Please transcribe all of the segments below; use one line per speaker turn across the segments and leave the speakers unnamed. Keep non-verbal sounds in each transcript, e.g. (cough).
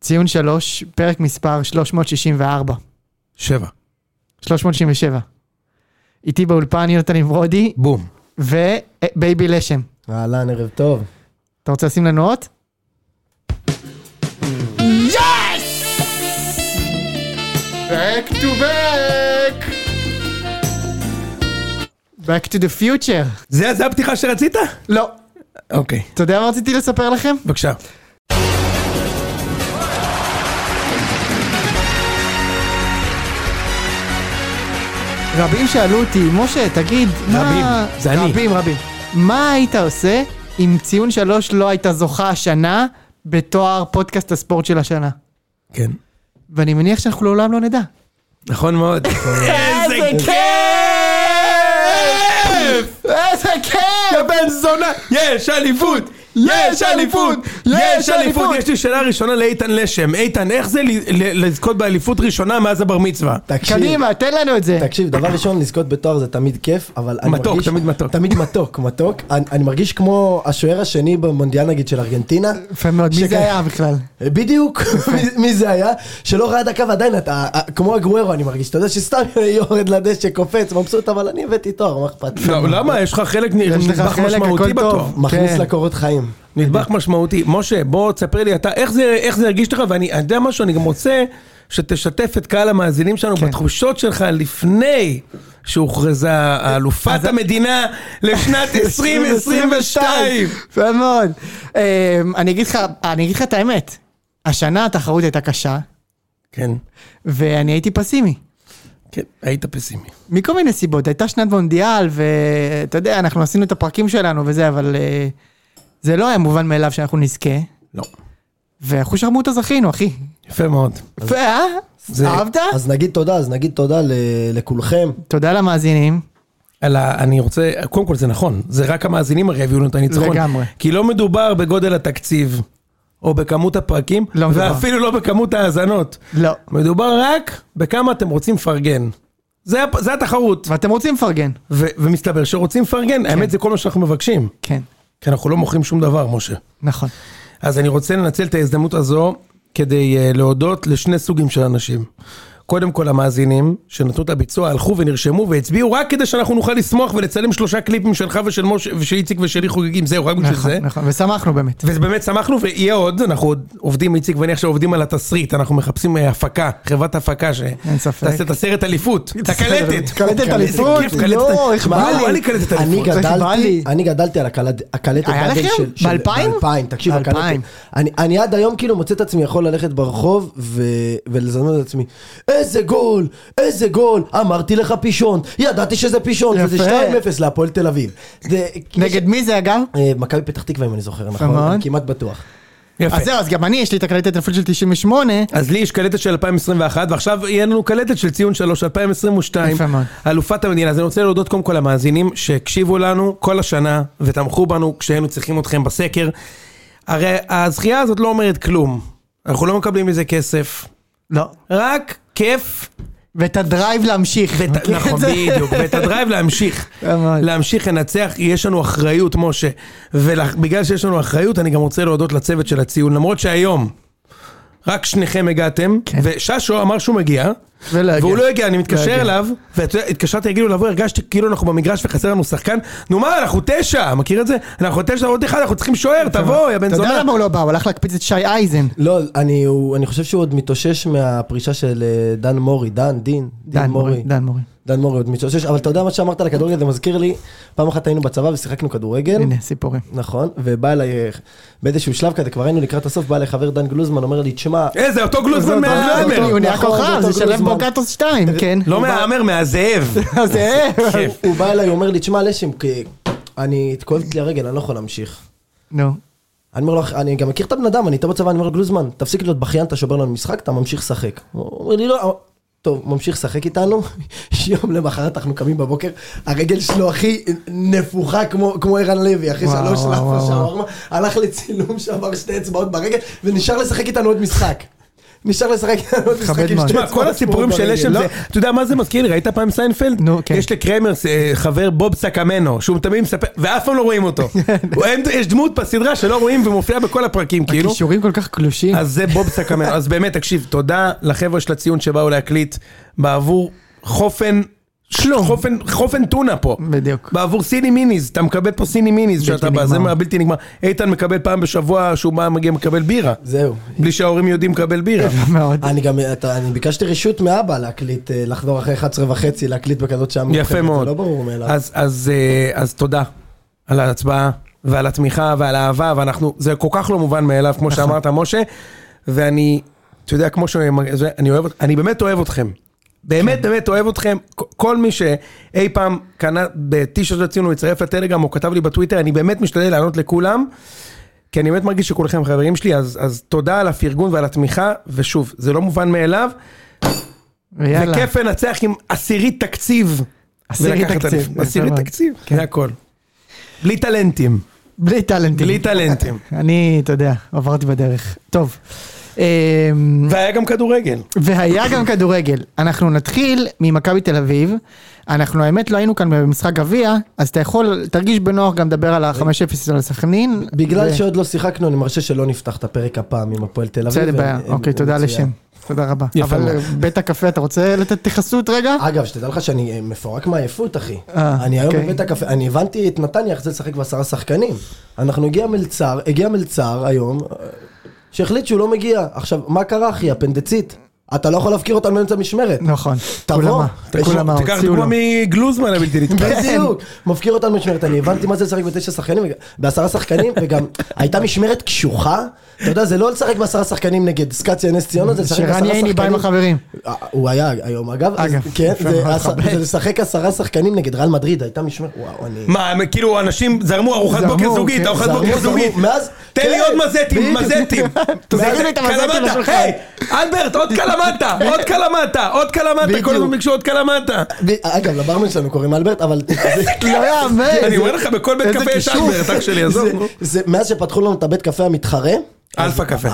ציון 3, פרק מספר 364,
שבע.
367. איתי באולפן יונתן נמרודי
בום.
ובייבי לשם.
אהלן, ערב טוב.
אתה רוצה לשים לנו אות? יס! Back to back! Back to the future.
זה, זה הפתיחה שרצית?
לא.
אוקיי.
אתה יודע מה רציתי לספר לכם?
בבקשה.
רבים שאלו אותי, משה, תגיד, מה...
רבים, זה אני.
רבים, רבים. מה היית עושה אם ציון שלוש לא הייתה זוכה השנה בתואר פודקאסט הספורט של השנה?
כן.
ואני מניח שאנחנו לעולם לא נדע.
נכון מאוד. (laughs) איזה כיף!
איזה כיף!
בן זונה! יש אליפות! יש אליפות! יש אליפות! יש לי שאלה ראשונה לאיתן לשם. איתן, איך זה ל- ל- לזכות באליפות ראשונה מאז הבר מצווה?
תקשיב,
קדימה, תן לנו את זה.
תקשיב, דבר ראשון, לזכות בתואר זה תמיד כיף, אבל אני
מתוק,
מרגיש...
תמיד מתוק.
תמיד מתוק, מתוק. אני, אני מרגיש כמו השוער השני במונדיאל נגיד של ארגנטינה.
יפה מאוד, מי
שכן.
זה היה בכלל?
(laughs)
בדיוק, מי- מי זה היה? שלא ראה דקה ועדיין אתה, אה, כמו הגרוארו אני מרגיש, אתה יודע שסתם (laughs) יורד לדשא, קופץ, מבסוט, אבל אני הבאתי תואר, מה אכפת? לי?
לא, למה? יש לך חלק נ-
יש לך
נדבך
חלק,
משמעותי
הכל
בתואר.
טוב.
מכניס
כן.
לקורות חיים.
נדבך משמעותי. משה, בוא תספר לי אתה, איך זה, איך זה הרגיש לך, ואני אני יודע משהו, אני גם רוצה שתשתף את קהל המאזינים שלנו
כן.
בתחושות שלך לפני שהוכרזה אלופת המדינה (laughs) לשנת 2022.
יפה מאוד. אמ, אני אגיד לך, אני אגיד לך את האמת. השנה התחרות הייתה קשה,
כן,
ואני הייתי פסימי.
כן, היית פסימי.
מכל מיני סיבות, הייתה שנת מונדיאל, ואתה יודע, אנחנו עשינו את הפרקים שלנו וזה, אבל אה, זה לא היה מובן מאליו שאנחנו נזכה,
לא.
ואחושרמוטה זכינו, אחי.
יפה מאוד.
יפה, אה?
זה-
אהבת?
אז נגיד תודה, אז נגיד תודה ל- לכולכם.
תודה למאזינים.
אלא אני רוצה, קודם כל זה נכון, זה רק המאזינים הרי הביאו לנו את הניצחון.
לגמרי.
כי לא מדובר בגודל התקציב, או בכמות הפרקים,
לא מדובר.
ואפילו לא בכמות ההאזנות.
לא.
מדובר רק בכמה אתם רוצים לפרגן. זה, הפ- זה התחרות,
ואתם רוצים לפרגן?
ו, ומסתבר שרוצים לפרגן, כן. האמת זה כל מה שאנחנו מבקשים,
כן,
כי אנחנו לא מוכרים שום דבר, משה.
נכון.
אז אני רוצה לנצל את ההזדמנות הזו כדי uh, להודות לשני סוגים של אנשים. קודם כל המאזינים שנתנו את הביצוע הלכו ונרשמו והצביעו רק כדי שאנחנו נוכל לשמוח ולצלם שלושה קליפים שלך ושל משה ושל איציק ושלי חוגגים, זהו, רק בשביל
נכון,
זה.
נכון, ושמחנו באמת.
ובאמת שמחנו, ויהיה עוד, אנחנו עוד עובדים, איציק ואני עכשיו עובדים על התסריט, אנחנו מחפשים אה, הפקה, חברת הפקה
ספק.
שתעשה את
(laughs)
הסרט אליפות, את הקלטת.
קלטת אליפות?
איזה כיף, קלטת.
לא, איך
מה,
בא לי?
לא, לי קלטת
אני
אליפות.
זה שבא לי.
גדלתי, אני גדלתי על הקלד- הקלטת
היה
בדל
לכם?
של... של-
באלפיים?
באלפיים, תקשיב,
באלפיים.
הקלטת. אני- אני עד היום כאילו מוצא את עצמי יכול ללכת ברחוב ו- ולזמן את עצמי, איזה גול, איזה גול, אמרתי לך פישון, ידעתי שזה פישון, וזה
יפה.
2-0 להפועל תל אביב. זה-
נגד מי זה אגב?
אה, מכבי פתח תקווה אם אני זוכר, נכון?
מאוד.
אני כמעט בטוח.
יפה.
אז זהו, אז גם אני, יש לי את הקלטת הטלפון של 98.
אז לי יש קלטת של 2021, ועכשיו יהיה לנו קלטת של ציון 3, 2022.
יפה מאוד.
אלופת המדינה. אז אני רוצה להודות קודם כל למאזינים שהקשיבו לנו כל השנה, ותמכו בנו כשהיינו צריכים אתכם בסקר. הרי הזכייה הזאת לא אומרת כלום. אנחנו לא מקבלים מזה כסף.
לא.
רק כיף
ואת הדרייב להמשיך.
ואת,
מכיר את
(laughs)
(laughs)
נכון,
זה?
בדיוק, ואת הדרייב להמשיך.
ממש.
להמשיך לנצח, יש לנו אחריות, משה. ובגלל שיש לנו אחריות, אני גם רוצה להודות לצוות של הציון, למרות שהיום רק שניכם הגעתם,
כן.
וששו אמר שהוא מגיע,
ולא הגיע.
והוא לא הגיע, אני מתקשר
לא הגיע.
אליו, והתקשרתי להגיד לו לבוא, הרגשתי כאילו אנחנו במגרש וחסר לנו שחקן, נו מה, אנחנו תשע, מכיר את זה? אנחנו תשע עוד אחד, אנחנו צריכים שוער, תבוא, יא בן
אתה יודע
זונה.
למה הוא לא בא? הוא הלך להקפיץ את שי אייזן.
לא, אני, הוא, אני חושב שהוא עוד מתאושש מהפרישה של אה, דן מורי, דן, דין,
דן מורי. דן מורי.
דן מורי עוד מתאושש, אבל אתה יודע מה שאמרת על הכדורגל, זה מזכיר לי, פעם אחת היינו בצבא ושיחקנו כדורגל,
הנה, סיפורים.
נכון, ובא אליי, אה, באיזשהו שלב כזה, כבר היינו לקראת הסוף, בא אליי חבר דן גלוזמן, אומר לי, תשמע,
איזה, אותו גלוזמן
זה אותו-
מההאמר.
הוא נהיה
נכון,
כוכב,
זה
זה
אותו
שלב
גלוזמן.
בורקטוס 2, כן.
לא מההאמר, מהזאב.
אז זה...
כיף.
הוא בא אליי, הוא אומר לי, תשמע, לשם, כי אני, כואבת לי הרגל, אני לא יכול להמשיך.
נו.
אני אומר לו, "אח, אני גם מכיר את הבן אדם, אני איתו בצבא, אני אומר לו, גלוזמן, תפסיק להיות בכיין, אתה שובר לנו משחק, אתה ממשיך לשחק. הוא אומר לי, לא, טוב, ממשיך לשחק איתנו, (laughs) יום למחרת אנחנו קמים בבוקר, הרגל שלו הכי נפוחה כמו כמו ערן לוי, אחרי
וואו,
שלוש
וואו,
לאפה
וואו.
שווארמה, הלך לצילום, שבר שתי אצבעות ברגל, ונשאר לשחק איתנו עוד משחק. נשאר לשחק עוד משחקים
מאוד.
תשמע,
שהוא עצמו
כל הסיפורים
ברגל.
של אשם
לא,
זה, אתה יודע מה זה מזכיר לי? ראית פעם סיינפלד?
נו, כן.
יש לקרמר אה, חבר בוב סקמנו, שהוא תמיד מספר, ואף פעם לא רואים
(laughs)
אותו.
כן.
הוא- אין- יש דמות בסדרה שלא רואים ומופיעה בכל הפרקים, כאילו.
קישורים כל כך קלושים.
אז זה בוב סקמנו. אז באמת, תקשיב, תודה לחבר'ה של הציון שבאו להקליט בעבור חופן...
שלום.
חופן- חופן טונה פה.
בדיוק.
בעבור סיני מיניז, אתה מקבל פה סיני מיניז שאתה בא,
נגמר.
זה מה- בלתי נגמר. איתן מקבל פעם בשבוע שהוא בא מגיע מקבל בירה.
זהו.
בלי שההורים יודעים לקבל
(laughs)
בירה.
מאוד.
אני גם, אתה, אני ביקשתי רשות מאבא להקליט, אה, לחזור אחרי 11 וחצי, להקליט בכזאת שעה מאוחרת,
יפה מאוד.
זה לא ברור מאליו.
אז, אז, אה, אז תודה על ההצבעה ועל התמיכה ועל האהבה, ואנחנו, זה כל כך לא מובן מאליו, כמו
נכון.
שאמרת, משה, ואני, אתה יודע, כמו שאני אוהב, אני באמת אוהב אתכם.
כן.
באמת, באמת אוהב אתכם. כ- כל מי שאי פעם קנה בטישרט רצינו להצטרף לטלגרם, או כתב לי בטוויטר, אני באמת משתדל לענות לכולם. כי אני באמת מרגיש שכולכם חברים שלי, אז, אז תודה על הפרגון ועל התמיכה, ושוב, זה לא מובן מאליו,
ויאללה.
וכיף לנצח עם עשירית תקציב.
עשירי
ולקחת
תקציב.
אליפות.
יפה
עשירי
מאוד.
תקציב, זה הכל. כן, בלי טלנטים,
בלי טאלנטים.
בלי טלנטים.
אני, אתה יודע, עברתי בדרך. טוב. אמ,
והיה גם כדורגל.
והיה גם כדורגל. אנחנו נתחיל ממכבי תל אביב. אנחנו האמת לא היינו כאן במשחק גביע, אז אתה יכול, תרגיש בנוח גם לדבר על ה-5-0 על סכנין.
בגלל
ו-
שעוד לא שיחקנו, אני מרשה שלא נפתח את הפרק הפעם עם הפועל תל אביב.
בסדר, בעיה.
הם- הם-
אוקיי,
הם
תודה
מצוין.
לשם. תודה רבה.
יפה
אבל
מאוד.
אה, בית הקפה, אתה רוצה לתת התייחסות רגע?
אגב, שתדע לך שאני אה, מפורק מעייפות, אחי.
אה,
אני היום
אוקיי.
בבית הקפה, אני הבנתי את נתניה, איך זה לשחק בעשרה שחקנים. אנחנו הגיע מלצר, הגיע מלצר היום, אה, שהחליט שהוא לא מגיע. עכשיו, מה קרה, אחי? הפנדצית. אתה לא יכול להפקיר אותנו באמצע משמרת.
נכון.
תבוא.
כולמה,
תקשיב,
כולמה,
תיקח
הוציאו לו.
דוגמה מגלוזמן הבלתי נתפס.
(laughs) בדיוק,
כן.
מפקיר אותנו במשמרת, אני הבנתי מה זה לשחק בתשע שחקנים, וג- בעשרה שחקנים, וגם (laughs) הייתה משמרת קשוחה, אתה יודע, זה לא לשחק בעשרה שחקנים נגד סקציה נס ציונה, זה לשחק בעשרה
שרן ייני בא עם
שחקנים.
החברים.
אה, הוא היה היום אגב, אז
אגב,
כן,
יפה
זה
מאוד,
עש-
מכבד.
זה לשחק עשרה שחקנים נגד ריאל מדריד, הייתה משמרת, וואו, אני...
מה, הם כאילו אנשים זרמו ארוחת
זרמו,
בוקר
כן,
זוגית, ארוחת
זרמו,
בוקר
זרמו,
זוגית.
מאז-
תן לי
כן,
עוד מזטים,
בדיוק.
מזטים.
תזרז לי את המזטים
קלמטה,
לשולחן.
היי, אלברט, עוד קלמטה, עוד קלמטה, עוד קלמטה, כל הזמן
בדיוק.
ביקשו עוד קלמטה.
ב- אגב, לברמן שלנו קוראים
(laughs)
אלברט, אבל...
לא יאמן.
אני אומר לך, בכל בית
איזה
קפה יש
כישוף.
אלברט, אח שלי, עזוב.
זה-
נו.
זה- מאז שפתחו לנו את הבית קפה המתחרה,
אלפא קפה.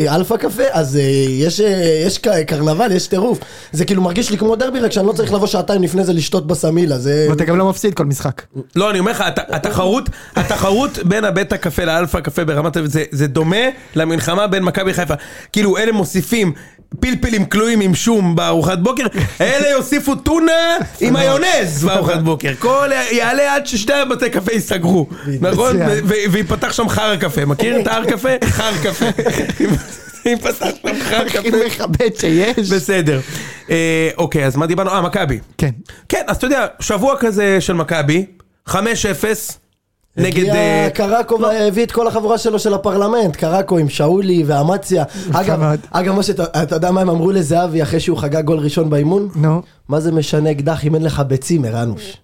אה, אלפא קפה, אז אה, יש, אה, יש ק- קרנבל, יש טירוף. זה כאילו מרגיש לי כמו דרבי, רק שאני לא צריך לבוא שעתיים לפני זה לשתות בסמילה, זה...
ואתה גם לא מפסיד כל משחק. (laughs)
לא, אני אומר לך, הת- התחרות, התחרות בין הבית הקפה לאלפא קפה ברמת אביב, זה, זה דומה למלחמה בין מכבי חיפה. כאילו, אלה מוסיפים פלפלים כלואים עם שום בארוחת בוקר, אלה יוסיפו טונה עם מיונז בארוחת בוקר. כל ה- יעלה עד ששתי הבתי קפה ייסגרו, נכון?
מצוין.
ו- ו- וייפתח שם חר קפה, מכיר את ההר קפה? חר קפה. ייפתח שם חר
הכי
קפה.
מכבד שיש.
בסדר. אה, אוקיי, אז מה דיברנו? אה, מכבי.
כן.
כן, אז אתה יודע, שבוע כזה של מכבי, 5-0, נגד... אה,
הגיע קרקו
לא.
והביא את כל החבורה שלו של הפרלמנט, קרקו עם שאולי
(laughs)
ואמציה. אגב,
מאוד.
אגב, משה, אתה אתה יודע מה הם אמרו לזהבי אחרי שהוא חגג גול ראשון באימון?
נו.
מה זה משנה אקדח אם אין לך ביצים, ערנוש?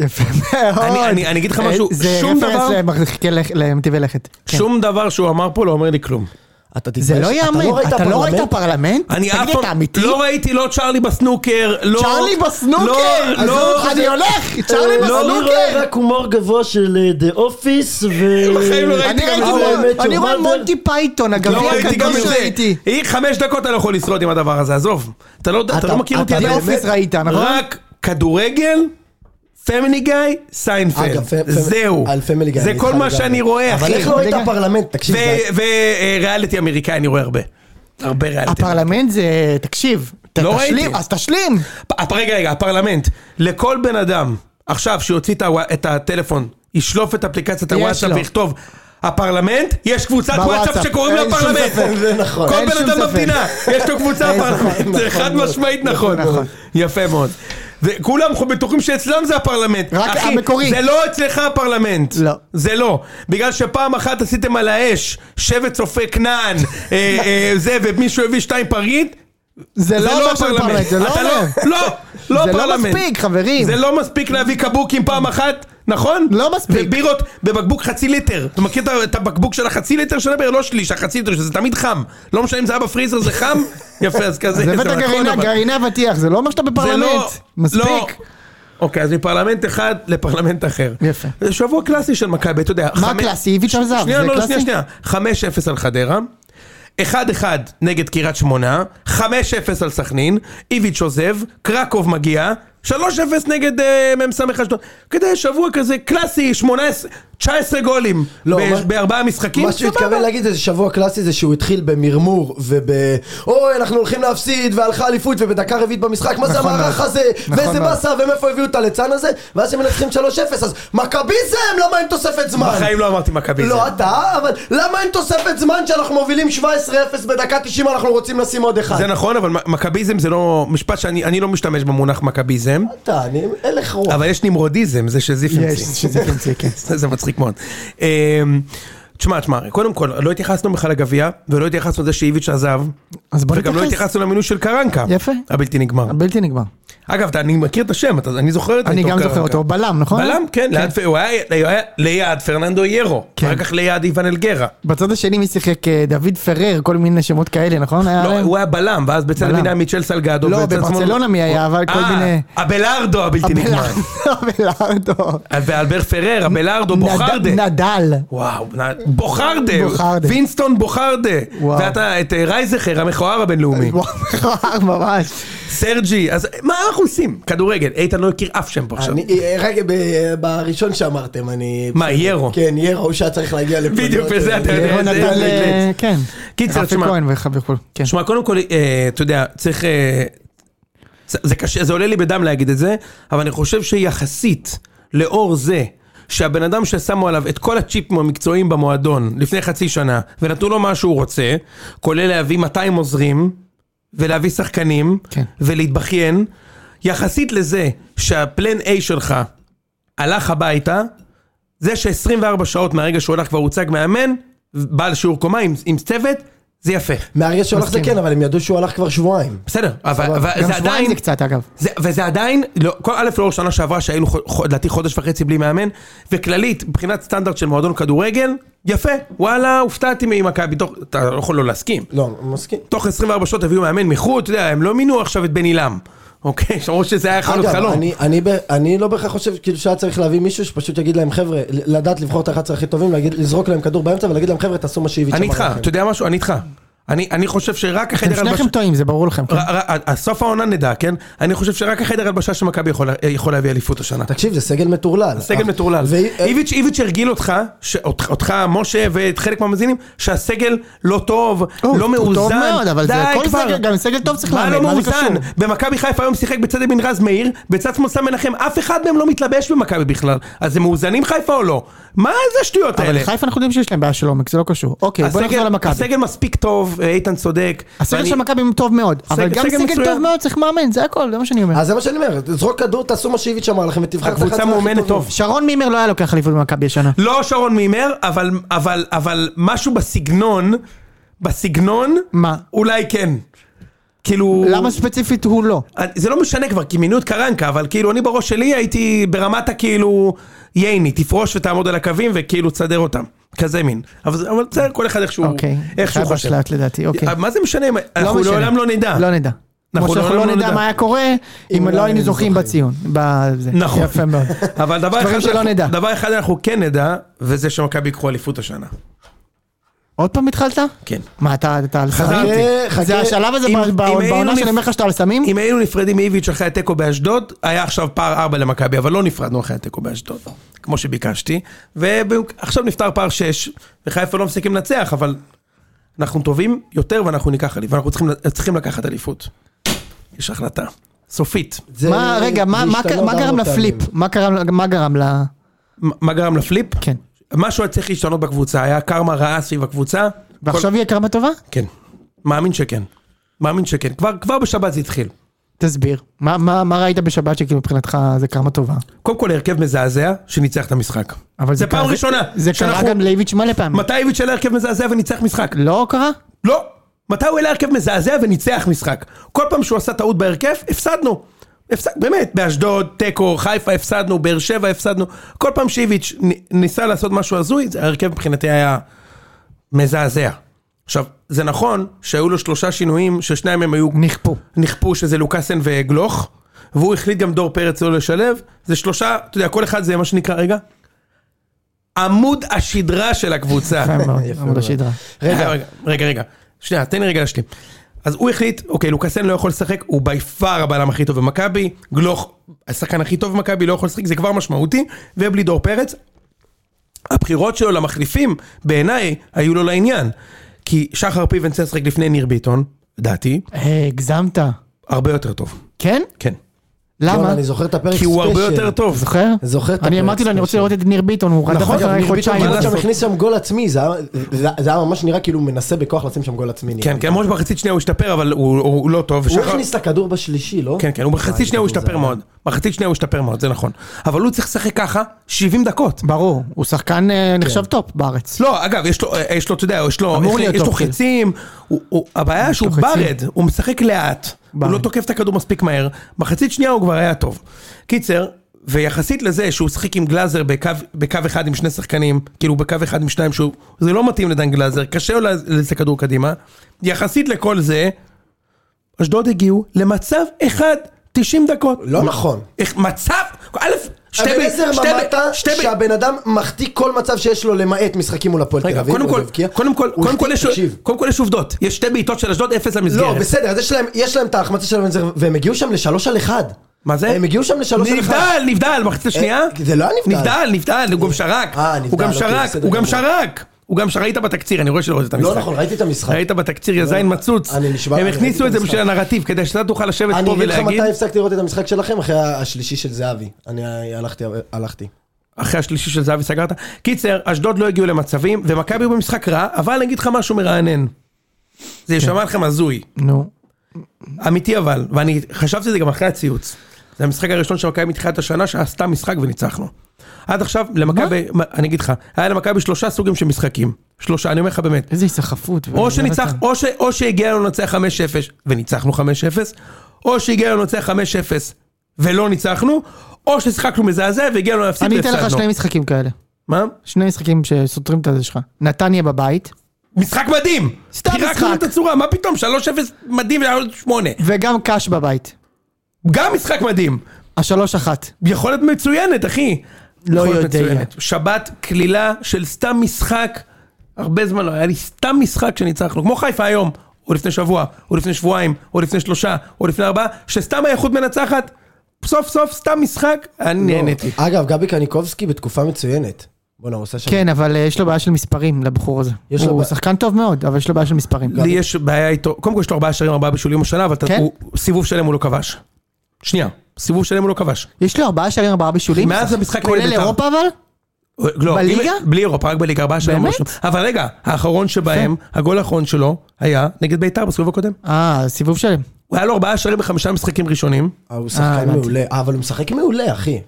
יפה מאוד. אה,
אני- אני- אני אגיד לך משהו,
זה
שום דבר-
רפרנס למרחיקי לכ- למטיבי לכת. כן.
שום דבר שהוא אמר פה לא אומר לי כלום.
אתה תתבייש.
זה לא
ראית
יאמן, אתה לא ראית
הפרלמנט?
פרלמנט?
אני אף
תגיד, אתה
פעם
אמיתי?
לא ראיתי לא צ'ארלי בסנוקר, לא...
צ'ארלי בסנוקר!
לא,
עזוב,
לא...
אני הולך! צ'ארלי
לא,
לא, אני רואה
בסנוקר!
רק הומור גבוה של דה אופיס, ו...
בחיים לא ראיתי
כן. אני
גם
ראיתי
את
זה. האמת
מול-
שהוא
אני רואה
מאדר.
מונטי פייתון,
לא
הגביע
ראיתי גם
הקדוש
את זה.
ראיתי.
היא חמש דקות אתה לא יכול לשרוד עם הדבר הזה, עזוב. אתה לא אתה
אתה-
לא מכיר אותי
אתה
עד
דה
היום.
אופיס ראית, נכון?
רק כדורגל, פמילי גיא, סיינפלד.
אגב, פ- פ-
זהו.
על פמילי גיא,
זה
אני
כל
איתך
מה
לגמרי.
שאני רואה, אחי.
אבל איך לא ראית
רגע.
פרלמנט? תקשיב, זה-
וריאליטי אמריקאי אני רואה הרבה. הרבה ריאליטי.
הפרלמנט זה, תקשיב, ת-
לא
תשלים,
ראיתי.
אז תשלים.
הפ- רגע, רגע, הפרלמנט. לכל בן אדם, עכשיו שיוציא את הווא- את הטלפון, ישלוף את אפליקציית
יש
הוואטסאפ
לו.
ויכתוב, הפרלמנט, יש קבוצת
בוואטסאפ.
וואטסאפ שקוראים לה
אין שום
פרלמנט.
ספק, זה נכון.
כל
אין
בן
שום
אדם
ספק.
במדינה, יש לו קבוצה
אין
פרלמנט.
ספק,
זה
נכון
חד
מאוד.
משמעית נכון.
נכון.
יפה מאוד. וכולם חו- בטוחים שאצלם זה הפרלמנט.
רק
אחי,
המקורי.
זה לא אצלך הפרלמנט.
לא.
זה לא. בגלל שפעם אחת עשיתם על האש, שבט צופה כנען, אה, אה, זה, ומישהו הביא שתיים פריט,
זה
זה
לא
לא
אומר של פרלמנט,
הפרלמנט.
זה לא
אתה
אומר.
לא, לא, לא
זה לא
פרלמנט.
מספיק, חברים.
זה לא מספיק להביא קבוקים פעם אחת, נכון?
לא מספיק.
ובירות בבקבוק חצי ליטר. אתה מכיר את ה- את הבקבוק של החצי ליטר של הבאר? לא שלי, של החצי ליטר, שזה תמיד חם. לא משנה אם זה היה בפריזר, זה חם. (laughs) יפה, אז כזה.
אז הבאת
נכון,
גרעיני-
אבל-
גרעיני אבטיח, זה לא אומר שאתה
זה
בפרלמנט.
לא- לא.
מספיק.
אוקיי, אז מפרלמנט אחד לפרלמנט אחר.
יפה.
זה שבוע קלאסי של מכבי, אתה יודע.
מה
חמש-
קלאסי? הביא שם זהב,
שנייה,
זה
לא, לא,
קלאסי?
שנייה, שנייה. 5-0 על חדרה. 1-1 נגד קריית שמונה, 5-0 על סכנין, איביץ' עוזב, קרקוב מגיע, 3-0 נגד אה, מ"ס אשדוד. כדי שבוע כזה קלאסי, 18, 19 גולים
לא,
ב-
מה-
בארבעה משחקים,
מה שהוא התכוון להגיד זה שבוע קלאסי זה שהוא התחיל במרמור וב... אוי, אנחנו הולכים להפסיד, והלכה אליפות, ובדקה רביעית במשחק, מה זה
נכון
המערך
מאוד.
הזה?
נכון
ואיזה
מאוד.
באסה, ומאיפה הביאו את הליצן הזה? ואז הם מנצחים 3-0, אז מכביזם, למה אין תוספת זמן?
בחיים לא אמרתי מכבי.
לא אתה, אבל למה אין תוספת זמן שאנחנו מובילים 17-0 בדקה 90 אנחנו רוצים לשים עוד אחד?
זה נכון, אבל מ- מכביזם זה לא... משפט שאני אני לא משתמש במונח מכביזם,
אתה, אני, אין לך רוח.
אבל יש נמרודיזם, זה שזיף
יש,
המציא.
שזה פנצי, כן.
(laughs) זה זה מצחיק מאוד. אמ, תשמע, תשמע, קודם כל, לא התייחסנו בכלל לגביע, ולא התייחסנו לזה שאיביץ' עזב,
אז בוא
וגם לא
נתייחס.
התייחסנו למינוי של קרנקה.
יפה.
הבלתי נגמר.
בלתי נגמר.
אגב, אתה- אני מכיר את השם, אתה- אני זוכר את
אני
העיתון
גם זוכר
קרנקה.
אותו, בלם, נכון?
בלם, כן, ליד פ- הוא היה- הוא היה ליד פרננדו יירו,
כן.
אחר כך ליד איוון אלגרה.
בצד השני מי שיחק? אה, דוד פרר, כל מיני שמות כאלה, נכון? היה
לא,
להם?
הוא היה בלם, ואז בצד
בלם.
ימין היה מיצ'ל סלגדו.
לא,
ובצד שמאל-
בברצלונה מי היה, אבל כל
אה,
מיני-
הבלארדו הבלתי נגמר.
(laughs) בלארדו.
ואלבר פרר, הבלארדו, בוכרדה.
נד- נדל. (laughs)
וואו, נ- בוכרדה,
בוכרדה.
וינסטון בוכרדה,
וואו. אה,
ואתה את אה, רייזכר המכוער הבינלאומי,
וואו, מכוער ממש.
סרג'י, אז מה אנחנו עושים? כדורגל, איתן לא הכיר אף שם פה עכשיו.
אני, אה, רגע, ב- בראשון שאמרתם, אני...
מה, ירו?
כן, ירו, הוא שהיה צריך להגיע לפה.
בדיוק,
להיות,
וזה
אה,
אתה יודע,
ירון
כן, זה-
נדל,
זה-
אה, כן.
קיצר,
רפי
תשמע.
כהן וכ- וכו', כן.
שמע, קודם כל, אה, אתה יודע, צריך... אה, זה זה קשה, זה עולה לי בדם להגיד את זה, אבל אני חושב שיחסית לאור זה שהבן אדם ששמו עליו את כל הצ'יפים המקצועיים במועדון לפני חצי שנה, ונתנו לו מה שהוא רוצה, כולל להביא 200 עוזרים, ולהביא שחקנים,
כן.
ולהתבכיין, יחסית לזה שהפלן A שלך הלך הביתה, זה ש-24 שעות מהרגע שהוא הלך כבר הוצג מאמן, בא לשיעור קומה עם, עם צוות, זה יפה.
מהרגע שהוא הלך זה
מסכים.
כן, אבל הם ידעו שהוא הלך כבר שבועיים.
בסדר, אבל, אבל
גם
זה
שבועיים
עדיין,
זה קצת אגב.
זה, וזה עדיין, לא, כל א' לאור שנה שעברה שהיינו חו- חו- לדעתי חודש וחצי בלי מאמן, וכללית, מבחינת סטנדרט של מועדון כדורגל, יפה, וואלה, הופתעתי ממכבי, תוך- אתה לא יכול לא להסכים.
לא, מסכים.
תוך 24 שעות הביאו מאמן מחוץ, אתה יודע, הם לא מינו עכשיו את בן עילם, אוקיי? (laughs) למרות שזה היה יכול להיות
אגב,
חלום.
אני, אני, ב- אני לא בהכרח חושב כאילו שהיה צריך להביא מישהו שפשוט יגיד להם חבר'ה, ל- לדעת לבחור את ה-11 הכי טובים, להגיד, לזרוק להם כדור באמצע ולהגיד להם חבר'ה תעשו מה שאיביץ'
אני
אמר
איתך,
לכם.
אתה יודע משהו? אני איתך. אני אני חושב שרק
אתם
החדר הלבשה...
שניכם טועים, זה ברור לכם. כן.
ר- ר- סוף העונה נדע, כן? אני חושב שרק החדר הלבשה של מכבי יכול- יכול להביא אליפות השנה.
תקשיב, זה סגל מטורלל.
סגל
אה,
מטורלל.
ו- אה,
איביץ' איביץ' הרגיל אותך, ש- אותך- אותך, משה ואת חלק מהמאזינים, שהסגל לא טוב,
הוא-
לא
הוא טוב
מאוזן.
מאוד, אבל זה-
די
כל
כבר.
סגל- גם סגל טוב צריך לאמן,
מה לא
מה זה
מאוזן?
קשור?
במכבי חיפה היום שיחק בצד ימין רז מאיר, בצד שמאל סם מנחם, אף אחד מהם לא מתלבש במכבי בכלל. אז הם מאוזנים חיפה או לא? מה זה השטויות האלה?
אבל חיפה אנחנו יודעים שיש להם בעיה של עומק, זה לא קשור. אוקיי, בוא
הסגל-
נחזור למכבי.
הסגל מספיק טוב, אה, איתן צודק.
הסגל
ואני-
של מכבי הוא טוב מאוד, אבל
סגל-
גם
סגל
סגל
מצוין.
טוב מאוד צריך מאמן, זה הכל, זה מה שאני אומר.
אז אה, זה מה שאני אומר, זרוק כדור, תעשו מה שאיביץ' אמר לכם ותבחר את ה-11
הקבוצה
הכי
מאומנת
טובים.
טוב.
שרון מימר לא היה לוקח אליפות במכבי השנה.
לא שרון מימר, אבל, אבל, אבל משהו בסגנון, בסגנון,
מה?
אולי כן. כאילו...
למה ספציפית הוא לא?
אני- זה לא משנה כבר, כי מינו את קרנקה, אבל כאילו אני בראש שלי הייתי ברמת הכאילו ייני, תפרוש ותעמוד על הקווים וכאילו תסדר אותם. כזה מין. אבל זה- אבל זה כל אחד איכשהו,
אוקיי.
איכשהו
חייב
חושב. אה,
בשלט לדעתי, אוקיי.
מה זה משנה? אנחנו
משנה.
לעולם לא נדע.
לא נדע. כמו שאנחנו לא נדע מה היה קורה אם לא היינו זוכים בציון. בזה.
נכון.
יפה
(laughs)
מאוד.
אבל דבר
דברים
אחד,
שלא
אנחנו-
נדע.
דבר אחד אנחנו כן נדע, וזה שמכבי ייקחו אליפות השנה.
עוד פעם התחלת?
כן.
מה, אתה אתה על סמים?
חזרתי.
חכה,
זה
חכה.
השלב הזה ב-
אם-
ב-
אם היינו
בעונה
נפ-
שאני אומר לך שאתה על סמים?
אם היינו נפרדים מאיביץ' אחרי התיקו באשדוד, היה עכשיו פער 4 למכבי, אבל לא נפרדנו אחרי התיקו באשדוד, כמו שביקשתי. ועכשיו נפתר פער 6, וחיפה לא מפסיקים לנצח, אבל אנחנו טובים יותר ואנחנו ניקח אליפות, ואנחנו צריכים, צריכים לקחת אליפות. יש החלטה. סופית.
זה-
מה, רגע, מה-
זה
מה
השתנה
ק- מה
עוד
גרם
ארבע
לפליפ?
פעמים.
מה קרם- מה גרם ל...
מה- מה גרם לפליפ?
כן.
משהו היה צריך להשתנות בקבוצה, היה קרמה רעה סביב הקבוצה.
ועכשיו יהיה קרמה טובה?
כן. מאמין שכן. מאמין שכן. כבר, כבר בשבת זה התחיל.
תסביר. מה- מה מה ראית בשבת שכאילו מבחינתך זה קרמה טובה?
קודם כל הרכב מזעזע שניצח את המשחק.
אבל
זה פעם
קרה-
ראשונה.
זה קרה
שאנחנו-
גם לאיביץ' מלא פעמים.
מתי איביץ' עלה הרכב מזעזע וניצח משחק?
לא קרה?
לא. מתי הוא העלה הרכב מזעזע וניצח משחק? כל פעם שהוא עשה טעות בהרכב, הפסדנו. הפסד, באמת, באשדוד, תיקו, חיפה הפסדנו, באר שבע הפסדנו. כל פעם שאיביץ' נ- ניסה לעשות משהו הזוי, זה- ההרכב מבחינתי היה מזעזע. עכשיו, זה נכון שהיו לו שלושה שינויים, ששניים מהם היו
נכפו.
נכפו שזה לוקאסן וגלוך, והוא החליט גם דור פרץ לא לשלב, זה שלושה, אתה יודע, כל אחד זה מה שנקרא, רגע, עמוד השדרה של הקבוצה.
יפה מאוד,
יפה
עמוד
מאוד.
השדרה.
רגע, רגע, רגע, רגע. שנייה, תן לי רגע להשלים. אז הוא החליט, אוקיי, לוקאסן לא יכול לשחק, הוא בי פאר הבלם הכי טוב במכבי, גלוך, השחקן הכי טוב במכבי, לא יכול לשחק, זה כבר משמעותי, ובלי דור פרץ. הבחירות שלו למחליפים, בעיניי, היו לו לעניין. כי שחר פיבן צריך לשחק לפני ניר ביטון, לדעתי,
אה, הגזמת.
הרבה יותר טוב.
כן?
כן.
למה?
יונה, אני זוכר את הפרק
כי הוא הרבה
ספיישל.
יותר טוב.
זוכר?
זוכר את
אני
הפרק
אמרתי לו, אני רוצה
ספיישל.
לראות את ניר ביטון, הוא רדף
נכון,
אגב,
אחרי
ניר ביטון
חודשיים.
מה
גם שם
לעשות?
הכניס שם גול עצמי, זה היה- זה- זה היה ממש נראה כאילו הוא מנסה בכוח לשים שם גול עצמי. נראה.
כן, כן, למרות שבחצית שנייה הוא השתפר, אבל הוא- הוא הוא לא טוב.
הוא
ושחר-
הכניס את הכדור בשלישי, לא?
כן, כן, הוא
אה,
מחצית שנייה הוא השתפר
זה-
מאוד. מחצית שנייה הוא השתפר מאוד, זה נכון. אבל הוא צריך לשחק ככה 70 דקות.
ברור, הוא שחקן אה, נחשב טופ בארץ.
לא, אגב, יש לו, אה, יש לו, אתה יודע, יש לו,
אמור
יש-
להיות
יש לו
אופציה.
חצים, הוא- הוא- הבעיה שהוא
לו חצים.
ברד, הוא משחק לאט, הוא
ברד.
לא תוקף את הכדור מספיק מהר, מחצית שנייה הוא כבר היה טוב. קיצר, ויחסית לזה שהוא שיחק עם גלאזר בקו, בקו אחד עם שני שחקנים, כאילו בקו אחד עם שניים, שהוא, זה לא מתאים לדן גלאזר, קשה לו להזיז את הכדור קדימה. יחסית לכל זה, אשדוד הגיעו למצב אחד, 90 דקות.
לא נכון.
איך- מצב, א', שתי
אבל
ב-
עזר
שתי ב-
אמרת
שתי ב-
שהבן אדם מחטיא כל מצב שיש לו למעט משחקים מול הפועל תל
רגע,
אביב.
קודם
הוא
כל,
הבקיע.
קודם כל,
הוא
קודם כל
החטיא-
יש-
תקשיב,
קודם כל יש עובדות. יש שתי בעיטות של אשדוד, אפס
לא,
למסגרת.
בסדר, אז יש להם, יש להם את ההחמצה של הבן זר, והם הגיעו שם לשלוש על אחד.
מה זה?
הם הגיעו שם לשלוש על אחד.
נבדל, נבדל, מחצית השנייה.
זה לא היה נבדל.
נבדל, נבדל, הוא גם שרק.
אה, נבדל,
הוא גם
אוקיי,
שרק,
בסדר
הוא גם
גמור.
שרק. הוא גם שראית בתקציר, אני רואה שלא ראית את המשחק.
לא נכון, ראיתי את המשחק.
ראית בתקציר, יא זין מצוץ.
אני נשבע,
הם
אני ראיתי
הכניסו
את
את זה
המשחק.
בשביל הנרטיב, כדי שאתה תוכל לשבת
אני
פה
אגיד לך
ולהגיד,
מתי הפסקתי לראות את המשחק שלכם, אחרי השלישי של זהבי. אני הלכתי, הלכתי.
אחרי השלישי של זהבי סגרת. קיצר, אשדוד לא הגיעו למצבים, ומכבי הוא במשחק רע, אבל אני אגיד לך משהו מרענן. זה
כן.
יישמע לכם הזוי.
נו.
אמיתי אבל, ואני חשבתי את זה גם אחרי הציוץ. זה המשחק הראשון שמכבי מתחילת השנה שעשתה משחק וניצחנו. עד עכשיו, למכבי, מה- אני אגיד לך, היה למכבי שלושה סוגים של משחקים. שלושה, אני אומר לך באמת.
איזה היסחפות.
או שניצח, או, ש, או שהגיע לנו לנצח 5-0 וניצחנו 5-0, או שהגיע לנו לנצח 5-0 ולא ניצחנו, או ששיחקנו מזעזע והגיע לנו להפסיד
אני אתן
והפסדנו.
לך שני משחקים כאלה.
מה?
שני משחקים שסותרים את הזה שלך. נתניה בבית,
משחק מדהים!
סתם
פירקנו
משחק.
את הצורה, מה פתאום? 3-0 מדהים והיה עוד 8.
וגם קאש בבית.
גם משחק מדהים.
השלוש אחת.
יכולת מצוינת, אחי.
לא
יכולת
יודע.
מצוינת. שבת קלילה של סתם משחק, הרבה זמן לא היה לי סתם משחק שניצחנו, כמו חיפה היום, או לפני שבוע, או לפני שבועיים, או לפני שלושה, או לפני ארבעה, שסתם האיכות מנצחת, סוף סוף סתם משחק,
לא,
אני נהניתי.
אגב, גבי קניקובסקי בתקופה מצוינת. בואנה, הוא עושה שם...
כן, אבל אה, יש לו בעיה של מספרים לבחור הזה.
יש לו
הוא
בעיה.
שחקן טוב מאוד, אבל יש לו בעיה של מספרים.
לי יש בעיה איתו, קודם כל יש לו ארבעה שערים, ארבעה בישולים השנה, אבל אתה-
לא. כן?
הוא- סיבוב שלם הוא לא כבש. שנייה, סיבוב שלם הוא לא כבש.
יש לו ארבעה שערים, ארבעה בישולים.
מאז המשחק נגד
כולל
בית"ר.
אירופה אבל?
לא,
בליגה?
אם- בלי אירופה, רק בליגה, ארבעה שערים.
באמת?
משהו. אבל רגע, האחרון שבהם, הגול האחרון שלו, היה נגד ביתר בסיבוב הקודם.
אה, סיבוב שלם.
הוא היה לו ארבעה שערים בחמישה משחקים ראשונים.
אה, הוא
אה,
שחקן
הבנתי.
מעולה. אה, אבל הוא משחק מעולה, אחי.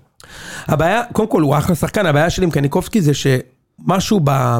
הבעיה, קודם כל הוא אחלה שחקן, הבעיה שלי עם קניקובסקי זה שמשהו ב...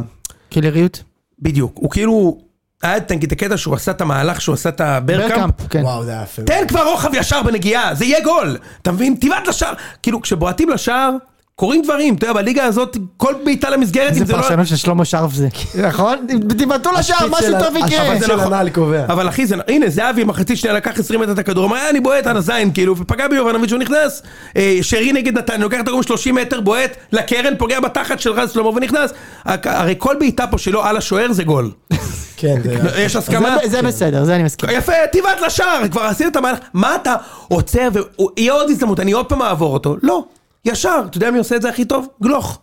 קילריות.
בדיוק, הוא כאילו... היה את נגיד הקטע שהוא עשה את המהלך, שהוא עשה את הברקאמפ.
ברקאמפ, כן.
וואו, זה היה יפה.
תן כבר רוחב ישר בנגיעה, זה יהיה גול. אתה מבין? תבעט לשער. כאילו, כשבועטים לשער, קורים דברים. אתה יודע, בליגה הזאת, כל בעיטה למסגרת, אם
איזה
זה לא...
פרשנות של שלמה שרף
(laughs)
זה. נכון? תיבטאו לשער,
השפיץ
משהו
של
טוב
ה-
יקרה.
השפיץ
זה
של
נכון.
הנעל קובע.
אבל אחי, זה... הנה, זהבי מחצית שנייה לקח 20 מטר את הכדור, אמר, "אה, אני בועט על הזין, כאילו, ופגע ביובנוביץ', הוא נכנס. אה, שרי נגד נתן, לוקח את הכדור 30 מטר, בועט לקרן, פוגע בתחת של רז שלמה ונכנס. הק- הרי כל בעיטה פה שלו על השוער זה גול. (laughs)
כן, זה...
יש הסכמה? כן.
זה- זה בסדר, זה אני מסכים.
יפה, תבעט לשער, כבר עשית את המהלך. מה אתה עוצר, ויהיה עוד הזדמנות, אני עוד פעם אעבור אותו. לא, ישר, אתה יודע מי עושה את זה הכי טוב? גלוך.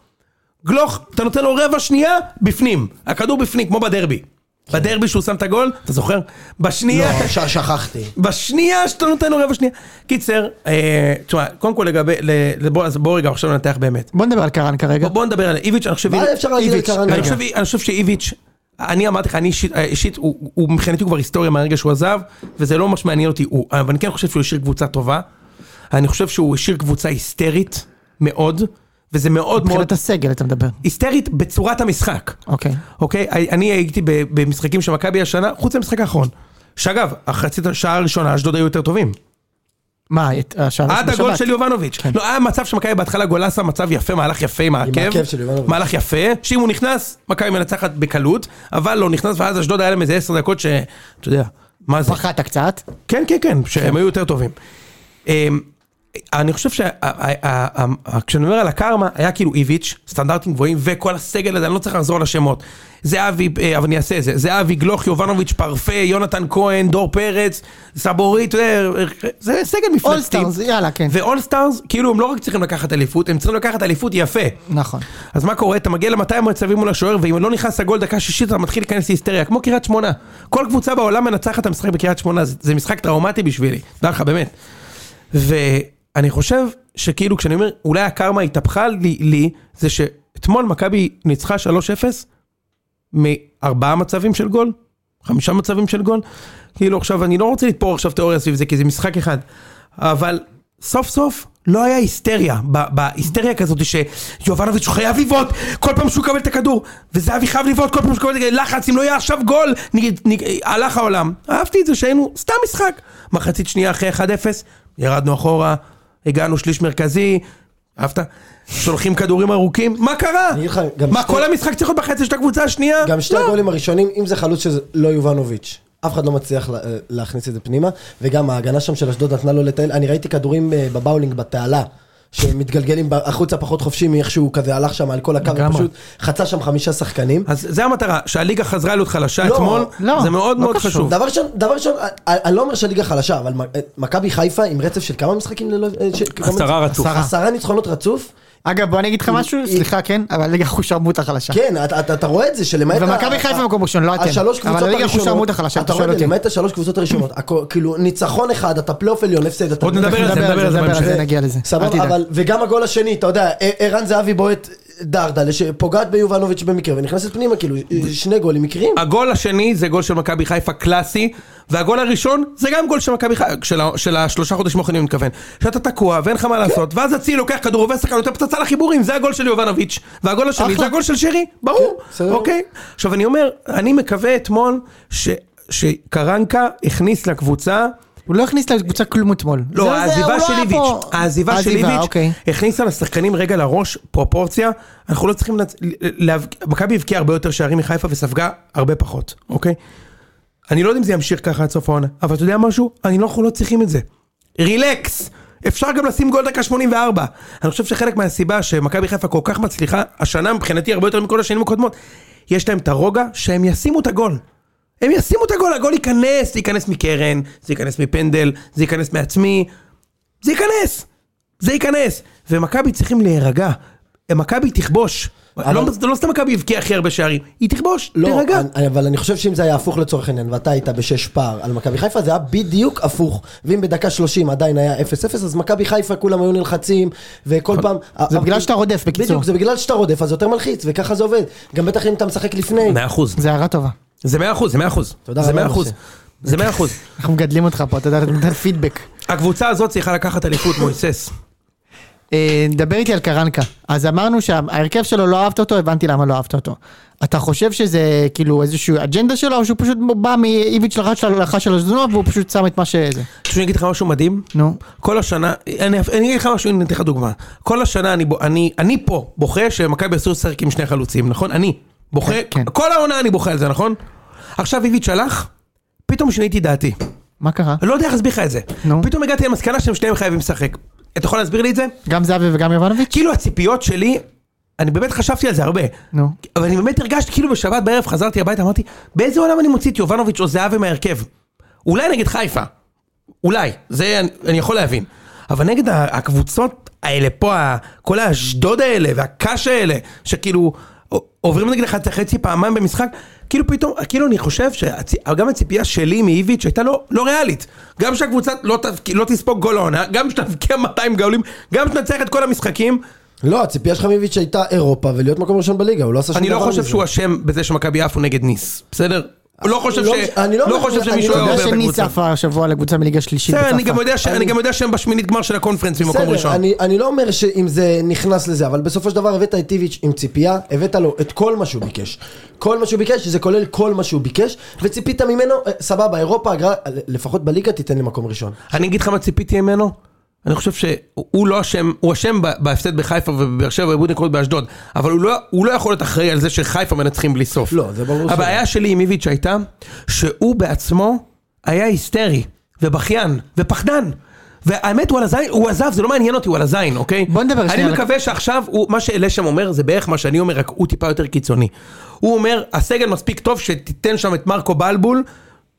גלוך, אתה נותן לו רבע שנייה, בפנים. הכדור בפנים, כמו בדרבי. בדרבי שהוא שם את הגול, אתה זוכר? בשנייה...
לא, ש- שכחתי.
בשנייה שאתה נותן לו רבע שנייה. קיצר, אה, תשמע, קודם כל לגבי, ל- ל- בוא, אז בוא רגע עכשיו ננתח באמת.
בוא נדבר על קרן כרגע.
בוא- בוא נדבר על איביץ', אני חושב...
מה אפשר להגיד על
איביץ',
קרן?
אני
רגע.
חושב- אני חושב שאיביץ', אני אמרתי לך, אני אישית- אה, אישית, הוא הוא- מבחינתי הוא כבר היסטוריה מהרגע שהוא עזב, וזה לא ממש מעניין אותי, הוא, אבל אני כן חושב שהוא השאיר קבוצה טובה. אני חושב שהוא השאיר קבוצה היסטרית מאוד, וזה מאוד מאוד...
מבחינת הסגל אתה מדבר.
היסטרית בצורת המשחק.
אוקיי.
אוקיי? אני הייתי ב- במשחקים של מכבי השנה, חוץ מהמשחק האחרון. שאגב, החצי השעה הראשונה, אשדוד היו יותר טובים.
מה, את- אה, השער
עד
בשבת?
הגול של יובנוביץ'.
כן.
לא, היה מצב שמכבי בהתחלה גולסה, מצב יפה, מהלך יפה עם העקב.
העקב של יובנוביץ'.
מהלך יפה, שאם הוא נכנס, מכבי מנצחת בקלות, אבל לא נכנס, ואז אשדוד היה להם איזה עשר דקות ש... אתה יודע, מה זה?
פחדת קצת.
כן, כן, כן, שהם היו יותר טובים. אמ, אני חושב שכשאני אומר על הקרמה, היה כאילו איביץ', סטנדרטים גבוהים, וכל הסגל הזה, אני לא צריך לחזור על השמות. זהבי, אה, אבל אני אעשה את זה, זהבי, גלוך, יובנוביץ', פרפה, יונתן כהן, דור פרץ, סבורית, אה, אה, זה סגל מפלצתי.
All-Stars, יאללה, כן.
ואולסטארס, כאילו הם לא רק צריכים לקחת אליפות, הם צריכים לקחת אליפות יפה.
נכון.
אז מה קורה? אתה מגיע ל-200 מצבים מול השוער, ואם לא נכנס לגול דקה שישית, אתה מתחיל להיכנס להיסטריה, כמו קריית שמונה. כל קבוצה בעולם מנצחת את המשחק בקריית שמונה, זה, זה משחק טראומטי בשבילי, דע לך, באמת. ואני חושב שכאילו, כשאני אומר, אולי הקרמה התהפכה לי, לי זה שאתמול מכבי ניצחה 3-0 מארבעה מצבים של גול, חמישה מצבים של גול. כאילו עכשיו, אני לא רוצה לתפור עכשיו תיאוריה סביב זה, כי זה משחק אחד. אבל סוף סוף לא היה היסטריה, ב- בהיסטריה כזאת שיובנוביץ' הוא חייב לבעוט כל פעם שהוא קבל את הכדור, וזהבי חייב לבעוט כל פעם שהוא קבל את הכדור, לחץ, אם לא יהיה עכשיו גול, נגיד, נגיד, הלך העולם. אהבתי את זה שהיינו סתם משחק. מחצית שנייה אחרי 1-0, ירדנו אחורה, הגענו שליש מרכזי, אהבת? שולחים כדורים ארוכים, מה קרה?
אני אגיד לך, גם
מה,
שתי-
כל המשחק צריך להיות בחצי של הקבוצה השנייה?
גם שתי
לא.
הגולים הראשונים, אם זה חלוץ שזה לא יובנוביץ'. אף אחד לא מצליח לה- להכניס את זה פנימה, וגם ההגנה שם של אשדוד נתנה לו לטייל. אני ראיתי כדורים אה, בבאולינג, בתעלה, שמתגלגלים ב- החוצה פחות חופשי מאיך שהוא כזה הלך שם על כל הקו,
לגמרי.
פשוט חצה שם חמישה שחקנים.
אז זה המטרה, שהליגה חזרה להיות חלשה
לא,
אתמול,
לא,
זה מאוד
לא
מאוד
קשור.
חשוב.
דבר ראשון, דבר ראשון, אני- אני לא אומר שהליגה חלשה, אבל מ- אה, מכבי חיפה עם רצף של כמה משחקים ללא... אה, ש- כמה-
עשרה רצוף.
עשרה.
עשרה ניצחונות רצוף?
אגב, בוא אני אגיד לך משהו, סליחה, כן? אבל ליגה חושרמוט החלשה.
כן, אתה- אתה אתה רואה את זה שלמעט...
ומכבי
ה-
חיפה
ה-
במקום ראשון, לא אתם.
השלוש
אבל
קבוצות
הליגה
הראשונות,
חושרמות החלשה,
אתה
אתה
רואה
שואל
את זה,
אותי.
למעט השלוש קבוצות הראשונות, הכל- כאילו ניצחון אחד, אתה פלייאוף עליון, הפסד, אתה
עוד נדבר
אנחנו
על זה, נדבר על זה
נדבר על
בהמשך.
זה, נגיע לזה. אל
סבבה,
תדאג.
אבל, וגם הגול השני, אתה יודע, ע- ערן זהבי בועט דרדלה, שפוגעת ביובנוביץ' במקרה, ונכנסת פנימה, כאילו, שני גולים מקריים.
הגול השני זה גול של מכבי חיפה קלאסי, והגול הראשון זה גם גול של מכבי חיפה, של, ה- של השלושה חודשים האחרונים אני מתכוון. שאתה תקוע ואין לך
כן.
מה לעשות, ואז אצילי לוקח כדור עובר שחקן יותר פצצה לחיבורים, זה הגול של יובנוביץ', והגול השני
אחלה.
זה הגול של שרי, ברור,
כן, בסדר.
אוקיי? עכשיו אני אומר, אני מקווה אתמול ש, שקרנקה הכניס לקבוצה
הוא לא הכניס לקבוצה כלום אתמול.
לא,
זה- זה- הוא
העזיבה
לא
של
היה
איביץ',
פה.
העזיבה של איביץ',
אוקיי.
הכניסה לשחקנים רגע לראש פרופורציה, אנחנו לא צריכים, לצ- ל- ל- מכבי הבקיעה הרבה יותר שערים מחיפה וספגה הרבה פחות, אוקיי? אני לא יודע אם זה ימשיך ככה עד סוף העונה, אבל אתה יודע משהו? אני לא, אנחנו לא צריכים את זה. רילקס! אפשר גם לשים גול דקה 84. אני חושב שחלק מהסיבה שמכבי חיפה כל כך מצליחה, השנה מבחינתי הרבה יותר מכל השנים הקודמות, יש להם את הרוגע שהם ישימו את הגול. הם ישימו את הגול, הגול ייכנס, זה ייכנס מקרן, זה ייכנס מפנדל, זה ייכנס מעצמי, זה ייכנס! זה ייכנס! ומכבי צריכים להירגע. מכבי תכבוש.
אבל-
לא, לא סתם מכבי הבקיעה הכי הרבה שערים, היא תכבוש,
לא,
תירגע.
אני- אבל אני חושב שאם זה היה הפוך לצורך העניין, ואתה היית בשש פער על מכבי חיפה, זה היה בדיוק הפוך. ואם בדקה שלושים עדיין היה אפס אפס, אז מכבי חיפה כולם היו נלחצים, וכל פעם... אה,
זה בגלל שאתה רודף, בקיצור.
בדיוק, זה בגלל שאתה רודף, אז זה יותר מלחיץ, וככה זה עובד. גם בטח אם אתה משחק לפני.
מאה אחוז.
זה הערה טובה.
זה מאה אחוז, זה מאה אחוז.
תודה
זה
רבה,
מאה אחוז.
משה.
זה מאה אחוז.
אנחנו מגדלים אותך פה, אתה יודע, אתה נותן פידבק.
הקבוצה הזאת צריכה לקחת אליפות, מויסס.
אה, דבר איתי על קרנקה. אז אמרנו שההרכב שלו לא אהבת אותו, הבנתי למה לא אהבת אותו. אתה חושב שזה כאילו איזושהי אג'נדה שלו, או שהוא פשוט בא מאיביץ' לחש על הלכה של הזדונות, והוא פשוט שם את מה שזה?
עכשיו אני אגיד לך משהו מדהים.
נו.
כל השנה, אני אני אגיד לך משהו, אני אתן לך דוגמה. כל השנה אני, בו- אני, אני פה בוכה שמכבי אסור לשחק עם שני חלוצים, נכון? אני בוכה,
כן, כן.
כל העונה אני בוכה על זה, נכון? עכשיו איביץ' הלך, פתאום שיניתי דעתי.
מה קרה?
אני לא יודע איך להסביר לך את זה.
נו.
פתאום הגעתי למסקנה שהם שניהם חייבים לשחק. אתה יכול להסביר לי את זה?
גם זהבי וגם יובנוביץ'?
כאילו הציפיות שלי, אני באמת חשבתי על זה הרבה.
נו.
אבל אני באמת הרגשתי כאילו בשבת בערב חזרתי הביתה, אמרתי, באיזה עולם אני מוציא את יובנוביץ' או זהבי מההרכב? אולי נגד חיפה. אולי. זה אני, אני יכול להבין. אבל נגד ה- הקבוצות האלה פה, ה- כל האשדוד האלה והקש האלה, שכאילו ע- עוברים נגד חצי, חצי פעמיים במשחק, כאילו פתאום, כאילו אני חושב שגם הציפייה שלי מאיביץ' הייתה לא, לא ריאלית. גם שהקבוצה לא, תבק- לא תספוג גול העונה, גם שתבקיע 200 גולים, גם שתנצח את כל המשחקים,
לא, הציפייה שלך מאיביץ' הייתה אירופה ולהיות מקום ראשון בליגה, הוא לא עשה שום דבר
אני
מזה.
לא חושב שהוא אשם בזה שמכבי עפו נגד ניס, בסדר? הוא לא חושב
לא-
ש...
אני לא
לא
אומר-
חושב
אני
שמישהו
אתה
היה
יודע
עובר את
שניס
הקבוצה.
עפה השבוע לקבוצה מליגה שלישית
בסדר, אני
בצרפת.
גם יודע ש- אני גם יודע שהם בשמינית גמר של הקונפרנס ממקום
בסדר,
ראשון.
אני, אני לא אומר שאם זה נכנס לזה, אבל בסופו של דבר הבאת את טיביץ' עם ציפייה, הבאת לו את כל מה שהוא ביקש. כל מה שהוא ביקש, זה כולל כל מה שהוא ביקש, וציפית ממנו, אה, סבבה, אירופה, הגרלה, לפחות בליגה תיתן לי מקום ראשון.
אני אגיד לך מה ציפיתי ממנו. אני חושב שהוא לא אשם, הוא אשם ב- בהפסד בחיפה ובבאר שבע ובבני קרוט באשדוד, אבל הוא לא, הוא לא יכול להיות אחראי על זה שחיפה מנצחים בלי סוף.
לא, זה ברור
הבעיה שלי עם איביץ' הייתה, שהוא בעצמו היה היסטרי, ובכיין, ופחדן, והאמת, הוא על הזין, הוא עזב, זה לא מעניין אותי, הוא על הזין, אוקיי?
בוא נדבר
אני
שנייה על-
מקווה שעכשיו, הוא, מה שאלה שם אומר, זה בערך מה שאני אומר, רק הוא טיפה יותר קיצוני. הוא אומר, הסגל מספיק טוב שתיתן שם את מרקו בלבול.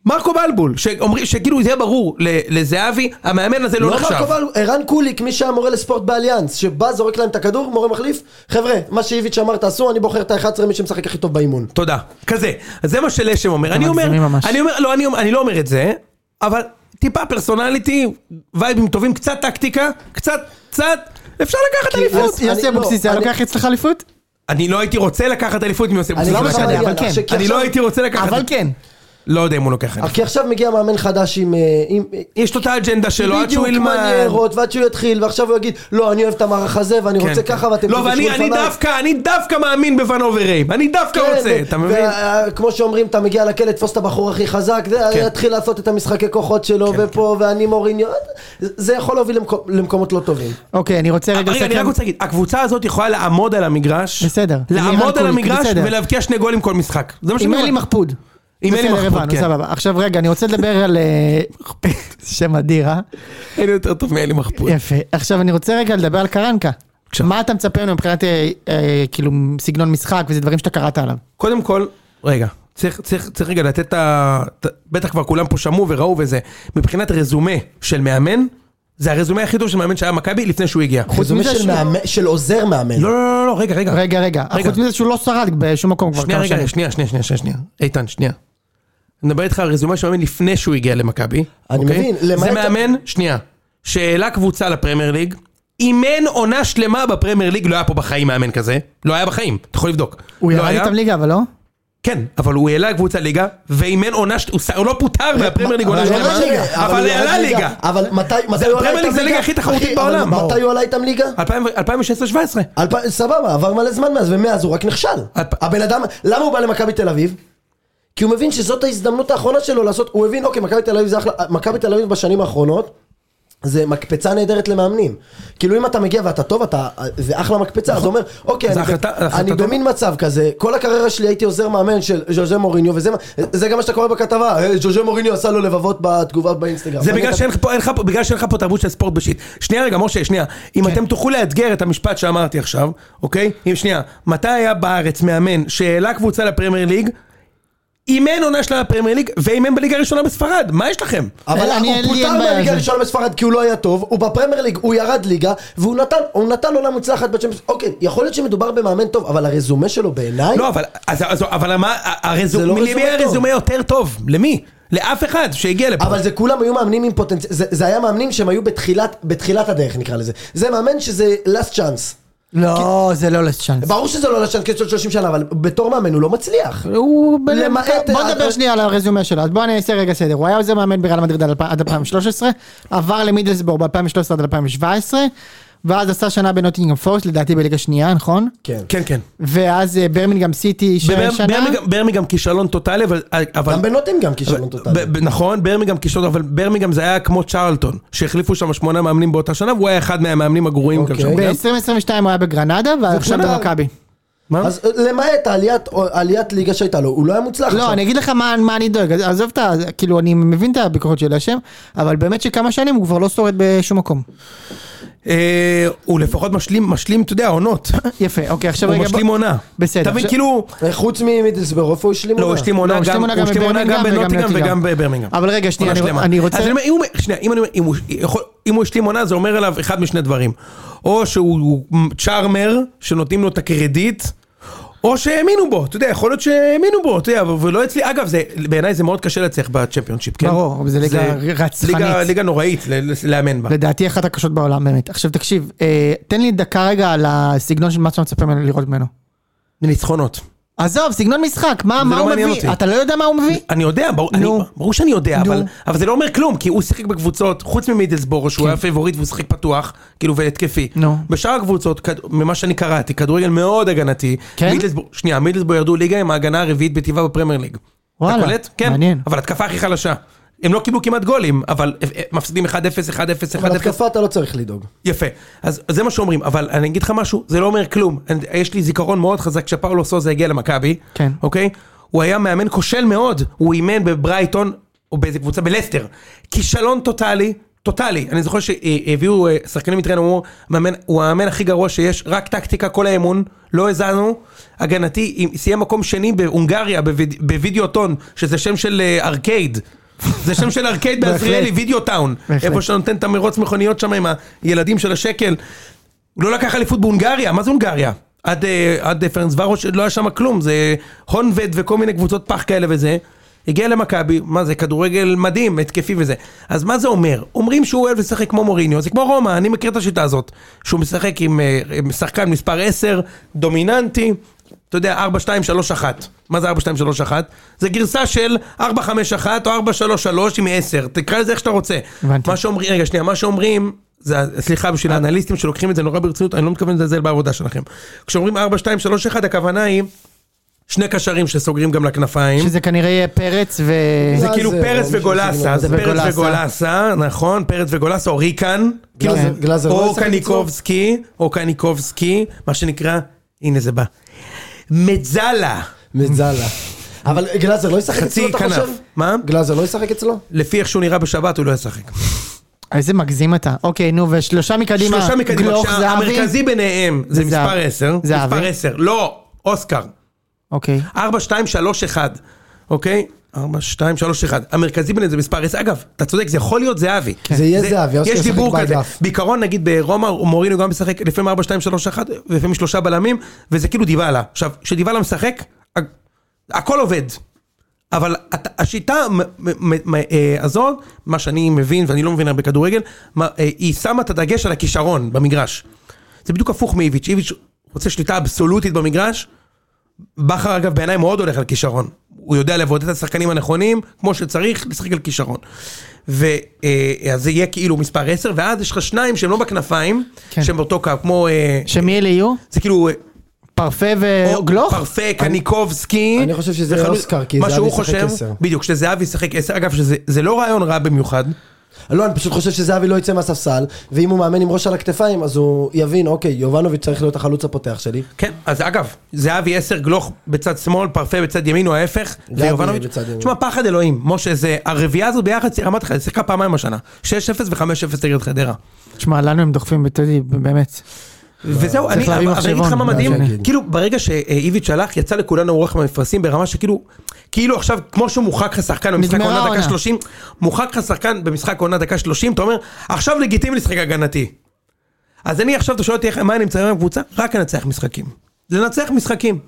מרקו בלבול, שאומרים, שכאילו זה יהיה ברור ל- לזהבי, המאמן הזה לא
לא
נחשב.
מרקו בלבול, ערן קוליק, מי שהיה מורה לספורט באליאנס, שבא, זורק להם את הכדור, מורה מחליף, חבר'ה, מה שאיביץ' אמר תעשו, אני בוחר את ה-11 מי שמשחק הכי טוב באימון.
תודה. כזה. אז זה מה שלשם אומר. אני אומר,
מגזימים ממש.
אני אומר, לא, אני, אני לא אומר את זה, אבל טיפה פרסונליטי, וייבים טובים, קצת טקטיקה, קצת, קצת, אפשר לקחת אליפות.
יוסי- יוסי
אני-
אבוקסיס היה
לא, אני-
לוקח אצלך אליפות?
אני לא הייתי רוצה לקחת אליפות מיוסי
אני
אבוקסיס.
לא
לא
השנה.
משנה,
בכוונה,
אבל
כי
כן.
עכשיו-
אני לא הייתי רוצה לקחת.
אבל כן.
לא יודע אם הוא לוקח אליפות.
כי עכשיו מגיע מאמן חדש עם... אה, עם-
יש לו את האג'נדה שלו, עד שהוא
בדיוק
ילמד.
מניירות, ועד שהוא יתחיל, ועכשיו הוא יגיד, לא, אני אוהב את המערך הזה, ואני
כן,
רוצה
כן.
ככה, ואתם
לא,
תשבו
ואני אני
לפניי."
דווקא, אני דווקא מאמין בוואן אובריים. אני דווקא
כן,
רוצה,
ו-
אתה מבין?
וה- כמו שאומרים, אתה מגיע לכלא, תפוס את הבחור הכי חזק, זה,
כן.
יתחיל לעשות את המשחקי כוחות שלו, ופה, ואני מוריניו, זה יכול להוביל למקו- למקומות לא טובים.
אוקיי, אני רוצה רגע
אה, רגע, אני רק
לסכם.
רוצה להגיד, הקבוצה הזאת יכולה לעמוד על המגרש.
בסדר. עם ערן
לעמוד על
קוליק,
המגרש
בסדר.
ולהבקיע שני גולים כל משחק. זה מה
עם
שאני
אלי
אומר.
מחפוד.
עם אלי
בסדר,
מחפוד,
הבנו,
כן.
סבבה. עכשיו רגע, אני רוצה לדבר על... אה, (laughs) שם אדיר, אה?
אין יותר טוב מאלי מחפוד.
יפה. עכשיו אני רוצה רגע לדבר על קרנקה.
בבקשה.
מה אתה מצפה ממנו מבחינת אה, אה, כאילו סגנון משחק וזה דברים שאתה קראת עליו.
קודם כל, רגע, צריך, צריך, צריך רגע לתת את ה... ת- בטח כבר כולם פה שמעו וראו וזה. מבחינת רזומה של מאמן, זה הרזומה הכי טוב של מאמן שהיה במכבי לפני שהוא הגיע.
חוץ
זה אומר
מזה
של
שהוא-
מאמן- של עוזר מאמן.
לא, לא, לא, לא, רגע, רגע.
רגע, רגע.
רגע.
חוץ מזה שהוא לא שרד בשום מקום כבר
שנייה,
כמה שנים.
רגע, שנייה, שנייה, שנייה, שנייה, שנייה. איתן, שנייה. אני מדבר איתך על רזומה של מאמן לפני שהוא הגיע למכבי.
אני
אוקיי?
מבין,
זה
למעט-
מאמן, שנייה, שהעלה קבוצה לפרמייר ליג, אימן עונה שלמה בפרמייר ליג, לא היה פה בחיים מאמן כזה. לא היה בחיים, אתה יכול לבדוק.
הוא
לא
ירד
היה.
איתם ליגה אבל לא?
כן, אבל הוא העלה קבוצה ליגה, ואימן עונה, ש- הוא ס- הוא לא פוטר מהפרמייר ליג עונה
אבל
שלמה,
ירד ליגה,
אבל
הוא
העלה
ירד
ליגה.
אבל מתי, מתי הוא עלה
הפרמייר ליג
איתם
זה הליגה הכי תחרותית
אחי, אבל
בעולם.
מתי הוא עלה איתם ליגה?
2016-2017.
אלפ- סבבה, עבר מלא זמן מאז, ומאז הוא רק נכשל.
אלפ-
הבן אדם, למה הוא בא למכבי תל אביב? כי הוא מבין שזאת ההזדמנות האחרונה שלו לעשות, הוא הבין, אוקיי, מכבי תל אביב זה אחלה, מכבי תל אביב בשנים האחרונות, זה מקפצה נהדרת למאמנים. כאילו אם אתה מגיע ואתה טוב, אתה, זה אחלה מקפצה, אז הוא אומר, אוקיי,
נכון. זה
אני,
החלטה- החלטה
אני
טובה."
במין מצב כזה, כל הקריירה שלי הייתי עוזר מאמן של ז'וז'ה מוריניו, וזה מה- זה גם מה שאתה קורא בכתבה, "אה, ז'וז'ה מוריניו עשה לו לבבות בתגובה באינסטגרם.
זה
אני
בגלל
כתב-
שאין לך פה- אין לך פה- בגלל שאין לך פה תרבות של ספורט בשיט. שנייה רגע, משה, שנייה. אם
כן.
אתם תוכלו לאתגר את המשפט שאמרתי עכשיו, אוקיי? אם שנייה, מתי היה בארץ מאמן שהעלה קבוצה לפרמייר ליג, אימן עונה שלה לפרמייר ליג, ואימן בליגה הראשונה בספרד? מה יש לכם?
אבל
אה, אני- אין
הוא
לי- אין
פוטר
בעיה
מהליגה
עם זה.
הראשונה בספרד כי הוא לא היה טוב, הוא בפרמייר ליג, הוא ירד ליגה, והוא נתן, הוא נתן עונה מוצלחת בצ'מפיונס. אוקיי, יכול להיות שמדובר במאמן טוב, אבל הרזומה שלו בעיניי...
לא, אבל, אז, אז, אבל מה, הרזומה,
זה לא
למי
רזומה
היה
טוב.
רזומה יותר טוב? למי? לאף אחד שהגיע לפה.
אבל זה כולם היו מאמנים עם פוטנציאל, זה, זה היה מאמנים שהם היו בתחילת, בתחילת הדרך נקרא לזה. זה מאמן שזה last chance.
לא, זה לא לסט צ'אנס.
ברור שזה לא last chance כי יש לו 30 שנה, אבל בתור מאמן הוא לא מצליח.
הוא ב-
למעט-
אה, בוא נדבר שנייה על הרזומה שלו, אז בוא אני אעשה רגע סדר. הוא היה עוזר מאמן בריאל מדריד עד אלפ- עד 2013, עבר למידלסבור ב-2013 עד 2017, ואז עשה שנה בנוטינגרם פורסט, לדעתי בליגה שנייה, נכון?
כן.
כן, כן.
ואז אה, ברמינגהם סיטי שנה.
ברמיגם- ברמיגם כישלון טוטאלי, אבל... אבל-
גם בנוטינגאם כישלון טוטאלי.
ב- ב- נכון, ברמיגם כישלון, אבל ברמיגם זה היה כמו צ'רלטון, שהחליפו שם שמונה מאמנים באותה שנה, והוא היה אחד מהמאמנים הגרועים גם
אוקיי.
שם. גם.
ב-2022 הוא היה בגרנדה, ועכשיו
פוטר.
במכבי.
מה?
אז אה, למעט העליית, עליית ליגה שהייתה לו, הוא לא היה מוצלח.
לא,
עכשיו.
אני אגיד לך מה מה אני דואג, אז עזוב את ה... כאילו, אני מבין את הביקורת של השם, אבל באמת שכמה שנים הוא כבר לא שורד בשום מקום.
אה, הוא לפחות משלים, משלים, אתה יודע, עונות.
יפה, אוקיי, (laughs) עכשיו
הוא
רגע...
משלים
בוא-
עונה.
בסדר,
אתה מבין,
עכשיו-
כאילו...
חוץ ממידלסבור, איפה הוא השלים
לא, הוא השלים עונה
הוא השלים
גם-
עונה
הוא
גם
השלים עונה גם
בברמינגהם וגם
בנוטינגהם
בנוטינגהם.
וגם בברמינגהם.
אבל רגע, שנייה,
עונה
אני-
שלמה.
אני רוצה-
אז אומר, אם הוא- שנייה, אם אני אומר, אם הוא יכול- אם הוא השלים עונה, זה אומר עליו אחד משני דברים. או שהוא הוא צ'ארמר, שנותנים לו את הקרדיט. או שהאמינו בו, אתה יודע, יכול להיות שהאמינו בו, אתה יודע, אבל- ולא אצלי, אגב, זה- בעיניי זה מאוד קשה להצליח בצ'מפיונשיפ, כן?
ברור, אבל זה ליגה רצחנית.
ליגה- ליגה נוראית ל- ל- לאמן בה.
לדעתי אחת הקשות בעולם באמת. עכשיו תקשיב, אה, תן לי דקה רגע על הסגנון של מה שאתה מצפה ממנו לראות ממנו.
ניצחונות.
עזוב, סגנון משחק, מה, מה
לא
הוא
מעניין
מביא?
אותי.
אתה לא יודע מה הוא מביא?
אני יודע, ברור, אני,
נו.
ברור שאני יודע,
נו.
אבל, אבל זה לא אומר כלום, כי הוא שיחק בקבוצות, חוץ ממידלסבורו, שהוא היה פיבוריט והוא שיחק פתוח, כאילו, והתקפי.
כן. נו.
בשאר הקבוצות, כד, ממה שאני קראתי, כדורגל מאוד הגנתי.
כן?
מידלסבור, שנייה, מידלסבור ירדו ליגה עם ההגנה הרביעית בטבעה בפרמייר ליג.
וואלה,
אתה קולט? כן.
מעניין.
אבל התקפה הכי חלשה. הם לא קיבלו כמעט גולים, אבל אה, אה, מפסידים 1-0, 1-0, 1-0.
אבל התקפה אתה לא צריך לדאוג.
יפה, אז זה מה שאומרים, אבל אני אגיד לך משהו, זה לא אומר כלום. אני- יש לי זיכרון מאוד חזק כשפאולו סוזה הגיע למכבי,
כן.
אוקיי? הוא היה מאמן כושל מאוד, הוא אימן בברייטון, או באיזה קבוצה, בלסטר. כישלון טוטאלי, טוטאלי. אני זוכר שהביאו אה, שחקנים מטרן, אמרו, "מאמן- הוא המאמן הכי גרוע שיש, רק טקטיקה כל האמון, לא האזנו. הגנתי, עם- סיים מקום שני בהונגריה, בוויד- בווידאוטון, שזה שם של אה, ארקייד. זה שם של ארקייד
בהחלט.
בעזריאלי, וידאו טאון.
בהחלט.
איפה שאתה נותן את המרוץ מכוניות שם עם הילדים של השקל. הוא לא לקח אליפות בהונגריה, מה זה הונגריה? עד, אה, עד אה, פרנסוורוש לא היה שם כלום, זה הונבד וכל מיני קבוצות פח כאלה וזה. הגיע למכבי, מה זה, כדורגל מדהים, התקפי וזה. אז מה זה אומר? אומרים שהוא אוהב לשחק כמו מוריניו, זה כמו רומא, אני מכיר את השיטה הזאת. שהוא משחק עם, אה, עם שחקן מספר 10, דומיננטי, אתה יודע, 4, 2, 3, 1. מה זה 4, 2, 3, 1? זה גרסה של 4, 5, 1 או 4, 3, 3 עם 10, תקרא לזה איך שאתה רוצה.
הבנתי.
מה שאומרים, רגע, שנייה, מה שאומרים, זה, סליחה בשביל האנליסטים שלוקחים את זה נורא ברצינות, אני לא מתכוון לזלזל בעבודה שלכם. כשאומרים 4, 2, 3, 1, הכוונה היא שני קשרים שסוגרים גם לכנפיים.
שזה כנראה יהיה פרץ ו...
זה
אה,
כאילו
זה- לא
פרץ
מישהו
וגולסה, זה פרץ
וגולסה.
וגולסה, נכון, פרץ וגולסה, או ריקן, כאילו,
גלאזר- גלאזר לא
או
ישחק
קניקובסקי, או קניקובסקי, מה שנקרא, הנה זה בא. מצ'לה,
מזלה. אבל גלאזר לא ישחק
חצי
אצלו, אתה
כנף.
חושב?
מה?
גלאזר לא ישחק אצלו?
לפי איך שהוא נראה בשבת הוא לא ישחק.
איזה מגזים אתה. אוקיי, נו, ושלושה מקדימה.
שלושה מקדימה,
גלוך, זהבי.
המרכזי ביניהם זה
זה
מספר
זהבי.
10,
זהבי.
מספר 10, לא, אוסקר,
אוקיי.
4, 2, 3, 1, אוקיי? 4, 2, 3, 1. המרכזי ביניהם זה מספר 10. אגב, אתה צודק, זה יכול להיות זהבי.
כן. זה יהיה זהבי, אוסקר
יש
ישחק
דיבור כזה.
באגף.
בעיקרון, נגיד ברומא, מורינו גם משחק לפעמים 4, 2, 3, 1, ולפעמים שלושה בלמים, וזה כאילו דיבלה. עכשיו, כשדיבלה משחק, ה- הכל עובד. אבל הת- השיטה מ- מ- מ- אה, הזאת, מה שאני מבין, ואני לא מבין הרבה כדורגל, מה- אה, היא שמה את הדגש על הכישרון במגרש. זה בדיוק הפוך מאיביץ'. איביץ' רוצה שליטה אבסולוטית במגרש, בכר אגב בעיניי מאוד הולך על כישרון. הוא יודע לבודד את השחקנים הנכונים, כמו שצריך, לשחק על כישרון. ואז זה יהיה כאילו מספר 10, ואז יש לך שניים שהם לא בכנפיים,
כן.
שהם באותו קו, כמו... אה,
שמי אלה יהיו?
זה כאילו... אה,
פרפה
או-
וגלוך?
פרפה, קניקובסקי.
אה, אני חושב שזה
וחלוץ-
אוסקר, כי
מה
זהבי
שהוא
ישחק
חושב-
עשר.
בדיוק, שזהבי ישחק 10. אגב, שזה זה לא רעיון רע במיוחד.
לא, אני פשוט חושב שזהבי לא יצא מהספסל, ואם הוא מאמן עם ראש על הכתפיים, אז הוא יבין, אוקיי, יובנוביץ' צריך להיות החלוץ הפותח שלי.
כן, אז אגב, זהבי 10, גלוך בצד שמאל, פרפה בצד ימין, או ההפך,
גבי
ויובנוביץ'.
בצד ימין.
תשמע, פחד אלוהים, משה, זה, הרביעייה הזאת ביחד, צריך- אמרתי לך, היא שיחקה פעמיים השנה. 6-0 ו-5-0 נגד חדרה.
שמע, לנו הם דוחפים בטדי, באמת.
וזהו, אני
להביא
אבל- אבל אני אגיד לך
מחשבון,
מה מדהים,
שאני
כאילו ברגע שאיביץ' הלך, יצא לכולנו רוח מהמפרשים ברמה שכאילו, כאילו עכשיו, כמו שמורחק לך שחקן במשחק
נגמרה
עונה דקה
העונה.
30, מורחק לך שחקן במשחק עונה דקה 30, אתה אומר, עכשיו לגיטימי לשחק הגנתי. אז אני עכשיו, אתה שואל אותי איך- מה אני מצטער עם הקבוצה? רק לנצח משחקים. לנצח משחקים.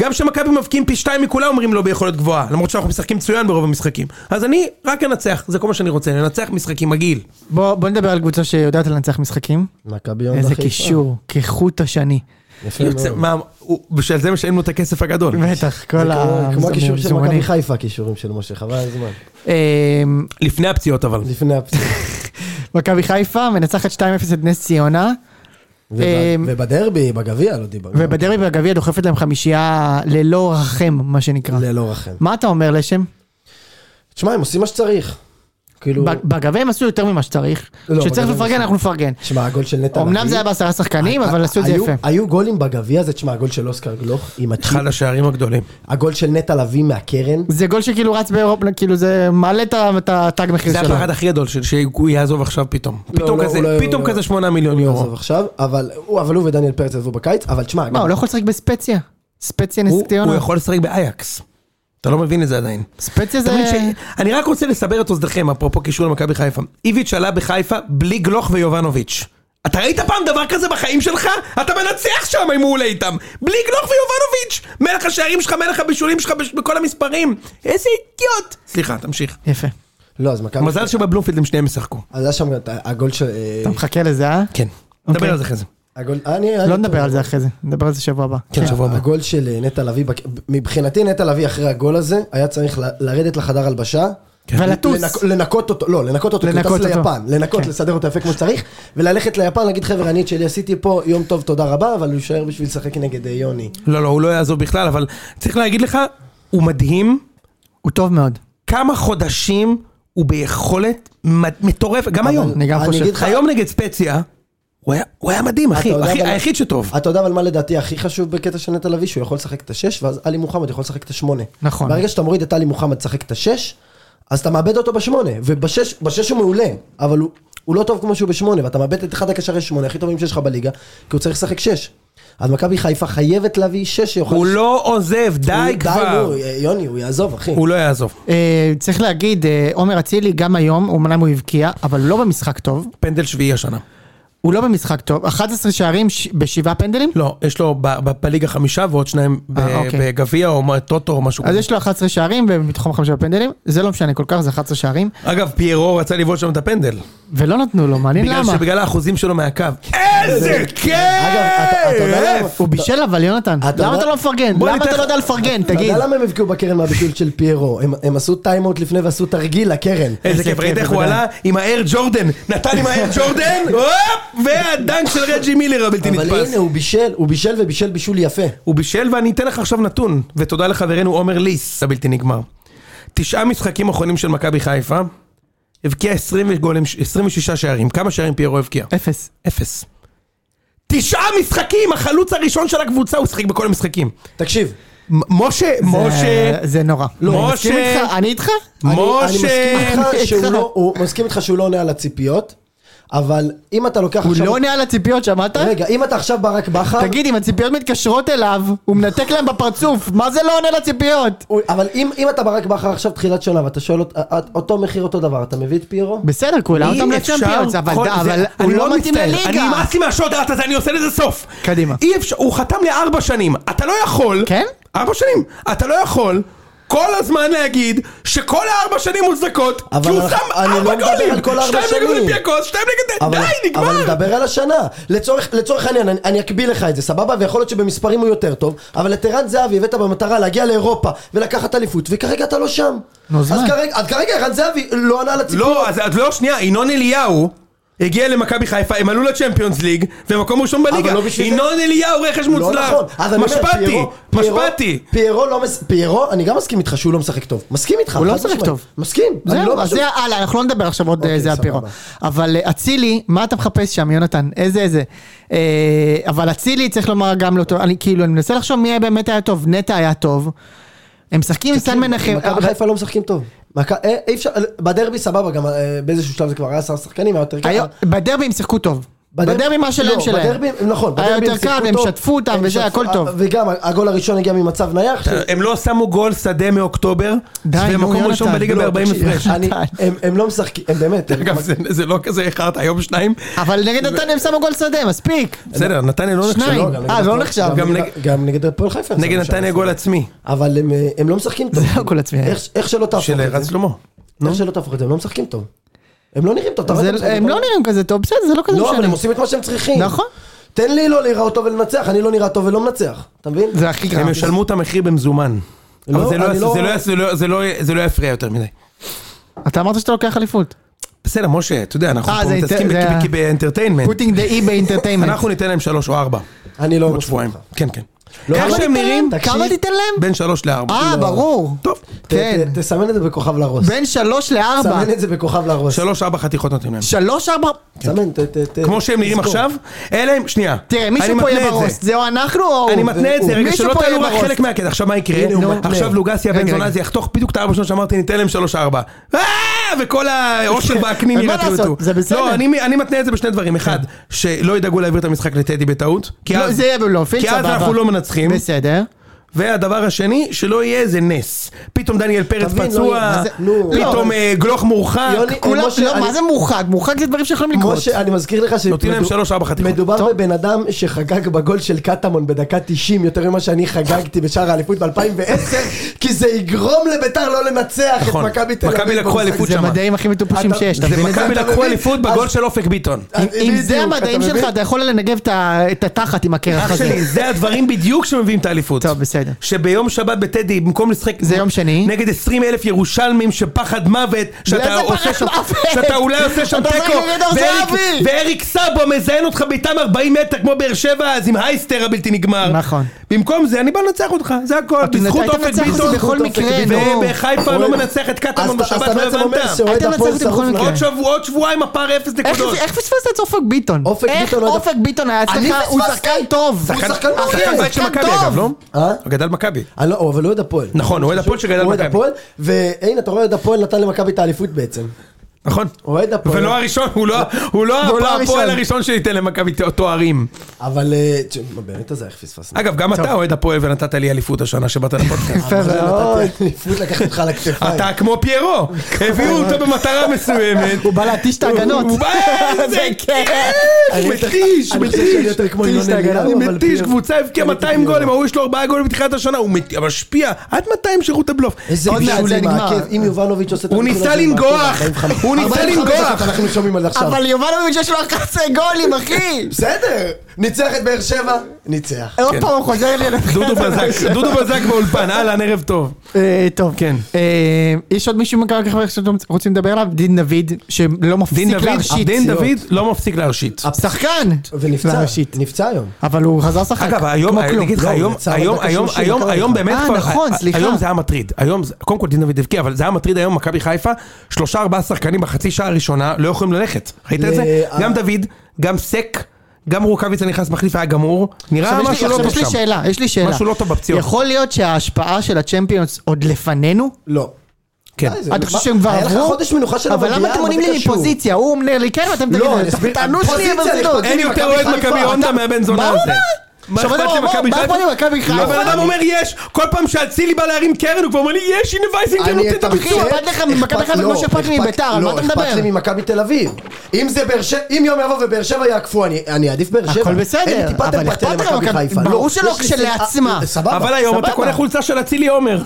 גם כשמכבי מבקיעים פי שתיים מכולם אומרים לא ביכולת גבוהה, למרות שאנחנו משחקים מצוין ברוב המשחקים. אז אני רק אנצח, זה כל מה שאני רוצה, לנצח משחקים, מגעיל.
בוא בוא נדבר על קבוצה שיודעת לנצח משחקים.
מכבי יום
איזה
בחיפה.
קישור, כחוט השני.
יפה
יוצא-
מאוד.
מה- הוא- בשביל זה משלמים לו את הכסף הגדול.
בטח,
זה
כל
כמו- כמו הקישור של
המזומנים.
מכבי חיפה, הכישורים של משה, חבל על הזמן.
אמ,
לפני הפציעות אבל.
לפני (laughs) הפציעה.
מכבי חיפה מנצחת 2-0 את נס ציונה, אמ,
ובדרבי, בגביע, לא דיברנו.
ובדרבי בגביע דוחפת להם חמישייה ללא רחם, מה שנקרא.
ללא רחם.
מה אתה אומר לשם?
תשמע, הם עושים מה שצריך.
לא.
כאילו,
בג- בגביע הם עשו יותר ממה שצריך.
לא,
כשצריך
בגביע
לפרגן,
הם
אנחנו נפרגן.
תשמע, הגול של נטע
אמנם זה היה בעשרה שחקנים,
אה,
אבל עשו את זה
היו-
יפה.
היו גולים בגביע הזה, תשמע, הגול של אוסקר גלוך, עם הצ'יפ,
אחד השערים הגדולים.
הגול של נטע לביא מהקרן.
זה גול שכאילו רץ באירופה, כאילו זה מעלה את ה- את התג מחיר
זה
שלו.
הפחד הכי גדול, ש- שהוא יעזוב עכשיו פתאום.
לא,
פתאום
לא,
כזה,
הוא לא-
פתאום
הוא לא-
כזה שמונה מיליון
הוא
יורו.
יעזוב עכשיו, אבל הוא אבל הוא ודניאל פרץ עזבו בקיץ, אבל תשמע,
מה,
גם-
הוא לא יכול לשחק בספציה? ספציה נס
הוא הוא
ציונה?
יכול לשחק באייקס. אתה לא מבין את זה עדיין.
ספציה
אתה
זה...
מבין ש- אני רק רוצה לסבר את אוזניכם, אפרופו קישור למכבי חיפה. איביץ' עלה בחיפה בלי גלוך ויובנוביץ'. אתה ראית פעם דבר כזה בחיים שלך? אתה מנצח שם אם הוא עולה איתם. בלי גלוך ויובנוביץ'. מלך השערים שלך, מלך הבישולים שלך בש- בכל המספרים. איזה אידיוט. סליחה, תמשיך.
יפה.
לא, אז מכבי...
מזל שבבלומפילד הם שניהם ישחקו.
אז היה שם גם את הגול של... אה,
אתה מחכה לזה, אה?
כן. נדבר על זה אחרי זה.
הגול... אה, אני...
לא נדבר על זה אחרי זה, נדבר על זה שבוע הבא.
כן, שבוע הבא.
הגול של אה, נטע לביא, בק- מבחינתי נטע לביא אחרי הגול הזה, היה צריך ל- לרדת לחדר הלבשה.
כן. ולטוס.
לנק- לנקות אותו, לא, לנקות אותו, כי הוא
לנקות
טס
אותו.
ליפן, לנקות,
כן.
לסדר אותו יפה כמו שצריך, וללכת ליפן, להגיד חבר'ה, אני את שלי עשיתי פה, יום טוב, תודה רבה, אבל הוא יישאר בשביל לשחק נגד אה, יוני.
לא, לא, הוא לא יעזוב בכלל, אבל צריך להגיד לך, הוא מדהים,
הוא טוב מאוד.
כמה חודשים הוא ביכולת מד- מטורפת, גם היום.
אני גם
אני
חושב.
אגיד לך-
היום נגד ספציה, הוא היה- הוא היה מדהים, אחי,
אתה יודע,
אחי,
אבל-
היחיד שטוב.
אתה יודע אבל מה לדעתי הכי חשוב בקטע של נטע לביא? שהוא יכול לשחק את השש, ואז עלי מוחמד יכול לשחק את השמונה.
נכון.
ברגע שאתה מוריד את עלי מוחמד לשחק את השש, אז אתה מאבד אותו בשמונה, ובשש בשש הוא מעולה, אבל הוא... הוא לא טוב כמו שהוא בשמונה, ואתה מאבד את אחד הקשרי שמונה הכי טובים שיש לך בליגה, כי הוא צריך לשחק שש. אז מכבי חיפה חייבת להביא שש שיוכל...
הוא לא עוזב, די
הוא-
כבר.
נו, יוני, הוא יעזוב, אחי.
הוא לא יעזוב.
אה, צריך להגיד, אה, עומר אצילי גם היום, אמנם הוא הבקיע, אבל לא במשחק טוב.
פנדל שביעי השנה.
הוא לא במשחק טוב. 11 שערים ש- בשבעה פנדלים?
לא, יש לו ב- ב- בליגה חמישה ועוד שניים ב-
אה, אוקיי.
בגביע או מה- טוטו או משהו
אז
כזה.
יש לו 11 שערים ומתחום חמישה פנדלים, זה לא משנה כל כך, זה 11 שערים,
אגב, פיירו רצה לבעוט שם את הפנדל.
ולא נתנו לו, מעניין
בגלל
למה.
שבגלל האחוזים שלו מהקו. איזה כיף!
הוא בישל אבל יונתן,
אתה
למה
יודע-
אתה לא מפרגן?
בוא
למה
ניתן
אתה לא
לך-
יודע לפרגן,
אתה
תגיד?
יודע למה הם הבקיעו בקרן מהבישול של פיירו? הם- הם עשו טיימאוט לפני ועשו תרגיל לקרן.
איזה כיף, ראית איך הוא
בוודאי.
עלה עם האר ג'ורדן, נתן עם האר ג'ורדן, הופ, והדנק של רג'י מילר הבלתי
אבל
נתפס.
הנה, הוא בישל, הוא בישל ובישל בישול יפה.
הוא בישל ואני אתן לך עכשיו נתון, ותודה לחברנו עומר ליס הבלתי נגמר. תשעה משחקים אחרונים של מכבי חיפה, הבקיע 20 גולים, 26 שערים, כמה שערים פיירו הבקיע?
אפס.
אפס. תשעה משחקים, החלוץ הראשון של הקבוצה, הוא שיחק בכל המשחקים.
תקשיב,
מ- משה, משה,
זה- זה נורא.
לא,
אני
משה-
מסכים איתך, אני איתך?
אני-
משה,
אני מסכים איתך שהוא
(laughs) איתך.
לא- הוא מסכים איתך שהוא לא עונה על הציפיות, אבל אם אתה לוקח
הוא
עכשיו...
לא עונה על הציפיות, שמעת?
רגע, אם אתה עכשיו ברק בכר...
תגיד, אם הציפיות מתקשרות אליו, הוא מנתק להם בפרצוף, מה זה לא עונה לציפיות?
הוא- אבל אם אם אתה ברק בכר עכשיו תחילת שנה ואתה שואל אות- אות- אותו מחיר אותו דבר, אתה מביא את פיירו?
בסדר, כולם אותם
אי אפשר,
לצ'מפיונס, אבל
כל- זה-
אבל הוא
אני
לא מתאים
מצטער, אני
לליגה.
נמאס לי מהשוט האט הזה, אני עושה לזה סוף.
קדימה.
אי אפשר, הוא חתם לארבע שנים, אתה לא יכול.
כן?
ארבע שנים. אתה לא יכול כל הזמן להגיד שכל הארבע שנים מוצדקות,
אבל
כי הוא
אנחנו-
שם
אני
ארבע
לא מדבר על כל
גולים.
ארבע
שתיים נגד
שנים.
אולימפיאקוס, שתיים נגד...
אבל-
די,
אבל
נגמר.
נדבר על השנה. לצורך, לצורך העניין, אני, אני אקביל לך את זה, סבבה? ויכול להיות שבמספרים הוא יותר טוב, אבל את ערן זהבי הבאת במטרה להגיע לאירופה ולקחת אליפות, וכרגע אתה לא שם.
נו, אז
אז
מה?
כרגע- אז כרגע ערן זהבי לא ענה על הציפור.
לא, אז אז לא, שנייה, ינון אליהו. הגיע למכבי חיפה, הם עלו לצ'מפיונס ליג, ומקום ראשון בליגה.
לא בשביל זה.
ינון אליהו רכש
לא
מוצלח.
נכון, אז אני אומר,
משפטי,
פיירו- פיירו-
משפטי.
פיירו לא מס... פיירו, אני גם מסכים איתך שהוא לא משחק טוב. מסכים איתך.
הוא לא
חד
משחק
משמעית.
טוב.
מסכים. אני
זהו,
לא
אז
חושב-
זה הלאה, אנחנו לא נדבר עכשיו עוד
אוקיי,
אה, זה על
סבבה.
פירו. אבל אה, אצילי, מה אתה מחפש שם, יונתן? איזה איזה. אה, אבל אצילי, צריך לומר גם לא טוב, אני כאילו, אני מנסה לחשוב מי באמת היה טוב, נטע היה טוב. הם משחקים עם סן מנחם,
מכבי
אבל-
חיפה לא משחקים טוב. מכ- אה, אי אפשר, בדרבי סבבה, גם אה, באיזשהו שלב זה כבר היה עשרה שחקנים, היה יותר
היום-
קל.
בדרבי הם שיחקו טוב.
בדרב-
בדרבי מה שלהם
לא,
שלהם.
בדרבי, נכון,
היה
בדרבי הם
יותר קל,
שיחקו
הם
טוב,
שטפו אותם
הם
וזה,
שטפו- אה,
הכל טוב.
וגם הגול הראשון הגיע ממצב נייח.
הם לא שמו גול שדה מאוקטובר,
די, נו,
ומקום
יונתן,
ראשון בליגה
לא,
ב-40
תקשיב.
הפרש.
אני- הם- הם לא משחקים, הם באמת, הם-
אגב, זה- זה לא כזה איחרת, היום שניים.
אבל נגד נתניה הם שמו גול שדה, מספיק.
בסדר, נתניה לא נחשב.
שניים.
לא, גם נגד
אה,
הפועל-
לא נחשב.
גם
גם
נגד- גם נגד הפועל חיפה. הם
נגד
שמו שער.
נתניה גול עצמי,
אבל הם, אה, הם לא משחקים טוב.
לא הכל עצמי.
איך- איך שלא
לא,
תהפוך
של
את
רז
זה.
שלמה.
איך שלא תהפוך את זה, הם לא משחקים טוב. הם לא נראים טוב. אתה רואה את
זה-
המשחק,
הם
אתה
לא
רואה-
נראים כזה טוב, בסדר, זה לא כזה
לא, אבל הם
משנה.
עושים את מה שהם צריכים.
נכון.
תן לי לא להיראות טוב ולנצח, אני לא נראה טוב ולא מנצח. אתה מבין?
זה הכי
הם
גרוע.
ישלמו את המחיר במזומן.
לא,
אבל זה לא-
אני לא-
זה לא- זה לא- זה לא- זה לא יפריע יותר מדי.
אתה אמרת שאתה לוקח אליפות.
בסדר, משה, אתה יודע, אנחנו
אה,
פה
זה-
מתעסקים
זה-
בכ- בכ- באנטרטיינמנט.
putting the e באינטרטיימנט.
אנחנו ניתן להם שלוש או ארבע.
אני לא
עוד
מסכים
שבועיים.
איתך.
כן, כן.
לא,
איך
כמה ניתן
שהם נראים, לא.
להם?
תקשיב.
כמה תיתן להם?
בין שלוש לארבע.
אה, ברור.
טוב.
ת-
כן.
ת- תסמן את זה בכוכב לראש.
בין שלוש לארבע.
סמן את זה בכוכב לראש.
שלוש, ארבע חתיכות נותנים להם.
שלוש, ארבע...
סמן, ת- ת- ת-
כמו שהם נראים
תזכור.
עכשיו, אלה הם, שנייה.
תראה,
אני
מישהו פה
מתנה
יהיה
את זה.
בראש. זה או אנחנו או הוא.
אני מתנה את זה, רגע,
מישהו
שלא
פה
תעלו
יהיה
רק
בראש.
חלק מהקטע, עכשיו מה יקרה?
הנה, הוא
נו.
מתנה.
עכשיו לוגסיה
רגע,
בן
רגע.
זונה זה יחתוך בדיוק את הארבע שנות שאמרתי, ניתן להם שלוש ארבע. אה, וכל
(laughs)
האושר והקנים
אין מה
ירתו
לעשות,
אותו.
זה בסדר. כן.
לא, אני אני מתנה את זה בשני דברים. אחד, שלא ידאגו להעביר את המשחק לטדי בטעות. כי
לא,
אז-
זה יהיה בבלומפילד,
כי אז
סבבה.
אנחנו לא מנצחים.
בסדר.
והדבר השני, שלא יהיה איזה נס. פתאום דניאל פרץ
תבין, לא יהיה,
פצוע,
מה זה- נו.
פתאום
לא.
אה, גלוך מורחק.
יוני,
כולם,
משה,
לא,
אני-
מה זה מורחק? מורחק זה דברים שיכולים לקרות.
משה, אני מזכיר לך ש...
נותנים להם
מדו-
שלוש, ארבע חתיכות.
מדובר בבן אדם שחגג בגול של קטמון בדקה 90 יותר ממה שאני חגגתי בשער האליפות ב-2010, כי זה יגרום לביתר לא לנצח את
נכון.
מכבי תל אביב.
מכבי לקחו
במשחק.
אליפות
זה
שמה.
מדעים הכי מטופשים
אתה-
שיש, אתה
זה אה,
מבין את זה?
מכבי
אתה
לקחו
מבין?
אליפות
אז-
בדיוק, בגול של אופק ביטון.
אם- אם זה
בדיוק,
המדעים
אתה
שלך,
מבין?
אתה יכול לנגב את ה- את התחת עם הקרח
אח
הזה.
שלי, זה הדברים בדיוק שמביאים את האליפות.
טוב, בסדר.
שביום שבת בטדי, במקום לשחק...
זה יום שני.
נגד 20 אלף ירושלמים שפחד מוות, שאתה
איזה
עושה
פחד
שם...
מוות?
שאתה אולי עושה שם
אתה זורק
תיקו.
נגד דור
ואריק-
זהבי.
ואריק סאבו מזיין אותך בעיטה מ-40 מטר, כמו באר שבע, אז עם הייסטר הבלתי נגמר.
נכון.
במקום זה, אני בא לנצח אותך, זה הכל.
אתה-
בזכות
היית
אופק
מנצח אותי
ביטון.
בכל
בזכות
מקרה,
אופק ביטון.
נו.
ובחיפה לא
אוי.
מנצח את
אז
קטמון
אתה- אז
בשבת,
אתה
לא
בעצם אומר
הבנת.
שאוהד
הייתם
הפועל
מנצחים בכל
שרוף
מקרה.
עוד שבוע, עוד שבועיים הפער אפס
איך
נקודות.
כן. איך פספסת את אופק ביטון?
אופק
איך
ביטון לא יודע-
אופק ביטון היה
אני
אצלך? הוא
פספסתי.
שחקן טוב.
הוא שחקן מעולה.
שחקן בית של
שחקן
מכבי
טוב.
אגב, לא?
אה?
הוא גדל במכבי.
אה, לא, אבל הוא אוהד הפועל.
נכון, הוא אוהד הפועל שגדל
הוא אוהד
במכבי.
הפועל, והנה, אתה רואה, אוהד הפועל נתן למכבי את האליפות בעצם.
נכון?
אוהד הפועל.
ולא הראשון, הוא לא- הוא
והוא לא
לא
הראשון.
הפועל הראשון שייתן למכבי ת- תוארים.
אבל אה, תשמע, באמת הזה איך פספסנו.
אגב, גם אתה אוהד הפועל ונתת לי אליפות השנה שבאת
(laughs)
לפודקאסט.
יפה
אבל
מאוד.
נתתי אליפות לקחת אותך על הכתפיים.
אתה כמו פיירו, הביאו אותו במטרה מסוימת.
הוא בא להתיש את ההגנות.
הוא בא, איזה כיף!
אני
הוא
יותר-
מתיש, הוא
אני חושב שאני
מתיש.
יותר כמו
מתיש
ינון
את ההגנה,
אליהו,
הוא
אבל
מתיש,
פיר-
קבוצה הבקיעה 200 גולים, ההוא יש לו 4 גולים בתחילת השנה, הוא מת- משפיע, עד 200 שירות הבלוף.
איזה
עוד מעט זה
בישול עם
נגמר.
העקב, אם יובנוביץ' עושה את
הוא
הנקודה
ניסה
הזו עם העקב,
לנגוח,
45.
הוא ניסה
45
לנגוח.
דקות אנחנו שומעים על זה עכשיו.
אבל יובנוביץ' יש לו 11 גולים, אחי!
כן.
בסדר, ניצח את באר שבע, ניצח.
עוד פעם הוא חוזר
(laughs)
לי לנצח.
דודו בזק, דודו בזק באולפן, אהלן, ערב טוב.
אה, טוב.
כן.
אה, יש עוד מישהו מכבי חיפה שאתם רוצים לדבר עליו? דין דוד, שלא
דין
מפסיק
דוד,
להרשיט.
דין דוד לא מפסיק להרשיט.
שחקן!
ונפצע,
להרשיט.
נפצע היום.
אבל הוא חזר שחק.
אגב, היום,
כמו
אני
כלום.
אגיד לך,
לא,
היום,
הוא יצא
היום,
בדקה
היום,
30,
היום,
מכבי
היום באמת
אה,
כבר,
נכון,
ה- ה-
סליחה.
היום זה היה מטריד, היום, זה- קודם כל דין דוד הבקיע, אבל זה היה מטריד היום, מכבי חיפה, שלושה ארבעה שחקנים בחצי שעה הראשונה לא יכולים ללכת, ראית את זה?
אה,
ל-
גם דוד, גם סק, גם רוקאביצה נכנס מחליף היה גמור, נראה
עכשיו יש לי-
משהו לא
עכשיו
טוב
יש לי
שם.
שאלה, יש לי שאלה.
משהו לא טוב בפציעות.
יכול להיות שההשפעה של הצ'מפיונס עוד לפנינו?
לא.
כן.
די, זה-
אתה חושב
מה-
שהם כבר
היה
עברו?
לך חודש מנוחה של
אבל למה
המונדיאל,
אתם
מה
עונים
זה
לי
קשור? לא,
מפוזיציה? הוא אומר לי כן ואתם תגידו,
אני אסביר-
תענו שנייה
פוזיציה, אני
ברצינות.
אכפת
אין
לי
יותר
מכבי
אוהד
חיפה,
מכבי הונדה
אתה-
מהבן
מה
זונה
הוא
הזה.
אמר?
מה
עכשיו,
אכפת
אני
לי
אומר,
מכבי
מה
חיפה?
אכפת לי מכבי חיפה?
לא, הבן אדם אומר יש, כל פעם שאצילי בא להרים קרן הוא כבר אומר לי יש, הנה וייזינגר
אני
נותן את
אתמצת-
הביצוע.
אכפת לך ממכבי חיפה
לא,
כמו שאכפת לי
אכפת-
מביתר, על
לא,
מה אתה
אכפת
מדבר?
לי ממכבי תל אביב. אם זה באר שבע, אם יום יבוא ובאר שבע יעקפו, אני אני אעדיף באר שבע.
הכל
אין לי
בסדר,
טיפת
אבל
אמפתיה
אכפת לך
למכבי
מכבי
חיפה.
ברור
לא,
שלא
יש לי
כשלעצמה.
שנאה- סבבה.
אבל היום אתה
סבבה.
קונה חולצה של אצילי עומר.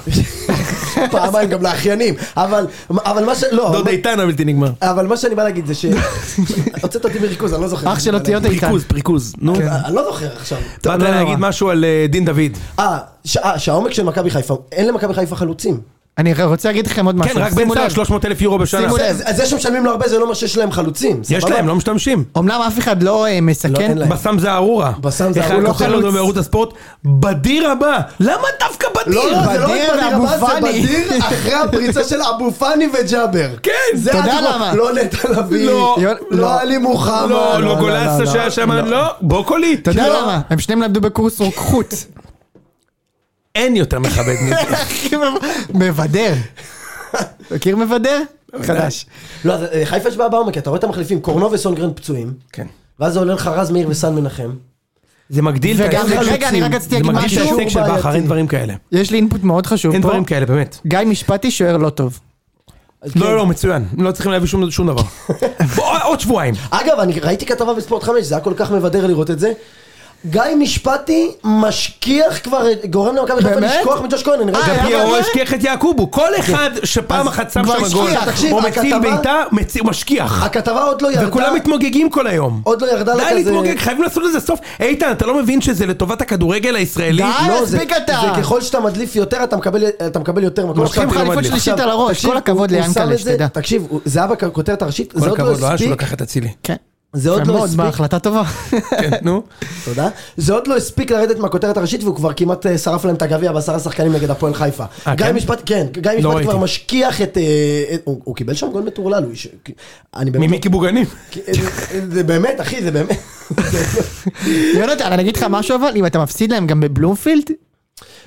פעמיים גם לאחיינים. אבל אבל מה ש... לא.
דוד
אבל-
איתן הבלתי נגמר.
אבל מה שאני בא להגיד זה ש... (laughs) הוצאת אותי מריכוז, אני לא זוכר.
אח של אותיות איתן.
פריכוז, פריכוז, נו.
אני לא זוכר עכשיו.
כן.
באת
לא
להגיד
נורא.
משהו על אה, דין דוד.
אה, ש- אה, שהעומק של מכבי חיפה, אין למכבי חיפה חלוצים.
אני רוצה להגיד לכם עוד
כן,
משהו.
רק
שימו
בן סער
לב.
300 אלף יורו בשנה.
שימו לב.
אז אז זה שמשלמים לו הרבה זה לא אומר שיש להם חלוצים.
יש
סבבה?
להם, לא משתמשים.
אמנם אף אחד לא אה,
לא,
מסכן,
אין להם.
בסם זה ארורה.
בסם זה
ארורה. הוא
ארורה. הוא
לא
לא
כותב לנו
חלוץ.
בערוץ הספורט, בדיר הבא. למה דווקא בדיר?
לא, לא, זה לא רק
בדיר
בדיר
ואבו
הבא, זה
פאני.
בדיר אחרי הפריצה של אבו פאני וג'אבר.
כן,
זה
אתה יודע
הדבר.
למה?
לא נטע לביא,
לא,
לא.
לא עלי מוחמד.
לא, לא
לא,
גולסה
לא,
שהיה שם, לא, בוקולי.
אתה יודע
לא.
למה? הם שניהם למדו בקורס רוקחות.
אין יותר מכבד
(laughs)
מזה.
אחי, מבדר. מכיר מבדר? חדש.
לא, אז, אה, חיפה יש בעיה בעומק, אתה רואה את המחליפים, קורנו וסונגרן פצועים,
כן.
ואז זה עולה לך רז מאיר וסן מנחם.
זה מגדיל את
וגם,
ההישג של-
רגע, אני רק רציתי
זה
להגיד
מגדיל את
משהו.
ההישג של
בעייתי.
בכר, אין דברים כאלה.
יש לי אינפוט מאוד חשוב
אין
פה.
דברים כאלה, באמת.
גיא משפטי שוער לא טוב.
אז כן.
לא, לא, מצוין. לא צריכים להביא שום שום
(laughs)
דבר. בוא, עוד שבועיים.
אגב, אני ראיתי כתבה בספורט 5, זה היה כל כך מבדר לראות את זה. גיא משפטי משכיח כבר, גורם למכבי חיפה
באמת?
לשכוח מג'וש כהן, אני ראיתי
אה,
כתבה-
היה
פיירו
אבל-
השכיח את יעקובו, כל אחד שפעם אחת שם
כבר
שם גול,
השכיח.
תקשיב,
או מציל
הכתבה-
בעיטה, מצ- הוא משכיח.
הכתבה עוד לא ירדה.
וכולם מתמוגגים כל היום.
עוד לא ירדה לה
די
כזה...
להתמוגג, חייבים לעשות לזה סוף. איתן, אתה לא מבין שזה לטובת הכדורגל
די.
הישראלי?
אה,
לא, זה-
מספיק אתה.
זה ככל שאתה מדליף יותר, אתה מקבל- אתה מקבל יותר מקום.
לוקחים לך
לא
אליפות
מדליף.
שלישית על הראש,
תקשיב,
כל הכבוד
הוא- הוא שם
ליאנקל'ה,
את זה-
שתדע.
תקשיב, הוא- זה היה בכותרת הראשית,
כל
זה עוד
הכבוד, לא
לא
היה שהוא
הספיק,
לקח
(laughs)
את אצילי.
כן.
זה עוד
יפה
לא
מאוד,
הספיק.
מה, החלטה טובה. (laughs)
כן, נו.
תודה. זה עוד לא הספיק לרדת מהכותרת הראשית, והוא כבר כמעט אה, שרף להם את הגביע בעשר השחקנים נגד הפועל חיפה.
אה,
גיא
כן?
משפט, כן, גיא
לא
משפט
ראיתי.
כבר משכיח את... אה, את- הוא הוא קיבל שם גול מטורלל, הוא איש- אני באמת... אה,
ממיקי בוגנים.
זה באמת, אחי, זה באמת...
יונתן, אני אגיד לך משהו אבל, אם אתה מפסיד להם גם בבלומפילד,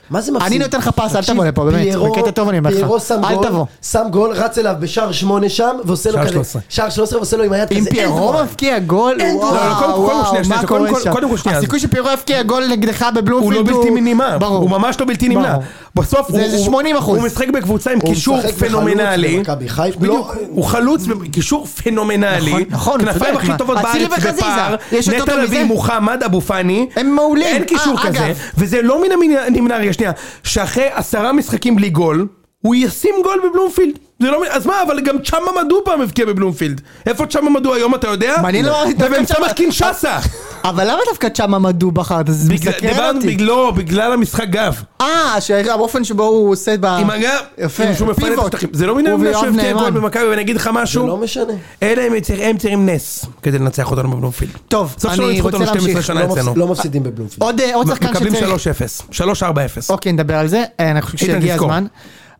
מה זה מפסיד?
אני נותן לך פס, אל
תקשיב,
תבוא לפה, באמת.
פיירו-
בקטע טוב אני אומר לך.
פיירו שם
אל
גול,
תבוא.
שם גול, רץ אליו בשער שמונה שם, ועושה לו
שער
כזה,
13.
שער 13 ועושה לו עם היד כזה,
אם
אין דבר.
פיירו מבקיע גול,
אין
וואו,
דבר.
לא, לא, קודם- קודם כל,
וואו,
שנייה, שנייה,
מה
קודם
קורה
כל-
שם?
קודם כל, שנייה.
הסיכוי שפיירו יבקיע גול נגדך
הוא
בבלומפילד
לא בלתי מנמר,
ברור.
הוא ממש לא בלתי נמנע.
ברור.
בסוף
זה
הוא-
איזה
הוא-
80%.
הוא משחק בקבוצה עם
הוא
קישור
משחק בחלוץ
פנומנלי.
במכבי חיפה.
בדיוק,
לא,
הוא חלוץ בקישור פנומנלי.
נכון, נכון, הוא
כנפיים
צודק,
הכי
מה?
טובות
אצילי
בארץ
וחזיזה,
בפער.
יש יותר
נטע
טוב
לביא,
מזה?
מוחמד, אבו פאני.
הם מעולים.
אין קישור
אה,
כזה.
אגב.
וזה לא מן הנמנע, רגע, שנייה, שאחרי עשרה משחקים בלי גול, הוא ישים גול בבלומפילד. זה לא, מ- אז מה, אבל גם צ'אמה מדו פעם הבקיע בבלומפילד. איפה צ'אמה מדו היום, אתה יודע?
מעניין למה ראיתי דווקא
ובאמצע
צ'אמה. (laughs)
קינשאסה.
אבל למה דווקא צ'אמה מדו בחרת? זה מסתכל
דיברנו
אותי.
בגללו, בגלל המשחק גב.
אה, שהאופן שבו הוא עושה ב...
עם הגב,
יפה.
עם שהוא מפנה את
פיבוט.
השטחים. זה לא מן
הוא
המדינה שהוא
ויואב
הבקיע גול
נאמן.
במכבי, ואני אגיד לך
זה לא
משהו,
משנה.
אלה הם צריכים- הם צריכים נס כדי לנצח אותנו בבלומפילד.
טוב,
סוף שלא
אני
ניצחו אותנו
רוצה
12
להמשיך.
שנה
לא
אצלנו.
מפס- לא מפסידים בבלומפילד.
עוד אה, עוד שחקן
מקבלים
שצריך...
3-0, 3-4-0.
אוקיי, נדבר על זה. אה, אני חושב
איתן,
שהגיע
תזכור.
הזמן.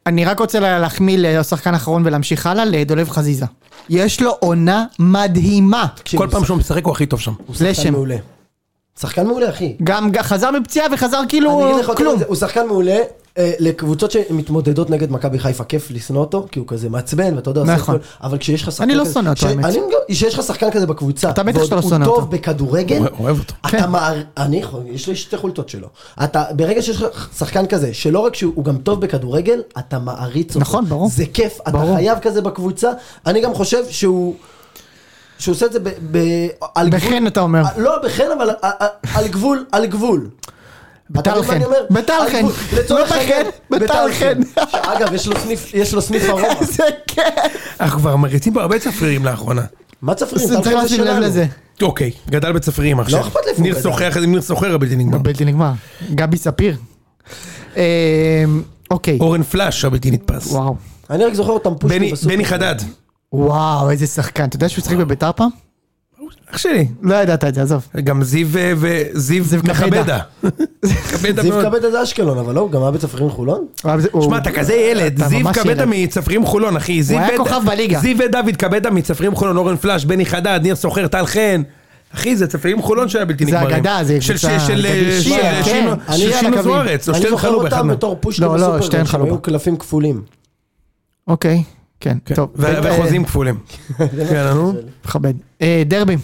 אני רק רוצה לה- להחמיא לשחקן האחרון ולהמשיך הלאה, לדולב חזיזה. יש לו עונה מדהימה.
תקשיב,
כל
הוא
פעם
אוקיי,
שחקן
שהוא משחק הוא הכי טוב שם.
לשם.
מעולה. שחקן מעולה, אחי.
גם גם חזר מפציעה וחזר
אני
כאילו
אגיד לך יותר
כלום.
מזה, הוא שחקן מעולה אה, לקבוצות שמתמודדות נגד מכבי חיפה, כיף לשנוא אותו, כי הוא כזה מעצבן, ואתה יודע, עושה
נכון.
הכל, אבל כשיש לך שחקן
אני לא
כזה-
שונא אותו,
ש-
האמת.
אני גם- כשיש לך שחקן כזה בקבוצה,
אתה בטח
ועוד
שאתה לא שונא
הוא
אותו.
טוב בכדורגל,
אוהב- אוהב אותו.
כן.
אתה מער... אני, יש לי שתי חולצות שלו. אתה, ברגע שיש לך שחקן כזה, שלא רק שהוא הוא גם טוב בכדורגל, אתה מעריץ אותו.
נכון, ברור.
זה כיף, אתה
ברור.
חייב כזה בקבוצה. אני גם חושב שהוא... שהוא עושה את זה ב... ב על גבול-
בחן, אתה אומר.
לא בחן, אבל על- על- על גבול, על גבול. אתה מבין מה
בטלחן.
אני אומר?
בטלחן.
על גבול. לצורך
לא
העניין,
בחן, בטלחן.
(laughs) שאגב, יש לו סניף, יש לו סניף
(laughs)
ארומה.
(laughs) זה כן.
אנחנו כבר מריצים פה הרבה צפרירים לאחרונה.
מה צפרים?
צריך
טלחן זה
לשים לב
שלנו.
לזה.
אוקיי, גדל
לא
בצפרירים עכשיו.
אכפת לי איפה הוא
ניר
גדל.
סוחר, אחרי זה ניר סוחר הבלתי
לא.
נגמר.
בלתי נגמר. גבי ספיר. אמ, אוקיי.
אורן פלאש הבלתי נתפס.
וואו.
אני רק זוכר אותם
בני-
פושטים בסוף.
בני חדד.
וואו, איזה שחקן. אתה יודע שהוא שיחק בביתר פעם?
אח שלי.
לא ידעת את זה, עזוב.
גם זיו אה, וזיו
זיו
מכבדה. (laughs) מכבדה
זיו
מאוד.
כבד זה אשקלון, אבל לא, גם היה בצפרים חולון?
אבל זה- הוא-
שמע, אתה כזה ילד,
אתה
זיו
ממש
קבדה
ילד.
מצפרים חולון, אחי. זיו
היה
וד-
כוכב בליגה.
זיו ודוד קבדה מצפרים חולון, אורן פלאש, בני חדד, ניר סוחר, טל חן. אחי, זה צפרים חולון שהיה בלתי
זה
נגמרים.
אגדה, זה
של-
קבוצה-
של-
זה
של-
שיעה,
של-
כן.
שינו-
אני
של
על
שינו
הקווים.
זוארץ, או
אני
שטרן
זוכר
חלו באחד
אותם
מהם.
בתור פושטים
לא, לא,
בסופר,
שטרן
שהם
חלובה.
היו קלפים כפולים.
אוקיי. כן,
כן,
טוב.
ו-
אה, (laughs)
וחוזים כפולים. כן, נו.
מכבד. אה, דרבי.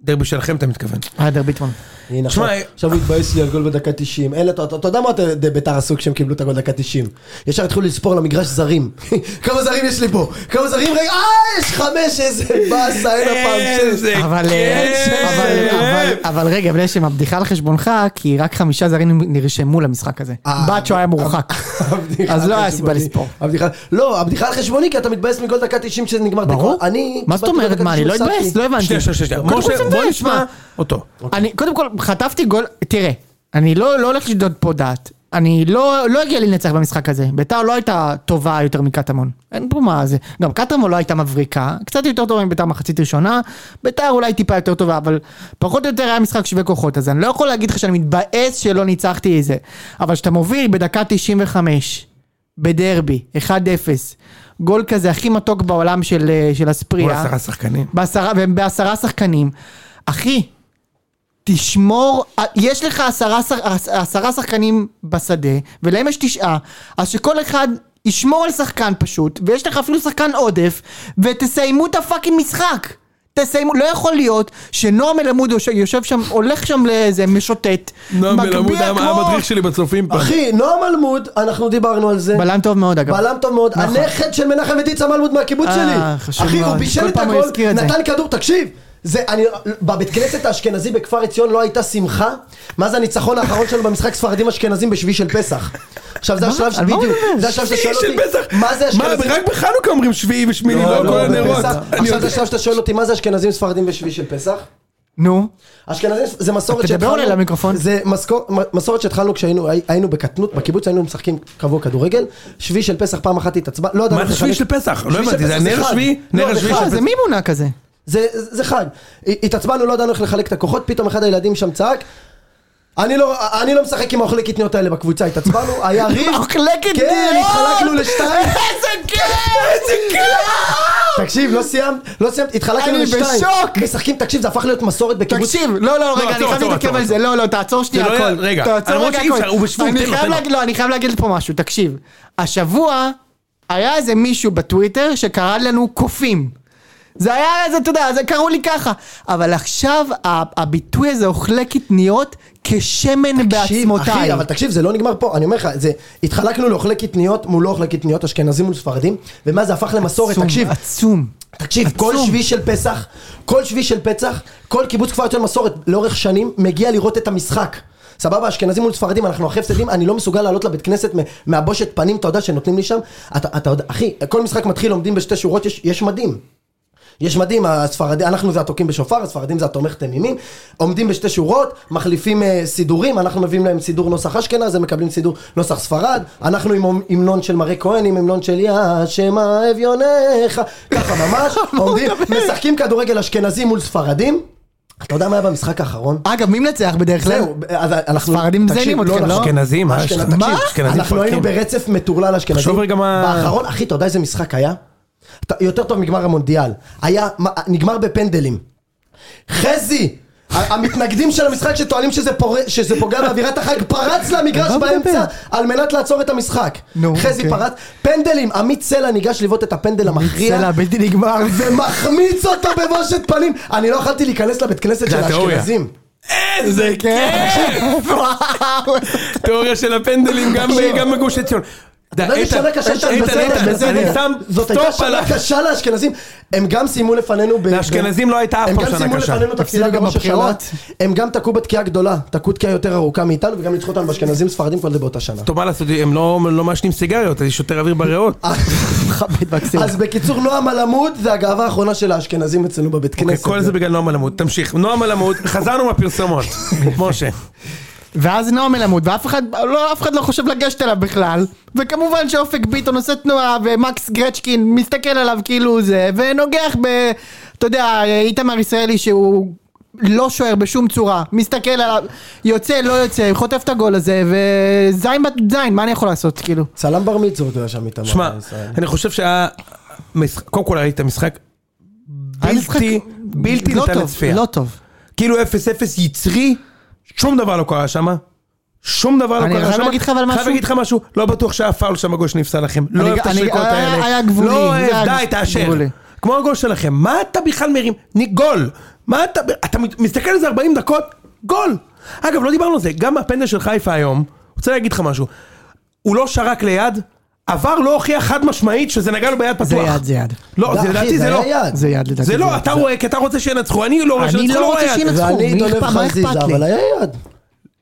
דרבי שלכם אתה מתכוון.
אה, דרביטמן.
הנה,
שמע, אה-
עכשיו- עכשיו הוא התבאס לי על גול בדקה 90. אלה, אתה- אתה אתה יודע מה אתה- ד- ביתר עשו כשהם קיבלו את הגול דקה 90? ישר התחילו לספור למגרש זרים. (laughs) כמה זרים יש לי פה? כמה זרים? רגע, אה, יש חמש, איזה באסה, אין הפעם שש.
איזה
אבל, אה,
כיף.
אבל, אבל, אבל רגע, בני שם, הבדיחה על חשבונך, כי רק חמישה זרים נרשמו למשחק הזה.
אה.
בצ'ו היה מורחק.
הבדיחה
אז לא
על
היה סיבה
חשבוני.
לספור.
הבדיחה- לא, הבדיחה על חשבוני, כי אתה מתבאס מגול דקה 90 שזה נגמר תיקו.
ברור.
אני...
מה זאת
קיבלתי גול
אומרת?
דקה
מה, אני לא
90,
אתבאס?
הפסקתי.
לא הבנתי.
שנייה, שנייה, שנייה.
קודם כל
משה,
זה לא
בוא
מבאס,
נשמע
מה?
אותו.
אני, קודם כל, חטפתי גול, תראה, אני לא, לא הולך לשדוד פה דעת. אני לא, לא הגיע לי לנצח במשחק הזה. ביתר לא הייתה טובה יותר מקטמון. אין פה מה זה. גם קטמון לא הייתה מבריקה, קצת יותר טובה מביתר מחצית ראשונה. ביתר אולי טיפה יותר טובה, אבל פחות או יותר היה משחק שווה כוחות. אז אני לא יכול להגיד לך שאני מתבאס שלא ניצחתי את זה. אבל כשאתה מוביל בדקה 95, בדרבי, 1-0, גול כזה הכי מתוק בעולם של, אה, של
הוא
הספריה.
עשרה שחקנים.
בעשרה, והם בעשרה שחקנים. אחי, תשמור, יש לך עשרה, שח- עשרה שחקנים בשדה, ולהם יש תשעה, אז שכל אחד ישמור על שחקן פשוט, ויש לך אפילו שחקן עודף, ותסיימו את הפאקינג משחק. תסיימו, לא יכול להיות שנועם מלמוד יושב- יושב שם, הולך שם לאיזה משוטט,
נועם מלמוד
מגביה
היה
כמו...
המדריך שלי בצופים פעם.
אחי, נועם אלמוד, אנחנו דיברנו על זה.
בלם טוב מאוד אגב.
בלם טוב מאוד,
נכון.
הנכד של מנחם ודיצה מלמוד מהקיבוץ
אה,
שלי.
חשוב
אחי, הוא
מאוד.
בישל
כל
את
פעם הוא
הגול,
הזכיר את זה.
נתן כדור, תקשיב. זה, אני, בבית כנסת האשכנזי בכפר עציון לא הייתה שמחה, מה זה הניצחון האחרון שלנו במשחק ספרדים אשכנזים בשביעי של פסח. עכשיו זה השלב של
על מה הוא
בדיוק,
מדבר?
זה השלב שאתה
שביעי
שואל
של
אותי,
פסח.
מה זה אשכנזים?
רק בחנוכה אומרים שביעי ושמיני, לא כל הנרות. אני
עכשיו
יודע.
זה השלב שאתה שואל אותי, מה זה אשכנזים ספרדים בשביעי של פסח?
נו,
אשכנזים זה מסורת
תדבר אולי למיקרופון.
זה מסקור- מ- מסורת שהתחלנו כשהיינו הי- היינו בקטנות, בקיבוץ היינו משחקים קבוע כדורגל, שביעי של פסח פעם אחת התעצבן, לא ידענו
מה זה
איך
שביעי של
לחלק-
פסח? לא
שביעי של
הבנתי, זה
פסח
הנר
חג.
השביעי?
לא,
נר
זה
השביעי
חג.
של
אה, זה מי מונה כזה?
זה, זה חג. התעצבנו, לא ידענו איך לחלק את הכוחות, פתאום אחד הילדים שם צעק. אני לא, אני לא משחק עם האוכלי קטניות האלה בקבוצה, התעצבנו, היה
(laughs)
ריב.
אוכלי קטניות!
כן, התחלקנו לשתיים.
(laughs) איזה כיף! איזה כיף!
תקשיב, לא סיימת, לא סיימת, התחלקנו
אני
לשתיים.
בשוק!
משחקים, תקשיב, זה הפך להיות מסורת בקיבוץ.
תקשיב, לא, לא,
לא,
רגע, אני
עצור,
חייב
עצור,
להתעכב
עצור,
על זה, לא, לא, תעצור שנייה
זה לא
הכל.
היה- רגע,
תעצור
למרות
רגע
שאי
הכל.
אפשר, הוא בשפוך, תן
אני
לו, תן
חייב
לו.
להגיד, לא, אני חייב להגיד פה משהו, תקשיב. השבוע היה איזה מישהו בטוויטר שקרא לנו קופים. זה היה איזה, אתה יודע, זה קראו לי ככה. אבל עכשיו ה- הביטוי הזה אוכלי קטניות כשמן
תקשיב,
בעצמותיי.
אחי, אבל תקשיב, זה לא נגמר פה, אני אומר לך, זה, התחלקנו לאוכלי קטניות מול לא אוכלי קטניות, אשכנזים מול ספרדים, ומה זה הפך למסורת,
עצום,
תקשיב,
עצום.
תקשיב,
עצום.
כל שביעי של פסח, כל שביעי של פסח, כל קיבוץ כפר עציון מסורת לאורך שנים מגיע לראות את המשחק. סבבה, אשכנזים מול ספרדים, אנחנו אחרי הפסדים, אני לא מסוגל לעלות לבית כנסת מ- מהבושת פנים, אתה יודע שנותנים לי שם. אתה, אתה יודע, אחי, כל משחק מתחיל, עומדים בשתי שורות, יש, יש מדים. יש מדים, הספרדים, אנחנו זה התוקעים בשופר, הספרדים זה התומך תמימים, עומדים בשתי שורות, מחליפים אה, סידורים, אנחנו מביאים להם סידור נוסח אשכנז, הם מקבלים סידור נוסח ספרד, אנחנו עם המנון של מרי כהן, עם המנון של יא שמא אביונך, ככה ממש, עומדים, משחקים כדורגל אשכנזים מול ספרדים, אתה יודע מה היה במשחק האחרון?
אגב, מי מנצח בדרך כלל?
זהו, אז אנחנו...
ספרדים
תקשיב,
מזיינים אתכם, לא?
אשכנזים, מה יש לך?
אשכנז-
מה?
תקשיב,
אשכנזים
אנחנו לא היינו
פרקים.
ברצף מטורלל
כן,
אשכנזים.
תחשוב רגע מה-
באחרון, אחי, אתה יודע איזה משחק היה? אתה- יותר טוב מגמר המונדיאל. היה, מה- נגמר בפנדלים. חזי! המתנגדים של המשחק שטוענים שזה פור- שזה פוגע באווירת החג פרץ למגרש
על מה הוא
באמצע
מדבר?
על מנת לעצור את המשחק.
נו,
חזי
אוקיי.
פרץ, פנדלים, עמית סלע ניגש לבעוט את הפנדל המכריע.
סלע בלתי נגמר.
ומחמיץ אותו בבושת פנים. אני לא יכולתי להיכנס לבית כנסת
זה
של
התיאוריה.
האשכנזים.
איזה
כן. (laughs) וואו.
תיאוריה של הפנדלים גם ב- גם בגוש עציון.
לא הייתי שנה קשה שם, בסדר,
אני
בסדר.
שם
זאת הייתה
סטופ על
שנה
ה...
קשה לאשכנזים. הם גם סיימו לפנינו... ב-
לאשכנזים לא הייתה אף
הם
פעם
גם
שנה
סיימו
קשה.
לפנינו את
הפסידו
התפילה
גם
בראש השנה.
בבחירות.
הם גם תקעו בתקיעה גדולה. תקעו תקיעה יותר ארוכה מאיתנו, וגם ניצחו אותנו באשכנזים ספרדים כבר באותה שנה.
טוב, מה לעשות, הם לא לא מעשנים סיגריות, יש יותר אוויר בריאות.
(laughs)
מכבד מקסים.
אז בקיצור, נועם אלעמוד זה הגאווה האחרונה של האשכנזים אצלנו בבית כנסת.
אוקיי, כל זה בגלל נועם אלמוד. תמשיך. נועם אלמוד, (laughs) חזרנו מהפרסומות. משה.
ואז נועם מלמוד, ואף אחד לא, אף אחד לא חושב לגשת אליו בכלל, וכמובן שאופק ביטון עושה תנועה, ומקס גרצ'קין מסתכל עליו כאילו זה, ונוגח ב... אתה יודע, איתמר ישראלי שהוא לא שוער בשום צורה, מסתכל עליו, יוצא, לא יוצא, חוטף את הגול הזה, וזין בת זין, מה אני יכול לעשות, כאילו?
צלם בר מצוות הוא היה שם איתם. (laughs)
שמע,
לא,
אני חושב שהיה... משחק- קודם כל ראיתי את המשחק. בלתי, בלתי
לא
ניתן
טוב,
לצפייה.
לא טוב.
כאילו 0-0 יצרי, שום דבר לא קרה שם. שום דבר לא
אני
קרה שם.
חייב להגיד לך אבל משהו.
חייב להגיד לך משהו, לא בטוח שהפאול שם הגול שנפסל לכם. לא
אני-
אוהב את
אני-
השריקות
היה-
האלה.
היה גבולי,
לא
זה
אוהב,
היה
די, תאשר.
גבולי.
כמו הגול שלכם, מה אתה בכלל מרים? ני- גול. מה אתה, אתה מת- מסתכל על זה 40 דקות, גול. אגב, לא דיברנו על זה, גם הפנדל של חיפה היום, רוצה להגיד לך משהו. הוא לא שרק ליד, עבר לא הוכיח חד משמעית שזה נגע לו ביד פתוח.
זה יד, זה יד.
לא,
אחי,
זה לדעתי
זה
זה לא.
היה יד.
זה יד לדעתי.
זה לא, אתה
זה-
רואה, כי אתה רוצה שינצחו, אני לא רואה
אני
שינצחו,
לא רוצה
רואה יד.
שינצחו.
ואני
מי
דולב
אכפת- מה
חזיזה,
אכפת לי?
אבל היה יד.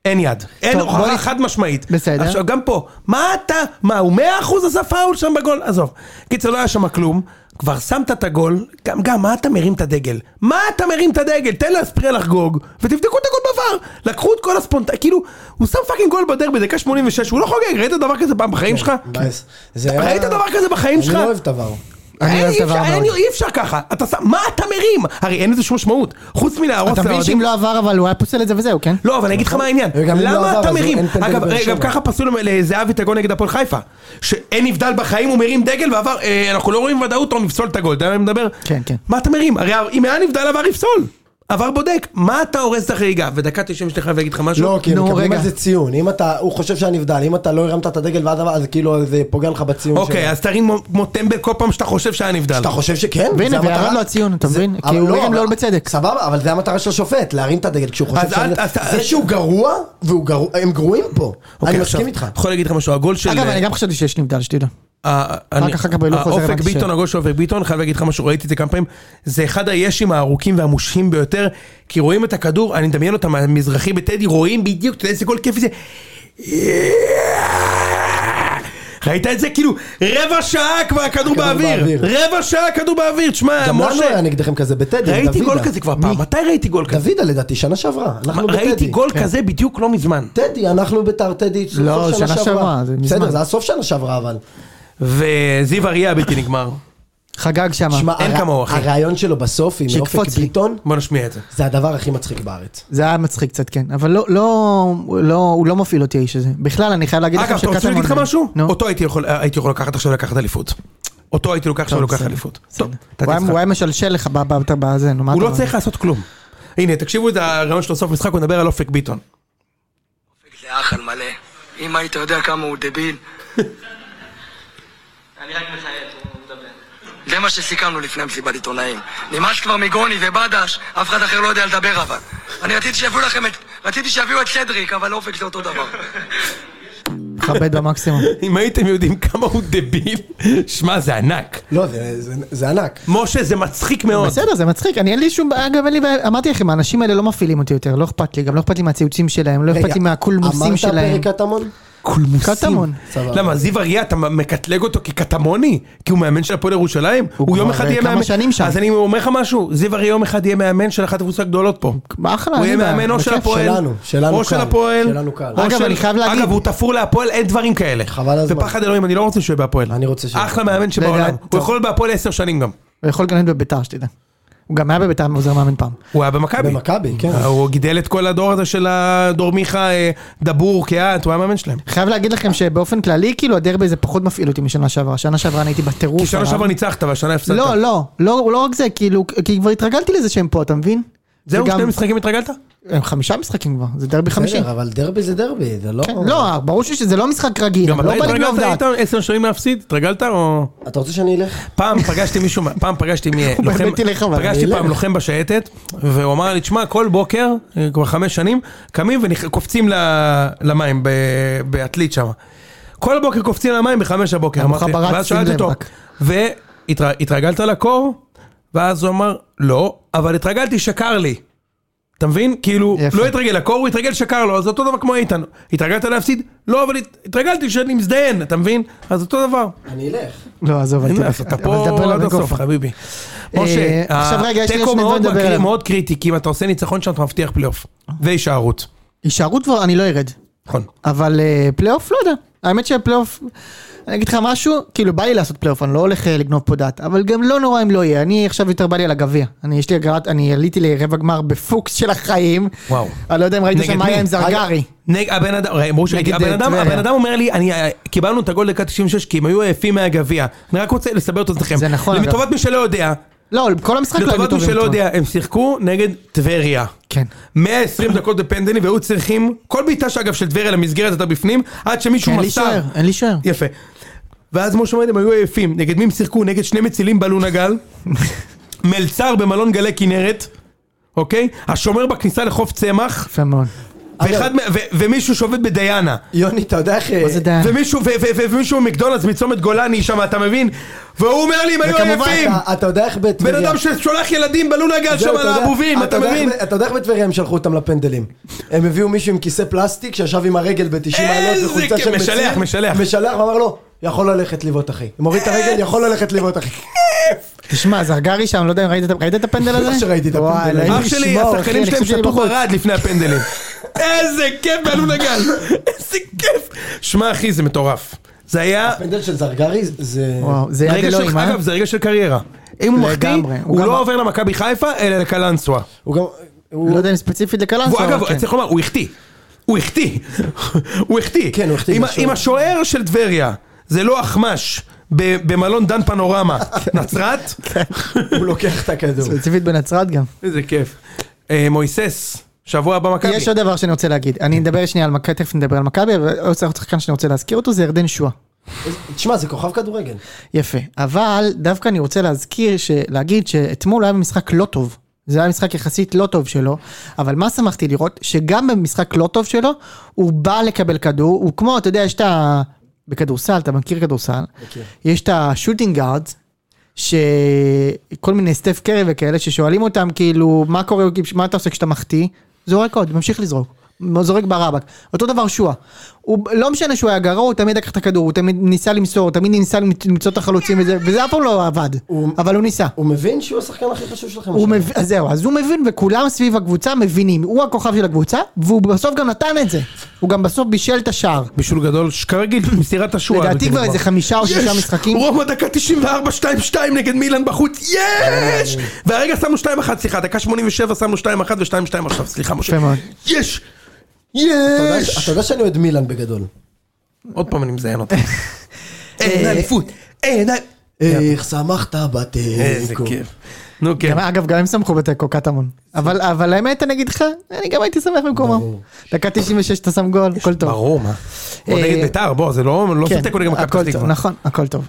אין יד. אין
טוב, בוא
הוכחה
נ-
חד משמעית.
בסדר.
עכשיו, גם פה, מה אתה, מה, הוא 100% עשה פאול שם בגול? עזוב. קיצר, לא היה שם כלום, כבר שמת את הגול, גם, גם, מה אתה מרים את הדגל? מה אתה מרים את הדגל? תן לאספריה לחגוג, ותבדקו את הגול בVAR. לקחו את כל הספונט... כאילו, הוא שם פאקינג גול בדרבי, דקה 86, הוא לא חוגג, ראית דבר כזה פעם
כן,
בחיים שלך?
מבאס. זה היה-
כן. ראית דבר כזה בחיים שלך?
אני לא אוהב את הוואר.
אני
אין,
אוהב את
אי אפשר-
הוואר
אין,
מאוד.
אי אפשר ככה, אתה שם, מה אתה מרים? הרי אין לזה שום משמעות, חוץ מלהרוס
אתה מבין
לאוהדים.
שאם לא עבר אבל הוא היה פוסל את זה וזהו, כן?
לא, אבל אני אגיד לך מה העניין.
וגם אם לא עבר,
למה אתה
אז הוא-
מרים?
אין פנדל
אגב,
בבאר
אה,
שבע.
גם ככה פסלו למ- לזהבי את הגול נגד הפועל חיפה. שאין נבדל בחיים, הוא מרים דגל ועבר, אה, אנחנו לא רואים ודאות, הוא נפסול את הגול, אתה יודע על מה אני מדבר?
כן, כן.
מה אתה מרים? הרי אם היה נבדל עבר יפסול. עבר בודק, מה אתה הורס את החגיגה? ודקה 90 שתכף להגיד לך משהו?
לא, כי הם
נו,
מקבלים
רגע.
על זה ציון. אם אתה, הוא חושב שהיה נבדל, אם אתה לא הרמת את הדגל ועד אז כאילו זה פוגע לך בציון
אוקיי, אז תרים כמו- כמו טמבל כל פעם שאתה חושב שהיה נבדל.
אתה חושב שכן?
והנה,
זה
וירד
המטרה.
לו הציון, אתה
זה-
מבין? כי
אבל
הוא
לא,
מרים
אבל-
לו בצדק.
סבבה, אבל זה המטרה של השופט, להרים את הדגל כשהוא חושב
אז אל-
ש...
אז ת-
זה שהוא גרוע, והוא גרוע- הם גרועים פה.
אוקיי,
אני
עכשיו,
מסכים איתך.
יכול להגיד לך משהו, הגול של...
אגב,
אה,
אני גם חשבתי שיש נבדל, שתדע.
אה, אני-
כך, אחר כך
לא
בהילוך חוזר
האופק
הבנתי
ביטון,
ש-
הגול של אופק ביטון, חייב להגיד לך משהו, ראיתי את זה כמה פעמים, זה אחד הישים הארוכים והמושכים ביותר, כי רואים את הכדור, אני מדמיין אותם, המזרחי בטדי, רואים בדיוק, אתה יודע איזה גול כיפי זה. ראית את זה? כאילו, רבע שעה כבר הכדור באוויר.
באוויר.
רבע שעה הכדור באוויר, תשמע,
גם לנו
משה,
היה נגדכם כזה בטדי,
ראיתי
דוידה.
גול כזה כבר
מי?
פעם, מתי ראיתי גול כזה?
דוידה לדעתי, שנה שעברה. אנחנו בטדי. כן.
ראיתי גול כזה בדיוק לא מזמן.
טדי, אנחנו ביתר טדי, סוף
לא, שנה שעברה, זה מזמן.
בסדר, זה היה סוף שנה שעברה אבל.
וזיו אריה הבלתי נגמר.
חגג שם.
שמע,
אין
הר-
כמוהו, אחי.
הרעיון שלו בסוף עם
שיקפוץ
אופק
לי.
ביטון,
בוא נשמיע את זה.
זה הדבר הכי מצחיק בארץ.
זה היה מצחיק קצת, כן. אבל לא, לא, לא, הוא לא מפעיל אותי האיש הזה. בכלל, אני חייב להגיד לכם
אגב, אתה רוצה להגיד לך
שקטמון-
משהו?
נו.
אותו הייתי יכול הייתי יכול לקחת עכשיו לקחת אליפות. אותו הייתי לוקח עכשיו
טוב,
לקחת
בסדר,
אליפות.
בסדר.
טוב, נתתי
הוא היה-
לך.
הוא היה משלשל לך ב- ב- ב- בזה, נו, מה
הוא
אתה
לא
אומר?
צריך לעשות כלום. הנה, תקשיבו את הרעיון שלו סוף משחק, הוא מדבר על אופק ביטון.
זה אח על מלא. אם היית יודע כמה הוא (laughs) דביל. אני רק מחייך, הוא מדבר. זה מה שסיכמנו לפני מסיבת עיתונאים. נמאס כבר מגוני ובדש, אף אחד אחר לא יודע לדבר אבל. אני רציתי שיביאו לכם את... רציתי שיביאו את סדריק, אבל אופק זה אותו דבר. (laughs)
מכבד
(laughs)
במקסימום.
אם הייתם יודעים כמה הוא דביל, שמע, זה ענק.
לא, זה- זה- זה ענק.
משה, זה מצחיק מאוד.
בסדר, זה מצחיק. אני אין לי שום... אגב, אין לי... בעיה- אמרתי לכם, האנשים האלה לא מפעילים אותי יותר. לא אכפת לי. גם לא אכפת לי מהציוצים שלהם. לא אכפת לי מהקולמוסים שלהם.
אמרת פרק קטמון?
קולמוסים.
קטמון.
סבבה.
למה, זיו אריה, אתה מקטלג אותו כקטמוני? כי הוא מאמן של הפועל ירושלים? הוא יום
כבר,
אחד
אה,
יהיה
כמה
מאמן...
שנים שם.
אז אני אומר לך משהו, זיו אריה יום אחד יהיה מאמן של אחת הקבוצות הגדולות פה.
אחלה,
הוא יהיה
אין לי בעיה.
מאמן או של
בכיף.
הפועל,
שלנו, שלנו
או של
קל,
הפועל,
שלנו קל.
או
אגב,
של-
אני חייב להגיד-
אגב, הוא תפור להפועל, אין דברים כאלה.
חבל הזמן.
ופחד אלוהים, אני לא רוצה שהוא יהיה בהפועל.
אני רוצה שהוא יהיה
אחלה
בהפועל.
מאמן
לדעת,
שבעולם. הוא
טוב.
יכול בהפועל עשר שנים גם.
הוא יכול גם להיות בביתר, שתדע. הוא גם היה בביתר עוזר מאמן פעם.
הוא היה במכבי. אה,
במכבי, כן.
הוא גידל את כל הדור הזה של הדור מיכה, אה, דבור, קיאט, הוא היה מאמן שלהם.
חייב להגיד לכם שבאופן כללי, כאילו, הדרבי זה פחות מפעיל אותי משנה שעברה. שנה שעברה אני הייתי בטירוף.
כי שנה
עליו.
שעבר ניצחת והשנה הפסדת.
לא, לא, לא, לא רק זה, כאילו, כי כבר התרגלתי לזה שהם פה, אתה מבין?
זהו,
וגם-
שני משחקים התרגלת?
הם חמישה משחקים כבר, זה דרבי חמישי.
בסדר, אבל דרבי זה דרבי, זה לא...
כן, לא, ברור שזה לא משחק רגיל,
גם
הם
אתה
לא באים
התרגלת,
לעובדה.
היית עשר שנים להפסיד? התרגלת או...
אתה רוצה שאני אלך?
פעם פגשתי מישהו, פעם פגשתי מי...
הוא
לוחם-
באמת ילך, אבל
פגשתי
אני
פעם
אלך.
לוחם בשייטת, והוא אמר לי, תשמע, כל בוקר, אה, כבר חמש שנים, קמים וקופצים למים ב- בעתלית שם. כל בוקר קופצים למים בחמש הבוקר,
גם
אמרתי,
חברת,
ואז
שים
שאלתי
לב
אותו,
רק.
והתרגלת לקור? ואז הוא אמר, לא, אבל התרגלתי, שקר לי. אתה מבין? כאילו,
יפה.
לא התרגל לקור, הוא התרגל שקר לו, אז אותו דבר כמו איתן. התרגלת להפסיד? לא, אבל הת- התרגלתי שאני מזדיין, אתה מבין? אז אותו דבר.
אני אלך.
לא, עזוב,
(laughs)
אל
אין מה
תלך.
לעשות, אתה
אבל
פה
דבר
עד הסוף,
למיקרופון.
חביבי. משה,
אה, עכשיו רגע, יש לי
התיקו
שני דברים
מאוד
לדבר
מקרי-
עליהם.
מאוד קריטי, כי אם אתה עושה ניצחון שם אתה מבטיח פלייאוף. והישארות.
הישארות כבר, אני לא ארד.
נכון.
אבל אה, פלייאוף לא יודע, האמת שפלייאוף, אני אגיד לך משהו, כאילו בא לי לעשות פלייאוף, אני לא הולך אה, לגנוב פה דעת, אבל גם לא נורא אם לא יהיה, אני עכשיו יותר בא לי על הגביע, אני יש לי הגרעת, אני עליתי לרבע גמר בפוקס של החיים,
וואו.
אני לא יודע אם ראית
נגד
שם מה
מי?
היה עם זרגרי,
נג- הבן אדם, ראי, אמרו שראיתי,
נגד,
הבן
אה,
אדם-
טבריה.
הבן אדם אומר לי, אני, אה, קיבלנו את הגול דקה 96 כי הם היו עייפים מהגביע. אני רק רוצה לסבר את אוזניכם.
זה נכון, אגב.
לטובת מי שלא יודע,
לא, כל המשחק לא היו
לטובת מי
טובים,
שלא
אתמול.
יודע, הם שיחקו נגד טבריה.
כן,
120 דקות בפנדלים והיו צריכים, כל בעיטה שאגב של טבריה למסגרת הייתה בפנים, עד שמישהו
אין לי
מסר.
שוער, אין לי שוער,
יפה. ואז כמו שאומרים, הם היו עייפים. נגד מי הם שיחקו? נגד שני מצילים בלון
(laughs)
הגל. מלצר במלון גלי כנרת, אוקיי? השומר בכניסה לחוף צמח.
יפה מאוד,
אה, לא.
ואחד, מה- ו- ומישהו שעובד בדיאנה.
יוני, אתה יודע איך...
מה זה דיין?
ומישהו, ו- ו- ו- ומישהו במקדונלדס מצומת גולני שם, אתה מבין? והוא אומר לי, הם היו עייפים!
אתה- אה, אתה יודע איך
בן
בטבריה...
אדם ששולח ילדים בלון הגל
זהו,
שם על
אתה יודע-
האבובים, אתה
יודע איך
מבין?
ב- אתה יודע איך בטבריה הם שלחו אותם לפנדלים. הם הביאו מישהו עם כיסא פלסטיק שישב עם הרגל ב-90 מעלות
איזה
וחולצה
כיף,
של
משלח,
מציל.
משלח.
משלח, ואמר לו, יכול ללכת לבעוט אחי. מוריד את הרגל, יכול ללכת לבעוט אחי.
תשמע, זרגרי שם, לא יודע אם ראית את- ראית את הפנדל הזה?
בטח לא שראיתי את הפנדל
וואי,
הזה.
אלוהים
אח שלי,
ישמור, אחי,
השחקנים
אני
שלהם לא
חושב שאני
שתו
בחוץ.
ברד לפני
(laughs)
הפנדלים. איזה כיף בעלון הגל, איזה כיף. שמע אחי, זה מטורף. זה היה
הפנדל של זרגרי זה...
וואו, זה יד
רגע של,
אלוהים, אה?
אגב, זה רגע של קריירה. אם הוא מחטיא,
לגמרי, הוא
הוא
גם-
לא עובר למכבי חיפה, אלא לקלנסווה.
הוא גם... הוא-
לא יודע אם ספציפית
והוא,
לקלנסווה, אבל
אגב,
כן.
צריך לומר, הוא החטיא. הוא החטיא. (laughs) הוא החטיא.
כן, הוא החטיא
עם ה-
משהו.
עם השוער של טבריה, זה לא אחמש. ב- במלון דן
(laughs)
פנורמה, נצרת,
כן. הוא לוקח את הכדור.
ספציפית בנצרת גם.
איזה כיף. אה, מויסס, שבוע הבא מכבי.
יש עוד דבר שאני רוצה להגיד, אני נדבר שנייה על מכבי, תכף נדבר על מכבי, אבל עוד שחקן שאני רוצה להזכיר אותו זה ירדן שואה.
תשמע, זה כוכב כדורגל.
יפה, אבל דווקא אני רוצה להזכיר, ש- להגיד שאתמול היה במשחק לא טוב. זה היה משחק יחסית לא טוב שלו, אבל מה שמחתי לראות? שגם במשחק לא טוב שלו, הוא בא לקבל כדור, הוא כמו, אתה יודע, יש את ה... בכדורסל, אתה מכיר כדורסל?
מכיר.
יש את השוטינג גארדס, שכל מיני סטף קרי וכאלה, ששואלים אותם כאילו, מה קורה, מה אתה עושה כשאתה מחטיא? זורק עוד, ממשיך לזרוק. זורק ברבק. אותו דבר שועה. הוא, לא משנה שהוא היה גרוע, הוא תמיד לקח את הכדור, הוא תמיד ניסה למסור, הוא תמיד ניסה למצוא את החלוצים וזה, וזה אף פעם לא עבד.
הוא-
אבל הוא ניסה.
הוא מבין שהוא השחקן הכי חשוב שלכם.
הוא
השנה.
מבין, אז זהו, אז הוא מבין וכולם סביב הקבוצה מבינים, הוא הכוכב של הקבוצה, והוא בסוף גם נתן את זה, הוא גם בסוף בישל את השער,
בישול גדול,
(laughs)
ש- כרגיל, מסירת השועל.
לדעתי כבר
בטבע.
איזה חמישה או שישה משחקים,
רומא דקה 94, 2-2 נגד מילאן בחוץ,
אה.
יש! והרגע שמנו 2-1, סליחה, דקה 87 שמנו 2-1 ו-2-2 עכשיו, סליחה משה.
יפה מאוד.
יש!
אתה יודע ש-
יש!
אתה יודע שאני אוהד מילאן בגדול.
עוד פעם אני
(laughs)
מזיין אותך. אין
אה,
אליפות, אין אל-
כן.
איך שמחת בתיקו.
איזה כיף. נו כן.
אוקיי. גם- אגב גם הם שמחו בתיקו קטמון, אבל אבל האמת אני אגיד לך, אני גם הייתי שמח במקומם, דקה 96 אתה שם גול, הכל טוב,
ברור, מה? עוד
אה,
נגד ביתר, בוא, זה לא לא עושה
כן,
תיקו נגד מכבי
הכל
פתח
טוב,
תקווה.
נכון, הכל טוב,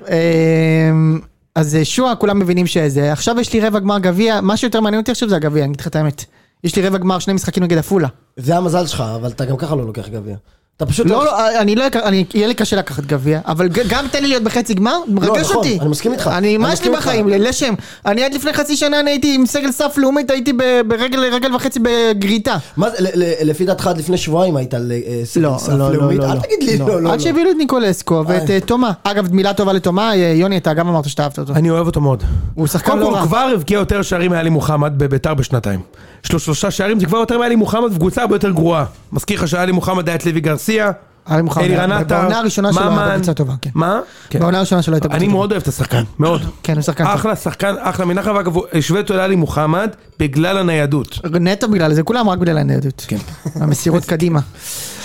אמ, אז אה, שועה כולם מבינים שזה, עכשיו יש לי רבע גמר גביע, מה שיותר מעניין אותי עכשיו זה הגביע, אני אגיד לך את האמת, יש לי רבע גמר שני משחקים נגד עפולה,
זה המזל שלך, אבל אתה גם ככה לא לוקח גביע. אתה פשוט...
לא, לא, אני לא אקח, אני- יהיה לי קשה לקחת גביע, אבל ג- גם תן לי להיות בחצי גמר, מרגש
נכון,
אותי.
אני מסכים איתך.
אני, מה
אני
יש לי
מסכים איתך.
בחיים, לשם. אני עד לפני חצי שנה אני הייתי עם סגל סף לאומית, הייתי ב- ברגל רגל וחצי בגריטה.
מה זה, ל- ל- לפי דעתך עד לפני שבועיים היית על אה,
לא,
סף
לא, לא,
לאומית?
לא.
אל תגיד לי לא, לא, לא.
עד שהביאו לי את ניקולסקו ואת
איי.
אה, תומה. אגב, מילה טובה לתומה, אה, יוני, אתה גם אמרת שאתה אהבת אותו.
אני אוהב אותו מאוד.
הוא שחקן
קודם
לא
כל,
רע.
הוא כבר הבקיע יותר שערים מעלי מוחמד בביתר בשנתיים. יש לו שלושה שערים, זה כבר יותר מעלי מוחמד, וקבוצה הרבה יותר גרועה. מזכיר לך שאלי מוחמד היה את לוי גרסיה,
עלי מוחמד.
אלירן עטר,
בעונה הראשונה שלו היה
ממן.
בקבוצה טובה, כן.
מה? כן.
בעונה הראשונה שלו הייתה
אני
בקבוצה.
מאוד אוהב את השחקן, מאוד.
כן, הוא שחקן טוב.
אחלה שחקן, אחלה מנחם, אגב, הוא- השווה אותו לאלי מוחמד בגלל הניידות.
נטו בגלל זה, כולם רק בגלל הניידות. כן. המסירות קדימה.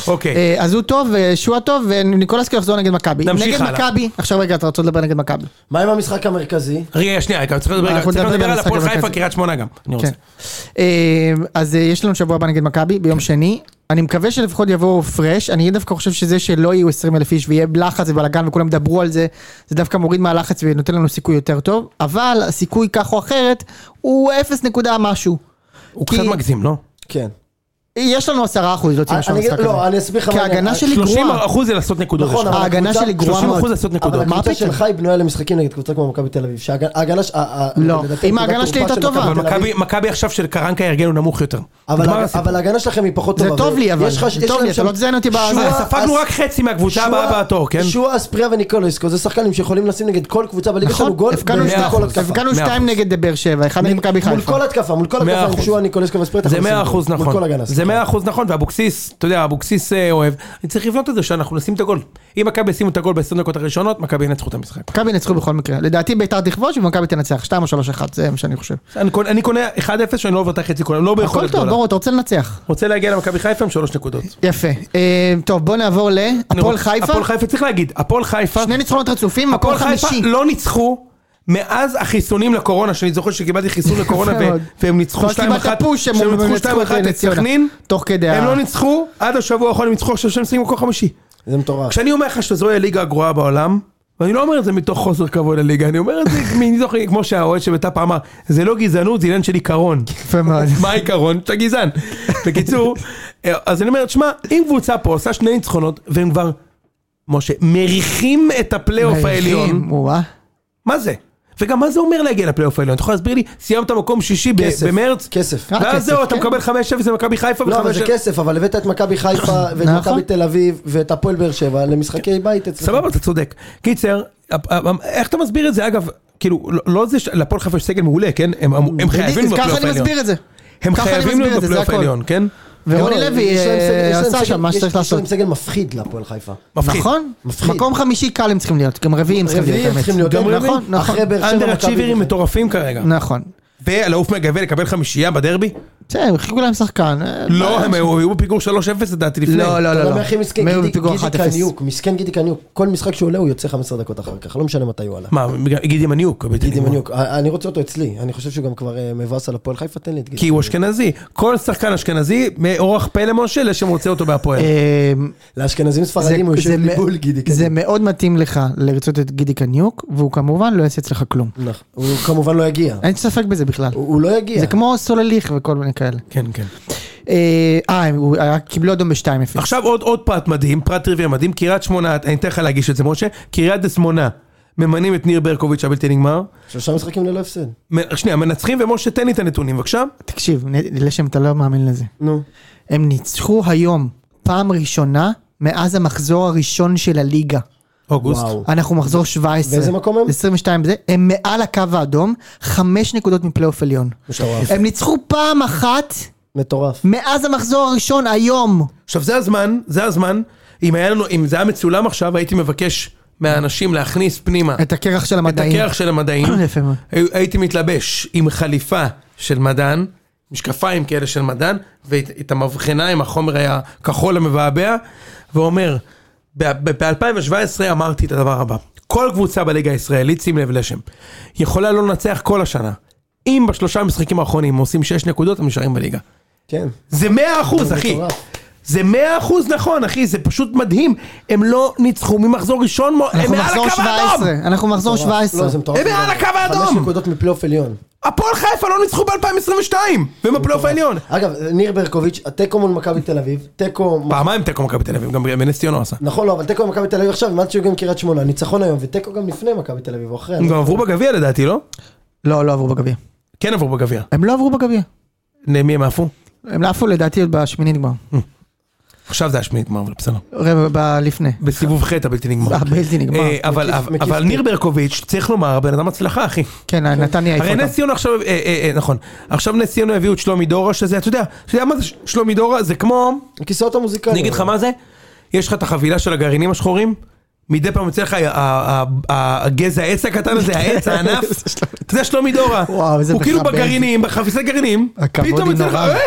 אוקיי,
אה, אז הוא טוב, ושועה טוב, וניקולסקי יחזור נגד מכבי. נגד
נמשיך הלאה.
מכבי, עכשיו רגע, אתה רוצה לדבר נגד מכבי.
מה עם המשחק המרכזי?
רגע, שנייה, רגע, צריך לדבר רגע,
אנחנו
צריך
נדבר
לדבר
על
על הפועל
המשחק
חיפה,
המרכזי.
קריית שמונה גם. אני רוצה.
כן. אה, אז אה, יש לנו שבוע הבא נגד מכבי, ביום
כן.
שני. אני מקווה שלפחות יבואו פרש, אני דווקא חושב שזה שלא יהיו 20 אלף איש ויהיה לחץ ובלאגן וכולם ידברו על זה, זה דווקא מוריד מהלחץ ונותן לנו סיכוי יותר טוב, אבל הסיכוי כך או אחרת הוא 0 נקודה משהו.
הוא
כי-
קצת מגזים, לא?
כן.
יש לנו 10 אחוז להוציא משהו
אני אגיד-
במשחק הזה.
לא, אני אסביר לך
כי
מה אני-
ההגנה שלי
30
גרועה.
אחוז זה לעשות נקודות.
נכון,
יש לך.
אבל
ההגנה
הקבוצה-
שלי גרועה
30
מאוד.
אחוז לעשות
אבל
נקודות.
מה
הקבוצה
פתאום?
שלך היא בנויה למשחקים נגד קבוצה כמו מכבי תל אביב. שההגנה... ש- ה- ה-
לא,
לדעתי
אם
נקודת
ההגנה שלי
תורפה
הייתה
של
טובה.
מכבי
אבל
תל אביב-
לא, מכבי- מכבי עכשיו של קרנקה ההרגל הוא נמוך יותר.
אבל
נגמר
הג-
הסיפור.
אבל ההגנה שלכם היא פחות
זה
טובה.
טוב לי, אבל.
יש לך-
זה
יש
טוב
להם
לי, אתה
שם-
לא תזיין אותי ב-
שועה-
אה,
ספגנו רק חצי מהקבוצה הבאה
שועה-
בתור, כן?
שועה, אספריה וניקולסקו לא זה שחקנים שיכולים לשים נגד כל קבוצה בליגה שלנו
נכון,
גול.
הבקענו
ב-
מאה
שתי-
בכל
אחוז.
התקפה.
הבקענו
מאה
שתיים
אחוז.
נגד באר שבע, אחד נגד מכבי
מול
חיפה.
כל התקפה, מול כל
מאה
התקפה, עם
אחוז.
שועה, ניקולסקו ואספריה. אתה
זה
יכול לשים
מאה
גול.
אחוז
מול כל
נכון,
הגנה.
זה מאה אחוז נכון, ואבוקסיס, אתה יודע, אבוקסיס אה, אוהב. אני צריך לבנות את זה שאנחנו נשים את הגול. אם מכבי ישימו את הגול ב-20 דקות הראשונות, מכבי ינצחו את המשחק.
מכבי ינצחו בכל מקרה. לדעתי ביתר תכבוש ומכבי תנצח 2 או 3-1, זה מה שאני חושב.
אני קונה- אני קונה 1-0 שאני לא עובר את החצי כולם, לא
הכל
ביכולת
טוב,
גדולה.
ברור, אתה רוצה לנצח.
רוצה להגיע למכבי חיפה עם שלוש נקודות.
יפה. אה, טוב, בוא נעבור
אני
להפועל
רוצה-
חיפה.
הפועל חיפה, צריך להגיד, הפועל חיפה,
שני ניצחונות רצופים, מקום
הפועל חיפה
חמישי.
לא ניצחו. מאז החיסונים לקורונה, שאני זוכר שקיבלתי חיסון לקורונה
יפה מאוד.
ו- והם ניצחו 2-1,
כבר קיבלת פוש שהם
שהם ניצחו
ינצחו
2-1
את
את
ציונה.
סכנין,
תוך כדי
הם
ה-
לא ניצחו, עד השבוע האחרון הם ניצחו, עכשיו שהם משחקים במקום חמישי.
זה מטורף.
כשאני אומר לך שזוהי הליגה הגרועה בעולם, ואני לא אומר את זה מתוך חוסר כבוד לליגה, אני אומר את זה (laughs) מתוך, כמו שהאוהד שבטאפ אמר, זה לא גזענות, זה עניין של עיקרון. (laughs)
יפה מאוד.
מה העיקרון? אתה גזען. בקיצור, אה, אז אני אומר, תשמע, אם קבוצה פה עושה שני ניצחונות, והם כבר, משה, מריחים את הפלייאוף האליון,
מריחים, אה, וואה.
מה זה? וגם מה זה אומר להגיע לפלייאוף העליון? אתה יכול להסביר לי, סיימת מקום שישי ב-
כסף.
אה, במרץ,
כסף.
רק
ואז
כסף,
זהו, אתה
כן.
מקבל 5-0 למכבי חיפה,
לא, אבל
ו-5-0.
זה כסף, אבל הבאת את מכבי
(coughs)
חיפה, ואת
נכון.
מכבי תל אביב, ואת הפועל באר שבע למשחקי בית אצלך.
סבבה, אתה צודק. קיצר, הפ- הפ- איך אתה מסביר את זה? אגב, כאילו, לא- לא זה שלפועל חיפה יש סגל מעולה, כן? הם- הם הם חייבים להיות
ככה
בפלייאוף
אני
העליון.
מסביר את זה.
הם
ככה אני
חייבים
מסביר
להיות
את זה, זה
בפלייאוף
הכל.
העליון, כן?
ורוני
לא,
לוי
יש להם
אה,
סגל- יש להם
עשה
סגל-
שם מה
יש-
שצריך
יש להם
לעשות.
סגל מפחיד להפועל חיפה.
מפחיד.
נכון?
מפחיד.
מקום חמישי קל הם צריכים להיות, גם רביעי הם צריכים להיות.
רביעי הם
האמת.
צריכים להיות,
גם
הם
נכון,
רביעי,
נכון.
אחרי באר שבע,
אנדר
מכבי
אצ'יברים
וזה.
מטורפים כרגע.
נכון.
ולעוף מהגבל לקבל חמישייה בדרבי?
בסדר, הם חיכו להם שחקן. אה,
לא,
בעיה.
הם היו היו בפיגור 3-0 לדעתי לפני.
לא, לא,
אתה
לא.
יודע
לא.
מי הכי מסכן?
הם היו
גידי-
בפיגור 1-0.
גידי קניוק, מסכן גידי קניוק. כל משחק שהוא עולה הוא יוצא 15 דקות אחר כך, לא משנה מתי הוא עלה.
מה, גידי מניוק.
גידי מניוק, אה, אני רוצה אותו אצלי, אני חושב שהוא גם כבר אה, מבואס על הפועל חיפה, תן לי את גידי.
כי הוא אשכנזי. כל שחקן אשכנזי, מאורח פלא משה, לשם רוצה אותו בהפועל.
אה,
לאשכנזים
זה-
ספרדים הוא
זה
יושב לי
מא-
בול גידי כאילו.
זה
קניוק.
מאוד מתאים לך לרצות את גידי קניוק, והוא כמובן לא יעשה אצלך כלום.
נכון. הוא כמובן לא יגיע.
אין ספק בזה בכלל.
הוא- הוא לא יגיע.
זה כמו סולליך וכל מיני כאלה.
כן, כן.
אה, אה, הם- הוא היה- קיבלו אדום ב-2-0.
עכשיו עוד עוד פרט מדהים, פרט טריוויה מדהים, קריית שמונה, אני אתן לך להגיש את זה משה, קריית דסמונה, ממנים את ניר ברקוביץ' הבלתי נגמר.
שלושה משחקים ללא הפסד.
מ- שנייה, מנצחים ומשה תן לי את הנתונים בבקשה.
תקשיב, נ- לשם אתה לא מאמין לזה.
נו.
הם ניצחו היום פעם ראשונה מאז המחזור הראשון של הליגה.
אוגוסט.
וואו.
אנחנו מחזור 17.
באיזה מקום הם?
22 זה. הם מעל הקו האדום, חמש נקודות מפלייאוף עליון.
מטורף.
הם ניצחו פעם אחת
מטורף.
מאז המחזור הראשון היום.
עכשיו זה הזמן, זה הזמן, אם היה לנו, אם זה היה מצולם עכשיו, הייתי מבקש מהאנשים להכניס פנימה
את הקרח של
את
המדעים.
הקרח של המדעים.
(clears throat) יפה מאוד.
היו- הייתי מתלבש עם חליפה של מדען, משקפיים כאלה של מדען, ואת המבחנה עם החומר הכחול המבעבע, ואומר, ב-2017 אמרתי את הדבר הבא, כל קבוצה בליגה הישראלית, שים לב לשם, יכולה לא לנצח כל השנה. אם בשלושה המשחקים האחרונים עושים 6 נקודות, הם נשארים בליגה.
כן.
זה 100% אחי.
מטורף.
זה 100% נכון אחי, זה פשוט מדהים. הם לא ניצחו ממחזור ראשון, הם
אנחנו
מעל
מחזור
הקו
17.
האדום.
אנחנו מחזור
מטורף.
17.
לא, זה מטורף.
הם מעל
לגמרי.
הקו האדום.
חמש נקודות מפלייאוף עליון.
הפועל חיפה לא ניצחו ב-2022, והם בפלייאוף העליון.
אגב, ניר ברקוביץ', התיקו מול מכבי תל אביב, תיקו...
פעמיים תיקו מכבי תל אביב, גם בנס ציונה עשה.
נכון, לא, אבל תיקו עם מכבי תל אביב עכשיו, עם שהוא גם קריית שמונה, ניצחון היום, ותיקו גם לפני מכבי תל אביב, או אחרי.
הם גם עברו בגביע לדעתי, לא?
לא, לא עברו בגביע.
כן עברו בגביע.
הם לא עברו בגביע.
למי הם עפו?
הם לא עפו לדעתי עוד בשמינית כבר.
עכשיו זה השמינית גמר, אבל בסדר.
רבע ב- לפני.
בסיבוב ח' הבלתי נגמר.
אה, בלתי נגמר.
אה, אבל-
מקיף-
אבל-
מקיף
אבל
פיק.
ניר ברקוביץ', צריך לומר, בן אדם הצלחה אחי.
כן, נתניה העיף
הרי נס
אותם.
ציונה עכשיו, אה, אה, אה, נכון, עכשיו נס ציונה הביאו את שלומי דורה, שזה, אתה יודע, אתה יודע מה זה ש- שלומי דורה? זה כמו,
הכיסאות המוזיקליים.
אני אגיד לך מה זה? יש לך את החבילה של הגרעינים השחורים, מדי פעם יוצא לך ה- ה- ה- הגזע העץ הקטן הזה,
(laughs)
העץ, הענף, זה שלומי דורה.
וואו, איזה
הוא כאילו
מחבל.
בגרעינים, בחפיסי גרעינים,
הכבוד
פתאום
היא
יוצא לך,
נורא.
אה,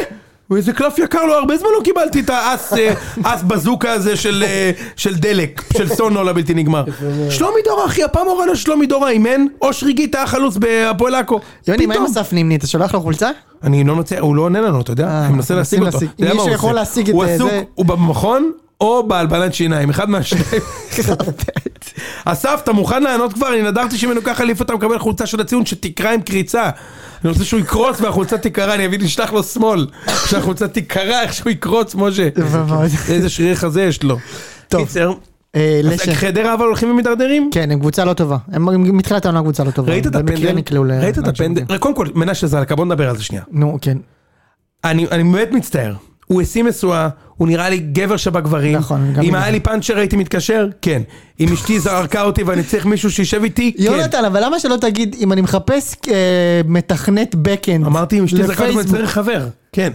הוא איזה קלף יקר לו, הרבה זמן לא קיבלתי את האס אה, אס בזוקה הזה של, אה, של דלק, של סונול הבלתי נגמר. שלומי דורה, אחי, הפעם הורדנו את שלומי דורה אימן, אושרי גיטה החלוץ בהפועל עכו.
יוני, מה עם
פתאום.
אסף נימני? אתה שולח לו חולצה?
אני לא מוצא, הוא לא עונה לנו, אתה יודע?
אה,
אני מנסה להשיג
מנסים
אותו.
להשיג.
אתה יודע
מי
מה הוא
שיכול
עושה?
להשיג את
הוא
זה-
עסוק,
זה-
הוא במכון או בהלבנת שיניים,
(laughs)
אחד מהשניים. אסף, אתה מוכן לענות כבר? אני נדרתי שממנו ככה להעיף אותה, מקבל חולצה של הציון שתקרע עם קריצה. אני רוצה שהוא יקרוץ והחולצה תיקרע, אני אביא, נשלח לו שמאל. שהחולצה תיקרע, איך שהוא יקרוץ, משה.
ואבוי.
איזה שריר חזה יש לו.
טוב.
קיצר,
אה,
אז
לשם.
חדרה אבל הולכים ומידרדרים?
כן, הם קבוצה לא טובה. הם הם מתחילת העונה קבוצה לא טובה.
ראית את
במקרה
הפנדל?
נקלעו ל-
ראית את
לשירותים.
הפנדל? קודם כל, מנשה זלקה, בוא נדבר על זה שנייה.
נו, כן.
אני, אני באמת מצטער. הוא השיא משואה, הוא נראה לי גבר שבגברים.
נכון, גם
אם
אני.
היה לי פאנצ'ר הייתי מתקשר? כן. אם אשתי זרקה אותי ואני צריך מישהו שישב איתי? כן.
יונתן, אבל למה שלא תגיד, אם אני מחפש אה, מתכנת backend
אמרתי אם אשתי זרקה אותי ואני
לפייסבוק,
צריך חבר. כן.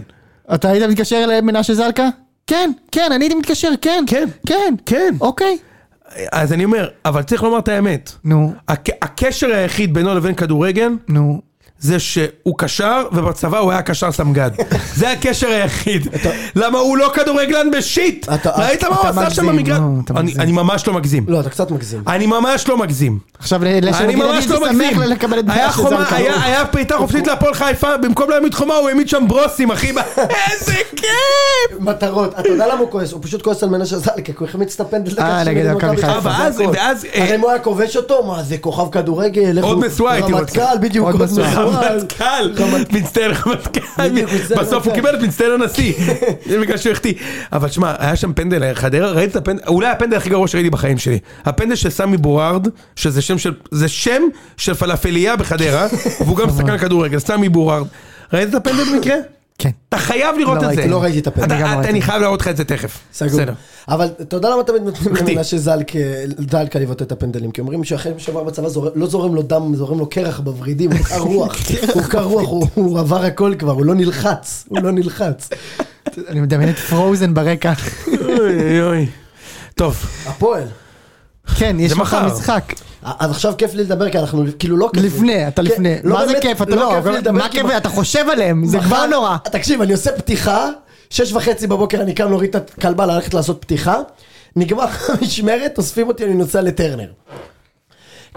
אתה היית מתקשר למנשה זלקה? כן, כן, אני הייתי מתקשר, כן.
כן.
כן.
כן.
אוקיי.
אז אני אומר, אבל צריך לומר את האמת.
נו,
הק- הקשר היחיד בינו לבין כדורגל
נו.
זה שהוא קשר, ובצבא הוא היה
(laughs)
קשר סמג"ד. זה הקשר היחיד. למה הוא לא כדורגלן בשיט?
אתה-
ראית מה
אתה
הוא עשה שם
מגזים,
במגרש?
נו, אתה
אני-
מגזים.
אני ממש לא מגזים.
לא, אתה קצת מגזים.
אני ממש לא מגזים.
עכשיו לשם
אני ממש לא מגזים.
שמח לקבל את
היה
מנשה
חומה,
זלקה.
היה- היה בעיטה חופשית להפועל חיפה, במקום להעמיד חומה הוא העמיד שם ברוסים, אחי. מה- איזה
(laughs)
כיף!
מטרות, אתה יודע למה הוא כועס? הוא פשוט כועס על מנשה זלקה, כי הוא החמיץ את הפנדל דקה
אה,
שמונים
נגד
למכבי
מכבי
חיפה,
חיפה.
ואז-
זה הכל.
ואז, אה,
הרי אם הוא היה כובש אותו, מה זה כוכב כדורגל, איך
עוד
הוא-
משואה הייתי רוצה.
רמטכ"ל, בדיוק,
עוד
עוד
משואה.
משואה.
רמטכ"ל, מצטיין רמטכ"ל,
בדיוק, מצטיין
בסוף הוא
רמטכ"ל.
קיבל את מצטיין הנשיא, זה בגלל שהוא החטיא. אבל שמע, היה שם פנדל, חדרה, ראית את הפנדל, אולי הפנדל הכי גרוע שראיתי בחיים שלי. הפנדל של סמי בורארד, שזה שם של, זה שם של פלאפליה בחדרה, והוא גם שחקן כדורגל, סמי בורארד. ראית את הפנדל במקרה?
כן.
אתה חייב לראות
לא
את זה.
ראיתי,
לא ראיתי את הפנדל.
אתה-
אני גם
אתה-
ראיתי.
אני חייב להראות לך את זה תכף.
סגור.
בסדר.
אבל אתה יודע למה תמיד נותנים
מחטיא.
למנשה זלקה זלקה לבעוט את הפנדלים? כי אומרים שאחרי שעבר בצבא זורם- לא זורם לו דם, זורם לו קרח בוורידים, הוא
(laughs)
קר רוח. הוא קר רוח, הוא- הוא עבר הכל כבר, הוא לא נלחץ, הוא לא נלחץ.
אני מדמיין את פרוזן
(laughs)
ברקע.
אוי אוי. טוב,
הפועל.
כן, יש
זה
לך
מחר.
משחק.
אז עכשיו כיף לי לדבר, כי אנחנו כאילו לא כיף לי.
לפני, אתה
כן,
לפני.
לא
מה זה
באמת-
כיף? אתה לא...
כיף לי לדבר,
מה
כי
כיף?
מח-
אתה חושב עליהם, זה
מחר-
כבר נורא.
תקשיב, אני עושה פתיחה, שש וחצי בבוקר אני קם להוריד את הכלבה ללכת לעשות פתיחה, נגמר (laughs) המשמרת, אוספים אותי, אני נוסע לטרנר.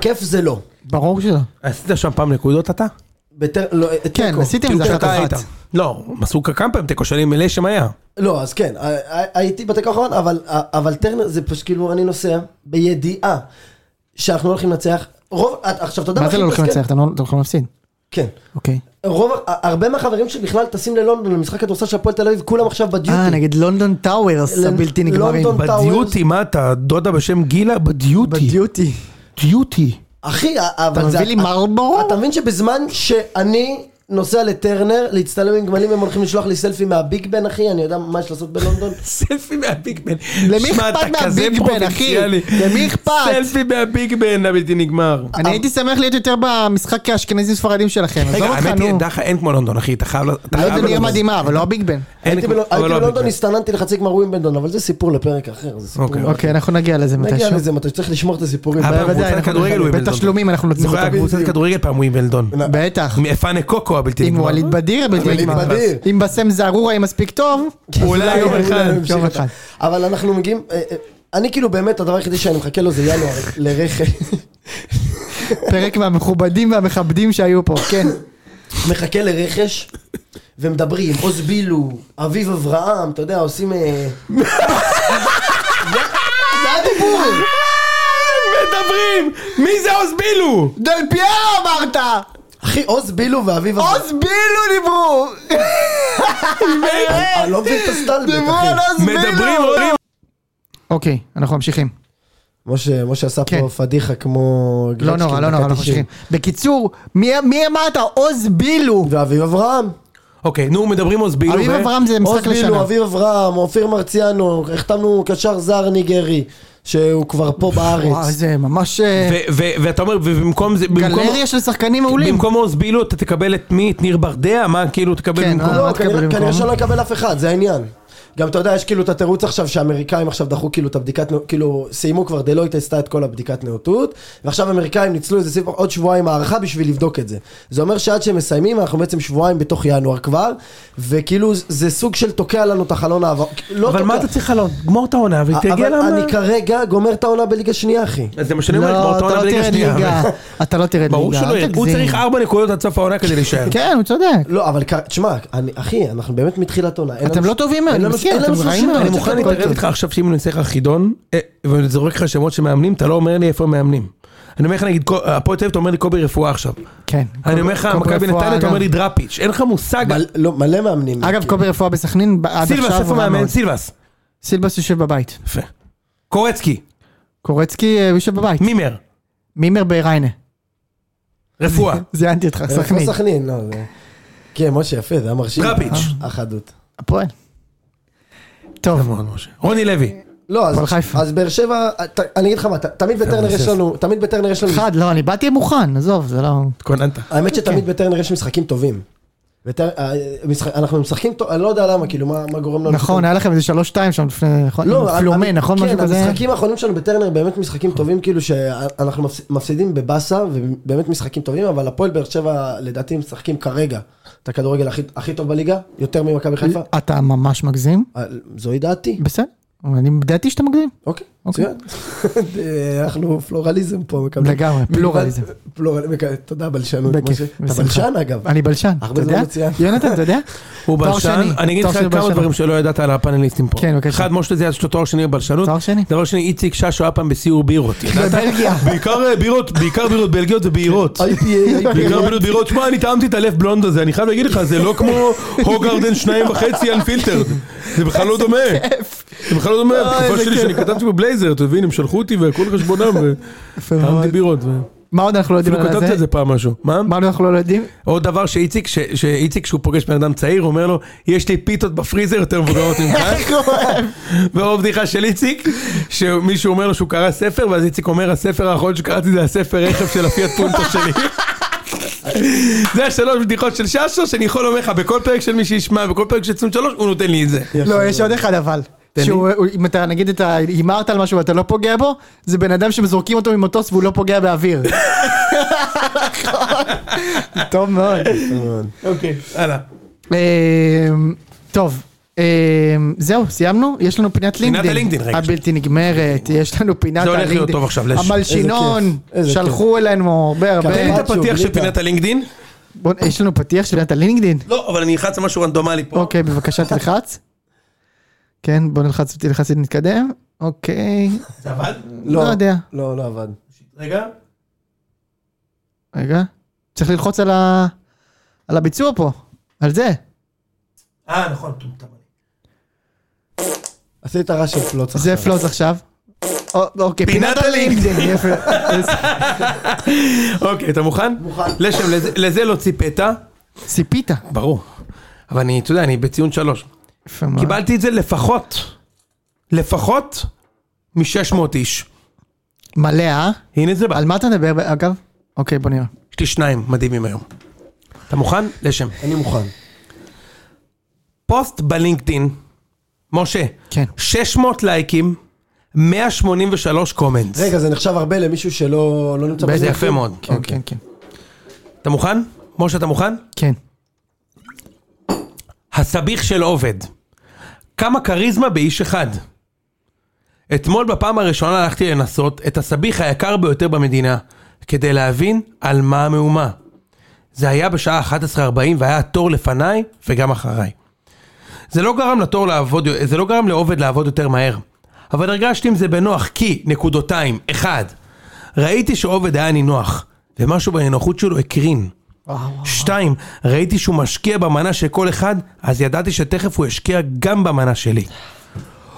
כיף זה לא.
ברור שלא.
עשית שם פעם נקודות אתה?
בטר- לא, אה,
כן,
תיקו.
עשיתם את זה
כשאתה
אחת אחת.
היית. לא, עשו כמה פעמים תיקו שלי מלא שם היה.
לא, אז כן, ה- ה- הייתי בתיקו האחרון, אבל, אה, אבל טרנר זה פשוט כאילו, אני נוסע בידיעה שאנחנו לא הולכים לנצח. רוב, אה, עכשיו אתה יודע
מה
הכי
זה לא הולכים
מתסכל?
לנצח? אתם לא אתם הולכים להפסיד.
כן.
אוקיי.
רוב, ה- הרבה מהחברים שלי בכלל טסים ללונדון למשחק כדורסל של הפועל תל אביב, כולם עכשיו בדיוטי.
אה, נגד לונדון טאוורס
ל-
הבלתי נגמרים.
לונדון-
בדיוטי, מה אתה? דודה בשם גילה? בדיוטי.
בדיוטי.
בדיוטי.
אחי, ה- אבל
אתה
זה-
מביא לי
ה-
מרלבורו?
אתה מבין שבזמן שאני נוסע לטרנר להצטלם עם גמלים, הם הולכים לשלוח לי סלפי מהביג בן, אחי, אני יודע מה יש לעשות בלונדון.
סלפי מהביג בן.
למי
שמע, אתה
אכפת
כזה
מהביג בן, אחי?
פרובינציאלי.
למי אכפת?
סלפי מהביג בן הבלתי נגמר. אה,
אני הייתי שמח להיות יותר במשחק האשכנזים ספרדים שלכם.
רגע,
עזוב אותך,
האמת היא,
נו.
דחה אין כמו לונדון, אחי, אתה חייב... ל- אתה חייב
לונדון עיר
ללכת.
מדהימה, אבל לא הביג בן.
אין
הייתי
כמו-
בלו-
אבל
הייתי
לא
בלונדון,
הביג
הסתננתי לחצי גמר ווימבלדון, אבל זה סיפור לפרק אחר, זה סיפור.
אוקיי.
אוקיי, אנחנו נגיע לזה מתישהו.
נגיע לזה מתי שצריך לשמור את הסיפורים.
בן.
בוודאי,
הפעם קבוצת
אנחנו
אה, כדורגל הוא עם לונדון.
בתשלומים אנחנו נותנים
זוכר היה
אותם.
קבוצת כדורגל פעם הוא עם לונדון.
בטח.
מפאנה קוקו הבלתי
עם
נגמר.
ווליד בדיר
ווליד
הבלתי נגמר.
בדיר.
אם בסם זערורה יהיה מספיק טוב.
אולי יום אחד.
יום
יום
אחד.
אחד. אבל אנחנו מגיעים, אה, אה, אני כאילו באמת, הדבר היחידי שאני מחכה לו זה ינואר לרכב.
פרק מהמכובדים והמכבדים שהיו פה, כן.
(laughs) מחכה לרכש, ומדברים, עוז בילו, אביב אברהם, אתה יודע, עושים... אה, זה הדיבור!
מדברים! מי זה אוזבילו?
דל פיירו אמרת!
אחי, עוז בילו ואביב אברהם.
עוז בילו דיברו!
אני לא מבין את הסטלבט,
דיברו על
אחי.
עוז
מדברים,
בילו!
אומרים...
אוקיי, אנחנו ממשיכים.
משה, משה עשה
כן.
פה פדיחה כמו...
לא
גרצ'קין,
נורא, לא
דקה
נורא, אנחנו
90.
ממשיכים. בקיצור, מי- מי אמרת? עוז בילו!
ואביב אברהם.
אוקיי, נו, מדברים אוזבילו.
אביב
ו-
אברהם זה
עוז
משחק
בילו,
לשנה.
אביב אברהם, אופיר מרציאנו, החתמנו קשר זר ניגרי, שהוא כבר פה
וואו,
בארץ.
זה ממש... אה,
ו- ו- ואתה אומר, ובמקום זה... במקום-
גלריה של שחקנים מעולים.
במקום עוז בילו אתה תקבל את מי? את ניר ברדע? מה כאילו תקבל
כן,
במקום?
אה.
לא,
מה תקבל
כנראה
במקום?
כנראה שלא יקבל אף אחד, זה העניין. גם אתה יודע, יש כאילו את התירוץ עכשיו שהאמריקאים עכשיו דחו כאילו את הבדיקת, נא- כאילו סיימו כבר, דלויט עשתה את כל הבדיקת נאותות, ועכשיו האמריקאים ניצלו איזה סביב עוד שבועיים הארכה בשביל לבדוק את זה. זה אומר שעד שהם מסיימים, אנחנו בעצם שבועיים בתוך ינואר כבר, וכאילו זה סוג של תוקע לנו את החלון העבר. לא
אבל מה
תוקע.
אתה צריך לעלות? גמור את
אה,
העונה ותגיע
אבל
למה...
אני כרגע גומר את העונה בליגה שנייה, אחי.
אז זה מה שאני אומר,
לא,
גמור את
אתה
העונה
לא
בליגה
תרד
שנייה.
ליגה. אתה לא תרד ליגה.
ברור שלא,
אל
יהיה. הוא
תגזים.
צריך ארבע נקודות עד סוף העונה כדי להישאר.
כן, הוא צודק.
לא, אבל כ- תשמע, אני- אחי, אנחנו באמת מתחילת עונה. אין
אתם
לנו-
לא טובים,
אין
אני
לנו-
מסכים,
אין
אתם
לנו שום
רעים
שינוי.
מאוד.
אני
אני
מוכן
צריך
להתערב
להתערב.
איתך עכשיו שאם אני עושה לך חידון, אה, ואני זורק לך שמות של מאמנים, אתה לא אומר לי איפה הם מאמנים. אני אומר לך נגיד, קו- הפועל תל אביב, אתה אומר לי קובי רפואה עכשיו.
כן.
אני אומר לך,
קובי רפואה,
מכבי נתניה, אתה
אגב.
אומר לי דראפיץ', אין לך מושג.
מל- לא, מלא מאמנים.
אגב, קובי רפואה בסכנין, ב- עד
סילבס,
עכשיו
איפה
הוא רע
מאמן?
מאוד.
סילבס.
סילבס יושב בבית.
יפה. קורצקי,
קורצקי אה, יושב בבית.
מימר,
מימר בריינה.
רפואה.
זיינתי אותך,
אה,
סכנין.
כמו סכנין, לא, זה... כן, משה, יפה, זה היה מרשים. אה,
דראפיץ'.
אחדות.
הפועל. טוב,
נכון, משה. רוני לוי.
לא, אז,
הפועל חיפה.
אז באר שבע, ת, אני אגיד לך מה, ת, תמיד בטרנר יש לנו, תמיד בטרנר יש לנו,
אחד, לא, אני באתי מוכן, עזוב, זה לא...
התכוננת.
האמת שתמיד בטרנר יש משחקים טובים. בטר, אה, משחק, אנחנו משחקים טוב, אני לא יודע למה, כאילו, מה, מה גורם לנו,
נכון, היה לכם איזה שלוש שתיים שם לפני... נכון? עם פלומה,
המ-
נכון? משהו
לא, כן,
כזה?
המשחקים האחרונים שלנו בטרנר באמת משחקים טובים, כאילו שאנחנו מפס- מפסידים בבאסה, ובאמת משחקים טובים, אבל הפועל באר שבע לדעתי משחקים כרגע את הכדורגל הכי, הכי טוב בליגה, יותר ממכבי חיפה,
אתה ממש מגזים?
אה, זוהי דעתי.
בסדר. אבל אני ידעתי שאתה מגזים.
אוקיי,
אוקיי.
מצוין. (laughs) אנחנו פלורליזם פה מקבלים.
לגמרי,
מלבד-
פלורליזם.
פלורל- מקבל- תודה בלשנות.
בכיף,
משה. אתה
בשמחה.
בלשן אגב. (laughs)
אני בלשן,
הרבה
אתה
זמן
יודע?
לא ציינת.
יונתן, אתה יודע?
הוא
תואר
בלשן,
שני,
אני אגיד
תואר
לך
שני
כמה
בלשנות.
דברים שלא ידעת על הפאנליסטים פה.
כן, בבקשה.
אחד, משה זה יש לו תואר שני בבלשנות.
תואר שני.
דבר שני, איציק ששו היה פעם בסיור בירות. ידעת?
בבלגיה. כן.
בעיקר אה, בירות, בעיקר בירות בלגיות ובהירות.
IPA,
בעיקר בירות בהירות. שמע, אני טעמתי את הלב בלונד הזה, אני חייב להגיד לך, זה לא כמו הוגרדן שניים וחצי אנפילטרד. זה בכלל לא דומה. זה בכלל לא דומה.
אה,
בתקופה שלי שאני כתבתי בבלייזר, אתה מבין, הם שלחו אותי והכל חשבונם,
(laughs) יפה מאוד.
וטעמתי בירות. ו-
מה עוד אנחנו לא יודעים
אפילו
על
כתבתי
זה?
על זה פעם משהו. מה?
מה עוד אנחנו לא יודעים?
עוד דבר שאיציק, ש- שאיציק שהוא פוגש בן אדם צעיר, הוא אומר לו, יש לי פיתות בפריזר יותר מבוגרות
(laughs)
ממך. ועוד בדיחה של איציק, שמישהו אומר לו שהוא קרא ספר, ואז איציק אומר, הספר האחרון שקראתי זה הספר רכב של הפיאט פונטו
(laughs)
שלי. זה השלוש בדיחות של ששו, שאני יכול לומר לך, בכל פרק של מי שישמע, בכל פרק של ציון שלוש, הוא נותן לי את
(laughs)
זה.
לא, יש עוד אחד אבל.
תן לי.
שהוא, הוא- אם אתה נגיד אתה הימרת על משהו ואתה לא פוגע בו, זה בן אדם שזורקים אותו ממטוס והוא לא פוגע באוויר. טוב מאוד.
אוקיי, הלאה.
אמ, טוב, אמ, זהו, סיימנו? יש לנו פינת לינקדאין.
הלינקדאין, רגע.
הבלתי נגמרת, יש לנו פינת
זה הולך להיות
הלינקדאין.
טוב עכשיו, לש.
המלשינון,
איזה כיף, איזה
שלחו אלינו הרבה הרבה.
תן לי את
משהו,
הפתיח של
בלי
פינת הלינקדין.
בוא, יש לנו פתיח של פינת הלינקדאין?
לא, אבל אני אלחץ על משהו רנדומלי פה.
אוקיי, בבקשה תלחץ. כן, בוא נלחץ, תלחץ ונתקדם. אוקיי,
זה עבד?
(laughs) לא יודע.
לא, לא עבד.
רגע.
רגע. צריך ללחוץ על ה... על הביצוע פה, על זה.
אה, נכון, טומטם.
עשית רעש של פלוץ
זה
עכשיו.
פלוט עכשיו. א- אוקיי,
פינת
פינת
הלינקדאין.
הלינקדאין. יפה.
אוקיי, אתה מוכן?
מוכן.
לשם, לזה- לזה לא ציפית.
ציפית.
ברור. אבל אני, אתה יודע, אני בציון שלוש.
יפה מאוד.
קיבלתי את זה לפחות, לפחות מ-600 איש.
מלא, אה?
הנה זה בא.
על מה אתה מדבר אגב? אוקיי, בוא נראה.
יש לי שניים מדהימים היום. אתה מוכן? לשם.
אני מוכן.
פוסט בלינקדאין, משה,
כן.
600 לייקים, 183 קומנטס.
רגע, זה נחשב הרבה למישהו שלא לא נמצא
זה
בזה.
יפה מאוד.
כן, כן, כן.
אוקיי. אתה מוכן? משה, אתה מוכן?
כן.
הסביך של עובד. כמה כריזמה באיש אחד. אתמול בפעם הראשונה הלכתי לנסות את הסביך היקר ביותר במדינה, כדי להבין על מה המהומה. זה היה בשעה 11:40 והיה תור לפניי וגם אחריי. זה לא גרם לתור לעבוד, זה לא גרם לעובד לעבוד יותר מהר. אבל הרגשתי עם זה בנוח, כי, נקודותיים, אחד, ראיתי שעובד היה נינוח, ומשהו בנינוחות שלו הקרין. שתיים, ראיתי שהוא משקיע במנה של כל אחד, אז ידעתי שתכף הוא ישקיע גם במנה שלי.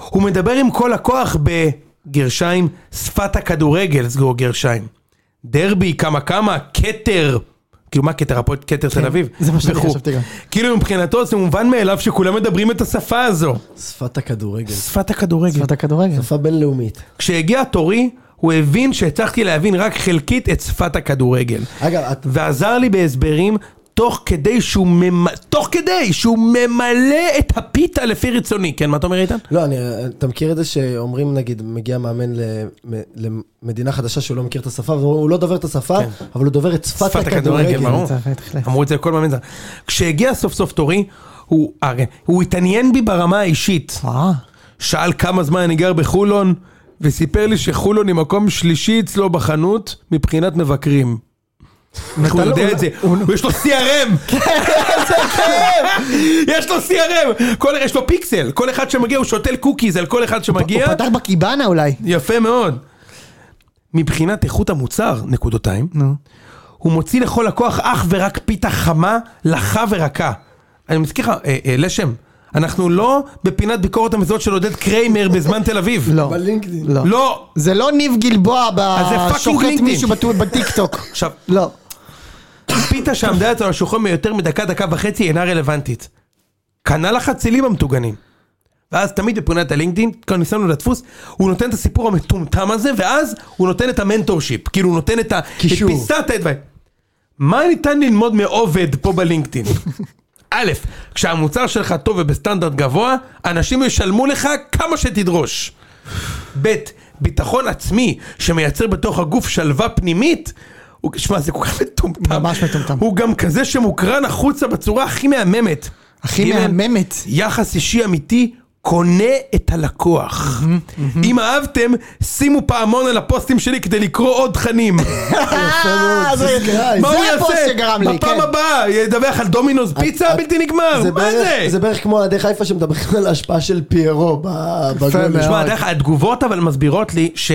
הוא מדבר עם כל הכוח בגרשיים, שפת הכדורגל, סגור גרשיים. דרבי, כמה כמה, כתר. כאילו מה כתר, הפועל כתר תל אביב.
כן, זה מה שאני
וכו'.
חשבתי גם.
כאילו מבחינתו זה מובן מאליו שכולם מדברים את השפה הזו.
שפת הכדורגל.
שפת הכדורגל.
שפת הכדורגל.
שפה בינלאומית.
כשהגיע תורי, הוא הבין שהצלחתי להבין רק חלקית את שפת הכדורגל.
אגב, את-
ועזר לי בהסברים תוך כדי שהוא ממלא, תוך כדי שהוא ממלא את הפיתה לפי רצוני. כן, מה אתה אומר איתן?
לא, אני, אתה מכיר את זה שאומרים, נגיד, מגיע מאמן למ- למדינה חדשה שהוא לא מכיר את השפה, והוא לא דובר את השפה,
כן.
אבל הוא דובר את שפת
שפת
הכדורגל.
הכדורגל, ברור.
צריך להתחלף.
אמרו את זה לכל מאמן זר. כשהגיע סוף סוף תורי, הוא, אה, כן, הוא התעניין בי ברמה האישית.
אה,
שאל כמה זמן אני גר בחולון, וסיפר לי שחולון היא מקום שלישי אצלו בחנות מבחינת מבקרים. הוא
לא
יודע את זה, יש לו
(laughs)
CRM!
כן,
(laughs) איזה CRM! יש לו CRM! כל- יש לו פיקסל, כל אחד שמגיע הוא שותל קוקיז על כל אחד שמגיע.
הוא פתח בקיבאנה אולי.
יפה מאוד. מבחינת איכות המוצר, נקודותיים,
נו.
הוא מוציא לכל לקוח אך ורק פיתה חמה, לחה ורכה. אני מזכיר לך, אה, אה, לשם, אנחנו לא בפינת ביקורת המזונות של עודד קריימר בזמן תל אביב.
לא.
בלינקדאין.
לא.
לא.
זה לא ניב גלבוע
אז זה fucking
בשוחט
לינקדאין.
מישהו בטו- בטיקטוק.
עכשיו,
לא.
פיתה שעמדה אצלנו על השולחן מיותר מדקה, דקה וחצי אינה רלוונטית. כנ"ל החצילים המטוגנים. ואז תמיד בפעולת הלינקדאין, כאן ניסינו לדפוס, הוא נותן את הסיפור המטומטם הזה, ואז הוא נותן את המנטורשיפ. כאילו, הוא נותן את ה...
קישור.
את פיסת האדווי. מה ניתן ללמוד מעובד פה בלינקדאין? (laughs) א', כשהמוצר שלך טוב ובסטנדרט גבוה, אנשים ישלמו לך כמה שתדרוש. ב', ביטחון עצמי שמייצר בתוך הגוף שלווה פנימית, הוא, שמע, זה כל כך מטומטם.
ממש מטומטם.
הוא גם כזה שמוקרן החוצה בצורה הכי מהממת.
הכי
ג',
מהממת.
יחס אישי אמיתי. קונה את הלקוח. אם אהבתם, שימו פעמון על הפוסטים שלי כדי לקרוא עוד
(laughs)
תכנים.
אה, זה-
מה הוא
זה הפוסט
יעשה?
שגרם לי,
בפעם
כן.
הבאה ידווח על דומינוס פיצה בלתי נגמר.
זה
מה
בערך-
זה?
זה בערך כמו אוהדי חיפה שמדברים על ההשפעה של פיירו ב- בגול.
מאוד.
תשמע, דרך אגב, התגובות אבל מסבירות לי ש...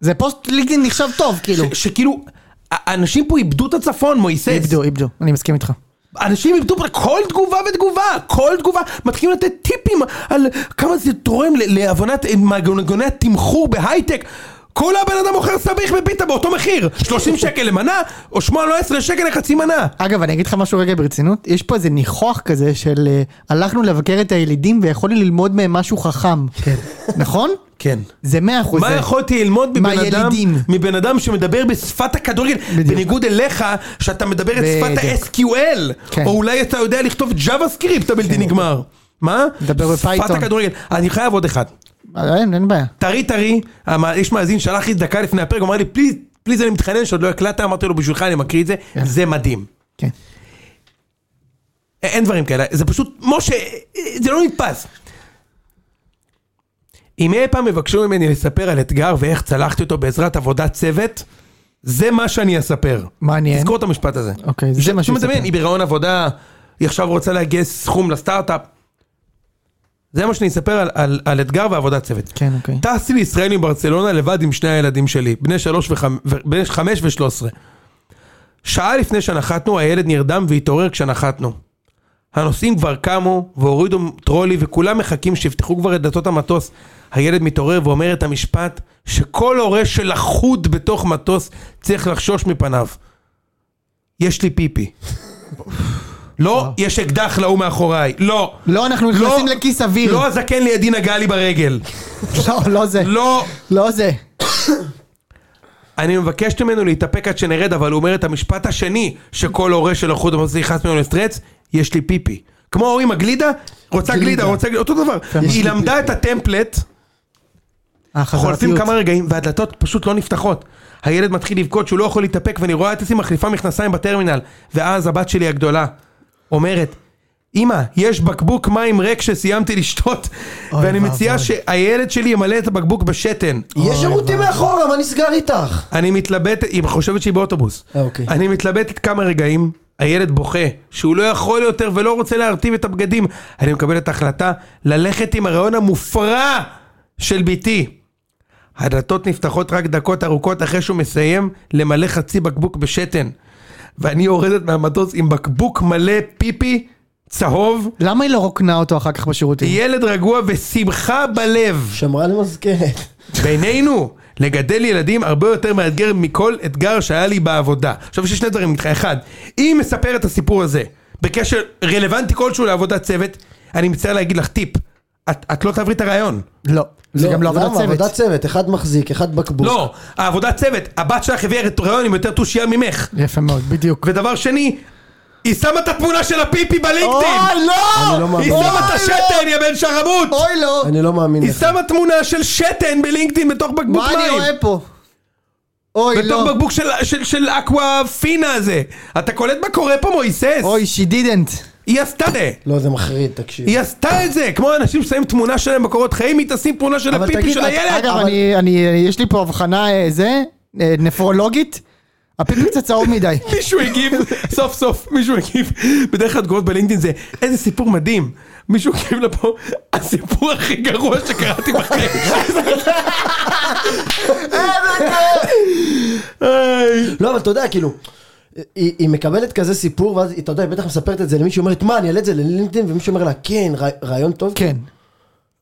זה פוסט לינקדאין נחשב טוב, כאילו.
שכאילו, האנשים פה איבדו את הצפון, מויסס.
איבדו, איבדו. אני מסכים איתך.
אנשים איבדו פה כל תגובה ותגובה, כל תגובה, מתחילים לתת טיפים על כמה זה תורם ל- להבנת מנגנוני התמחור בהייטק. כל הבן אדם מוכר סביח בפיתה באותו מחיר, 30 שקל למנה, או 18 שקל לחצי מנה.
אגב, אני אגיד לך משהו רגע ברצינות, יש פה איזה ניחוח כזה של אה, הלכנו לבקר את הילידים ויכולנו ללמוד מהם משהו חכם. כן. נכון?
כן.
זה מאה אחוז.
מה
זה.
יכולתי ללמוד מבן אדם,
מהילידים.
מבן אדם שמדבר בשפת הכדורגל,
בדיוק.
בניגוד אליך, שאתה מדבר את שפת
בדיוק.
ה-SQL,
כן.
או אולי אתה יודע לכתוב ג'אווה סקריפט הבלתי נגמר. מה?
מדבר
שפת
בפייתון.
הכדורגל. אני חייב עוד אחד.
אה, אין, אין בעיה.
טרי טרי, המ- יש מאזין שלח לי דקה לפני הפרק, הוא אמר לי פליז, פליז אני מתחנן שעוד לא הקלטת, אמרתי לו בשבילך אני מקריא את זה, זה מדהים.
כן.
א- אין דברים כאלה, זה פשוט, משה, אה, זה לא נתפס. אם אי פעם יבקשו ממני לספר על אתגר ואיך צלחתי אותו בעזרת עבודת צוות, זה מה שאני אספר.
מעניין.
תזכור את המשפט הזה.
אוקיי, זה מה
שהוא
שהוא
מדמיין,
יספר.
היא בראיון עבודה, היא עכשיו רוצה לגייס סכום לסטארט-אפ. זה מה שאני אספר על, על, על אתגר ועבודת צוות.
כן, אוקיי.
טסתי לישראל מברצלונה לבד עם שני הילדים שלי, בני שלוש וחמ- ו- בני חמש ושלוש עשרה. שעה לפני שנחתנו, הילד נרדם והתעורר כשנחתנו. הנוסעים כבר קמו והורידו טרולי וכולם מחכים שיפתחו כבר את דלתות המטוס. הילד מתעורר ואומר את המשפט שכל הורה שלחוד בתוך מטוס צריך לחשוש מפניו. יש לי
(laughs)
פיפי. לא, יש אקדח להוא מאחוריי. לא.
לא, אנחנו
לא.
נכנסים לכיס אוויר.
לא הזקן לידי נגע לי ברגל.
לא, לא זה.
לא.
לא זה.
אני מבקש ממנו להתאפק עד שנרד, אבל הוא אומר את המשפט השני שכל הורה של החוט המוסדי נכנס ממנו לסטרץ, יש לי פיפי. כמו ההוא עם הגלידה, רוצה גלידה, רוצה גלידה, אותו דבר. היא למדה את הטמפלט,
אה,
חולפים
החזרתיות.
כמה רגעים, והדלתות פשוט לא נפתחות. הילד מתחיל לבכות שהוא לא יכול להתאפק, ואני רואה את עצמי מחליפה מכנסיים בטרמינל. ואז הבת שלי הגדולה אומרת, אמא, יש בקבוק מים ריק שסיימתי לשתות,
אוי
ואני מציעה
ואבוי.
שהילד שלי ימלא את הבקבוק בשתן.
יש שירותים מאחורה, מה נסגר איתך?
אני מתלבט, היא חושבת שהיא באוטובוס.
אה, אוקיי.
אני מתלבטת כמה רגעים, הילד בוכה, שהוא לא יכול יותר ולא רוצה להרטיב את הבגדים. אני מקבל את ההחלטה ללכת עם הרעיון המופרע של ביתי. הדלתות נפתחות רק דקות ארוכות אחרי שהוא מסיים למלא חצי בקבוק בשתן. ואני יורדת מהמטוס עם בקבוק מלא פיפי צהוב,
למה היא לא רוקנה אותו אחר כך בשירותים?
ילד רגוע ושמחה בלב.
שמרה למזכרת.
בינינו, לגדל ילדים הרבה יותר מאתגר מכל אתגר שהיה לי בעבודה. עכשיו יש לי שני דברים איתך, אחד, אם מספר את הסיפור הזה בקשר רלוונטי כלשהו לעבודת צוות, אני מצטער להגיד לך טיפ, את את לא תעברי את הרעיון.
לא, זה גם לא עבודת
למה? עבודת
צוות.
צוות, אחד מחזיק, אחד בקבוק.
לא, העבודת צוות, הבת שלך הביאה רעיון עם יותר תושייה ממך.
יפה מאוד, בדיוק.
ודבר שני, היא שמה את התמונה של הפיפי בלינקדאין!
אוי
אני לא
לא!
מאמין.
היא
אוי,
שמה את
לא!
השתן, יא בן שרמוט!
אוי לא!
אני לא מאמין
היא
לך.
שמה תמונה של שתן בלינקדאין בתוך בקבוק
מה אני רואה
מים.
פה? אוי
בתוך
לא!
בקבוק של- של- של אקווה פינה הזה. אתה קולט מה קורה פה מויסס?
אוי, she didn't.
היא עשתה את זה.
לא, זה מחריד, תקשיב.
היא עשתה את זה. כמו אנשים ששמים תמונה שלהם בקורות חיים, היא תשים תמונה של
אבל
הפיפי
תגיד,
של
את-
הילד.
אגב,
אבל-
אני, אני, יש לי פה הבחנה, אה, זה, אה, נפרולוגית, הפיפי קצת צהוב מדי.
מישהו הגיב, (laughs) סוף סוף מישהו הגיב, בדרך כלל תגובות בלינקדאין זה איזה סיפור מדהים. מישהו הגיב לפה, הסיפור הכי גרוע שקראתי בחיים. איי.
לא, אבל אתה יודע, כאילו, היא, היא מקבלת כזה סיפור, ואז היא, אתה יודע, היא בטח מספרת את זה למישהו, אומרת, מה, אני אעלה את זה ללינקדאין, ומישהו אומר לה, כן, רע, רעיון טוב.
כן.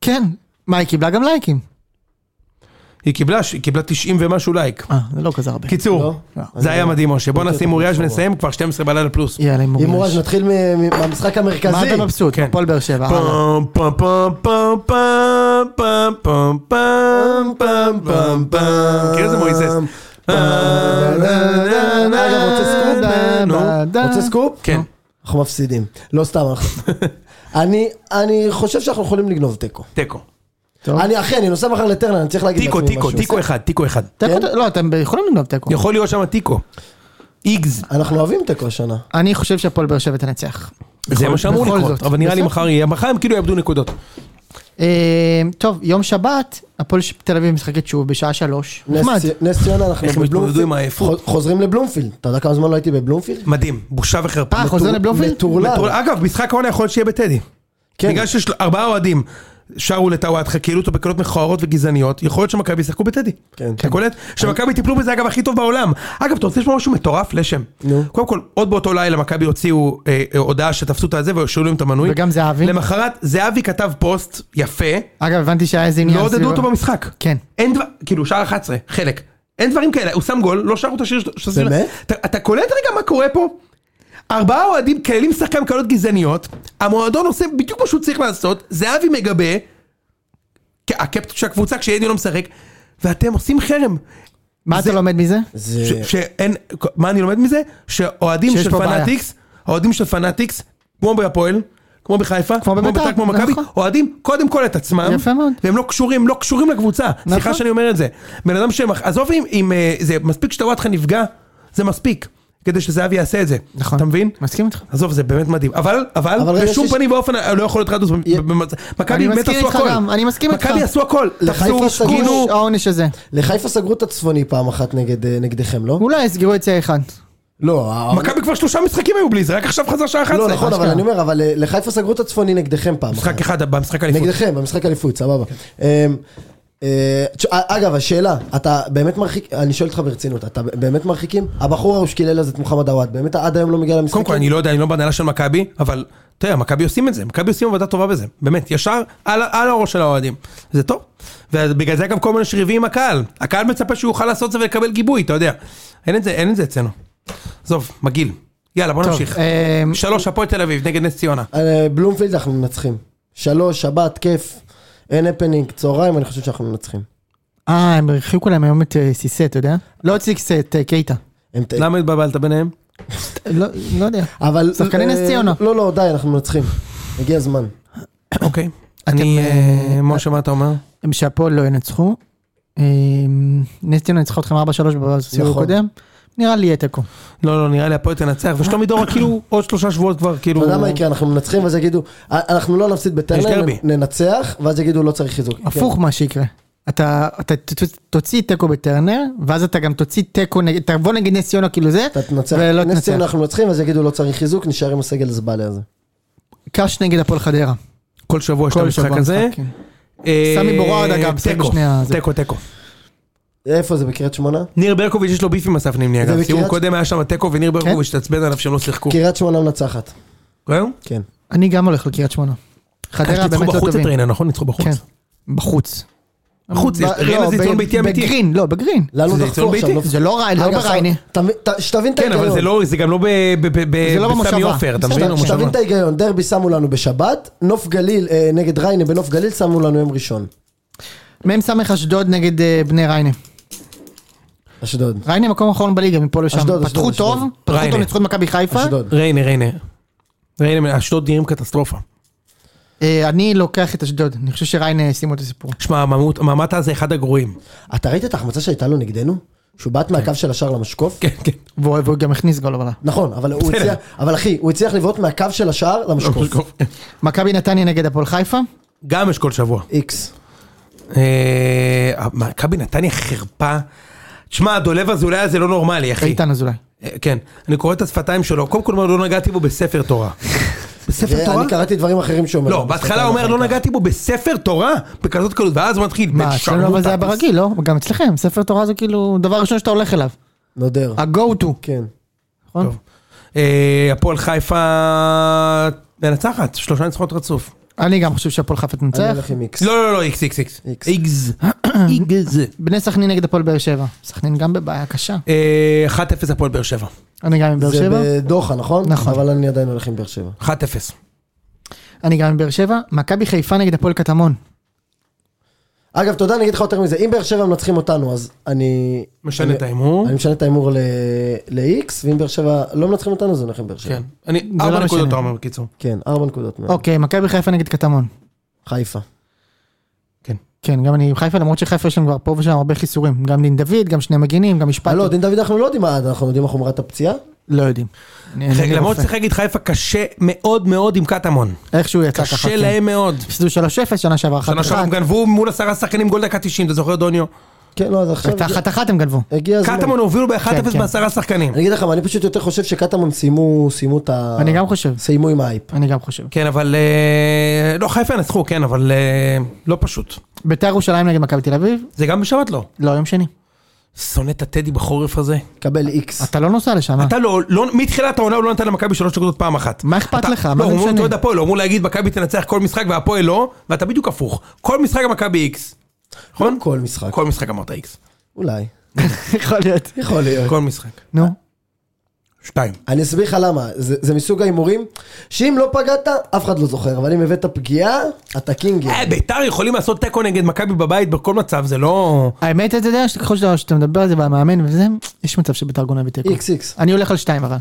כן. מה, היא קיבלה גם לייקים.
(laughs) היא קיבלה, היא קיבלה 90 ומשהו לייק.
אה, זה לא כזה הרבה.
קיצור,
לא.
זה היה מדהים משה, בוא נשים אוריאז' ונסיים כבר 12 בלילה פלוס.
יאללה, עם
אם
מוריאש.
מורז נתחיל מ- מ- מהמשחק המרכזי.
מה אתה מבסוט?
כן.
הפועל באר שבע. הלאה.
פעם פעם פעם פעם פעם פעם פעם פעם פעם פעם פעם כאילו זה מויסס.
אגב, רוצה סקופ?
נו.
רוצה סקופ?
כן.
אנחנו מפסידים. לא סתם, אנחנו... אני, אני חושב שאנחנו יכולים לגנוב תיקו.
תיקו.
טוב.
אני, אחי, אני נוסע מחר לטרנר, אני צריך להגיד
תיקו,
לעצמי
תיקו,
משהו.
תיקו אחד, תיקו אחד.
תיקו, לא, אתם יכולים לגנוב תיקו.
יכול להיות שם תיקו. איגז.
אנחנו אוהבים תיקו השנה.
אני חושב שהפועל באר שבע תנצח.
זה מה שאמרו
בכל
לקרות,
זאת.
אבל נראה לי
בסדר.
מחר יהיה, מחר הם כאילו יאבדו נקודות.
אה, טוב, יום שבת, הפועל ש- תל אביב משחקת שוב בשעה שלוש.
נס
נחמד.
צי- נס ציונה, אנחנו
איך הם התמודדו עם העייפות.
חוז- חוזרים לבלומפילד. אתה יודע כמה זמן לא הייתי בבלומפילד?
מדהים, בושה וחרפה.
אה, חוזר
מטור-
לבלומפילד?
מטורלל.
מטורלל. אגב, משחק העונה יכול להיות שיהיה בטדי.
כן.
בגלל שיש ארבעה אוהדים שרו לטוואטחה, כאילו אותו בקולות מכוערות וגזעניות, יכול להיות שמכבי ישחקו בטדי.
כן.
אתה קולט? שמכבי טיפלו בזה אגב הכי טוב בעולם. אגב, אתה רוצה לשמוע משהו מטורף לשם?
נו.
קודם כל, עוד באותו לילה מכבי הוציאו אה, אה, הודעה שתפסו את הזה ושאלו להם את המנוי.
וגם זהבי.
למחרת, זהבי כתב פוסט יפה,
אגב, הבנתי שהיה איזה עניין
לא עודדו
סביב-
אותו במשחק.
כן.
אין דבר, כאילו שער 11, חלק. אין דברים כאלה, הוא שם גול, לא שרו את השיר של הסרט.
באמת?
אתה, אתה קולט רגע מה קורה פה? ארבעה אוהדים כללים שחקן קלות גזעניות, המועדון עושה בדיוק מה שהוא צריך לעשות, זהבי מגבה, כ- הקפטן של הקבוצה כשאדי לא משחק, ואתם עושים חרם.
מה אתה
זה-
לומד מזה?
זה...
ש, שאין, מה אני לומד מזה? שאוהדים
אה, שיש
של
פה בעיה.
פנאטיקס, אוהדים של פנאטיקס, כמו בהפועל, כמו בחיפה, כמו
בביתר,
בית"ר, כמו מכבי,
נכון.
אוהדים קודם כל את עצמם,
יפה מאוד.
והם לא קשורים, לא קשורים לקבוצה, סליחה
נכון.
שאני אומר את זה. בן אדם שהם, עזוב אם, אם אה, זה מספיק שטוואטחה נפגע, זה מספיק, כדי שזהבי יעשה את זה,
נכון.
אתה מבין?
מסכים איתך.
עזוב זה באמת מדהים, אבל, אבל,
אבל רגע,
בשום
יש-
פנים ואופן אה, לא יכול להיות רדוס,
יה-
במצב- מכבי
אני
באמת
מסכים
עשו
איתך גם,
הכל,
אני מסכים איתך.
מכבי עשו הכל,
לחיפה
תפסו,
סגרו-
שגינו,
העונש הזה.
לחיפה סגרו את הצפוני פעם אחת נגד, אה, נגדכם, לא?
אולי יסגרו את זה אחד.
לא, ה-
מכבי כבר שלושה משחקים היו בלי זה, רק עכשיו חזר שעה 11.
לא, נכון, אבל
אשכרה.
אני אומר, אבל אה, לחיפה סגרו את הצפוני נגדכם פעם אחת.
משחק אחד כן. במשחק האליפות.
נגדכם, במשחק אליפות, סבבה. אמ, אה, תש- אגב, השאלה, אתה באמת מרחיק, אני שואל אותך ברצינות, אתה באמת מרחיקים? הבחור ההוא שקילל אז את מוחמד עוואד, באמת עד היום לא מגיע למשחקים?
קודם כל, אני לא יודע, אני לא בהנהלה של מכבי, אבל אתה יודע, מכבי עושים את זה, מכבי עושים עבודה טובה בזה, באמת, ישר על, על הראש של האוהדים. זה טוב. ובגלל זה גם כל מיני שריבים עם הקהל. הקהל מצפה שהוא יוכל לעשות את זה ולקבל גיבוי, אתה יודע. אין את זה, אין את זה אצלנו. עזוב, מגעיל. יאללה, בוא
טוב,
נמשיך.
אמ,
שלוש, הפועל תל אביב נגד נס ציונה.
אה, בלומפילד אנחנו מנצחים. שלוש, שבת, כיף, אין הפנינג, צהריים, אני חושב שאנחנו מנצחים.
אה, הם הרחיקו להם היום את אה, סיסט, אתה יודע? לא את סיסט, את אה, קייטה.
הם ת-
למה התבלבלת ביניהם?
לא לא יודע.
אבל...
שחקני נס
אה,
ציונה.
לא, לא, די, אנחנו מנצחים. הגיע הזמן.
אוקיי. אני, אה, משה, מה אתה אומר?
הם שהפועל לא ינצחו. אה, נס ציונה ניצחה אתכם 4-3 בסיבוב
נכון. כן.
הקודם. נראה לי יהיה תיקו.
לא, לא, נראה לי הפועל תנצח, ושלומי דורה כאילו עוד שלושה שבועות כבר, כאילו...
אתה יודע מה יקרה, אנחנו מנצחים ואז יגידו, "אה, אנחנו לא נפסיד
יש
בטרנר,
דרבי.
ננצח, ואז יגידו לא צריך חיזוק.
הפוך מה שיקרה. אתה אתה ת- ת- תוציא תיקו בטרנר, ואז אתה גם תוציא תיקו נגד, תבוא נגד נס ציונה כאילו זה,
כן. אתה תנצח.
ולא
נס ציונה
תנצח.
אנחנו מנצחים, אז יגידו לא צריך חיזוק, נשאר עם הסגל הזבאלי הזה.
קאש נגד הפועל חדרה.
כל שבוע יש את
כל
המשחק
שבוע
הזה.
משחקים.
אה,
סמי בורארד, אגב, משחק
תיקו,
בשני הזה.
תיקו, תיקו.
איפה זה, בקריית שמונה?
ניר ברקוביץ' יש לו ביף עם אסף נמני אגב,
בקריית-
סיבוב קודם היה שם תיקו וניר
כן.
ברקוביץ' התעצבן עליו שהם לא שיחקו. לא
קריית שמונה מנצחת.
ראו?
כן.
אני גם הולך לקריית שמונה. חדרה
ניצחו
באמת לא
אה, בחוץ את
טובים.
ריינה, נכון? ניצחו בחוץ.
כן, בחוץ.
חוץ, יש-
ב-
ריינה
לא,
זה יתרון
ב-
ביתי אמיתי.
בגרין, לא, בגרין.
לנו
זה
דחפו
יתרון
עכשיו.
ביתי?
לא-
זה לא רע, לא
רגע,
בריינה.
אתה- אתה- שתבין את
כן,
ההיגיון.
אבל זה לא, זה גם לא ב- ב- ב-
זה לא
ב- בסמי
במושבה.
עופר, אתה
בסדר, שתבין
מבין? במושבה.
שתבין את ההיגיון, דרבי שמו לנו בשבת, נוף גליל, אה, נגד ריינה בנוף גליל שמו לנו יום ראשון.
מ"ס אשדוד נגד אה, בני ריינה.
אשדוד.
ריינה מקום אחרון בליגה מפה לשם.
אשדוד,
פתחו
אשדוד,
טוב,
אשדוד.
פתחו טוב
ריינה.
ניצחו את מכבי חיפה.
אשדוד.
ריינה, ריינה. ריינה, אשדוד נראים קטסטרופה.
אה, אני לוקח את אשדוד, אני חושב שריינה ישימו את הסיפור.
שמע, הממות- הממ"טה זה אחד
(laughs)
הגרועים.
אתה ראית את ההחמצה שהייתה לו נגדנו? שהוא בעט מהקו של השער למשקוף?
כן, כן.
והוא והוא גם הכניס גול אבל.
נכון, אבל הוא
בסדר.
הצליח, אבל אחי, הוא הצליח לבעוט מהקו של השער למשקוף.
מכבי נתניה נגד הפועל חיפה.
גם יש כל שבוע.
איקס.
אה, מכבי נתניה חרפה. תשמע, הדולב אזולאי הזה לא נורמלי, אחי.
איתן אזולאי.
אה, כן, אני קורא את השפתיים שלו, קודם כל הוא אומר, לא נגעתי בו בספר
(laughs)
תורה. בספר תורה?
אני קראתי דברים אחרים שהוא אומר.
לא, בהתחלה הוא אומר, לא נגעתי בו בספר תורה, בכזאת קלות, ואז הוא מתחיל,
מה, אצלנו אבל זה היה
"תפוס".
ברגיל, לא? גם אצלכם, ספר תורה זה כאילו דבר ראשון שאתה הולך אליו.
נודר.
אה,
ה-go to,
כן.
נכון?
טוב. אה, הפועל חיפה מנצחת, שלושה ניצחונות רצוף.
אני גם חושב שהפועל חיפה
אני
תנצח.
הולך עם איקס.
לא, לא, לא, איקס, איקס, איקס.
איקס.
איקס. איקס.
בני סכנין נגד הפועל באר שבע. סכנין גם בבעיה קשה.
אה, 1-0 הפועל באר שבע.
אני גם עם באר
זה
שבע.
בדוחה, נכון?
נכון.
אבל אני עדיין הולך עם באר שבע.
1-0.
אני גם עם באר שבע. מכבי חיפה נגד הפועל קטמון.
אגב, אתה יודע, אני אגיד לך יותר מזה, אם באר שבע מנצחים אותנו, אז אני...
משנה
אני-
את ההימור.
אני משנה את ההימור ל-X, ואם באר שבע לא מנצחים אותנו, אז אני הולך עם באר שבע.
כן. אני,
לא
ארבע
משנה.
נקודות אתה אומר בקיצור.
כן, ארבע נקודות. מהם.
אוקיי, מכבי חיפה נגד קטמון.
חיפה.
כן, גם אני עם חיפה, למרות שחיפה יש לנו כבר פה ושם הרבה חיסורים. גם דין דוד, גם שני מגינים, גם משפטי.
אה, לא, דין דוד אנחנו לא יודעים מה, אנחנו יודעים מה חומרת הפציעה?
לא יודעים. אני- לא אני
למרות
רופא.
שצריך להגיד חיפה קשה מאוד מאוד עם קטמון.
איכשהו יצא ככה.
קשה
כן.
להם מאוד.
הפסידו 3-0 שנה שעברה.
שנה שעברה הם גנבו מול עשרה שחקנים גול דקה 90, אתה זוכר דוניו?
כן, לא, אז עכשיו...
הייתה אחת אחת הם גנבו.
הגיע הזמן.
קטמון הובילו
כן,
ב-1-0
כן.
בעשרה שחקנים.
אני אגיד לך מה, אני פשוט יותר חושב שקטמון סיימו, סיימו את ה...
אני גם חושב.
סיימו עם האייפ.
אני גם חושב.
כן, אבל... אה, לא, חיפה ינצחו, כן, אבל אה, לא פשוט.
ביתר ירושלים נגד מכבי תל אביב?
זה גם בשבת לא.
לא, יום שני.
שונא את הטדי בחורף הזה.
קבל איקס.
אתה לא נוסע לשם. אה?
אתה (laughs) לא, לא, מתחילת העונה הוא לא נתן למכבי שלוש נקודות פעם אחת.
מה אכפת
אתה-
לך? מה
לא,
זה
הוא אמור
משנה?
להיות הפועל, הוא אמור להגיד מכבי תנצח כל משחק והפועל לא, ואתה בדיוק הפוך. כל משחק מכבי איקס. נכון?
כל משחק.
כל משחק אמרת איקס.
אולי.
יכול להיות.
יכול להיות.
כל משחק.
נו.
כן. שתיים.
אני אסביר לך למה, זה, זה מסוג ההימורים שאם לא פגעת, אף אחד לא זוכר, אבל אם הבאת פגיעה, אתה קינגי.
אה, ביתר יכולים לעשות תיקו נגד מכבי בבית בכל מצב, זה לא...
האמת, אתה יודע, שככל שאתה- שאתה מדבר על זה והמאמן וזה, יש מצב שביתר גונה בתיקו.
איקס איקס.
אני הולך על שתיים אבל.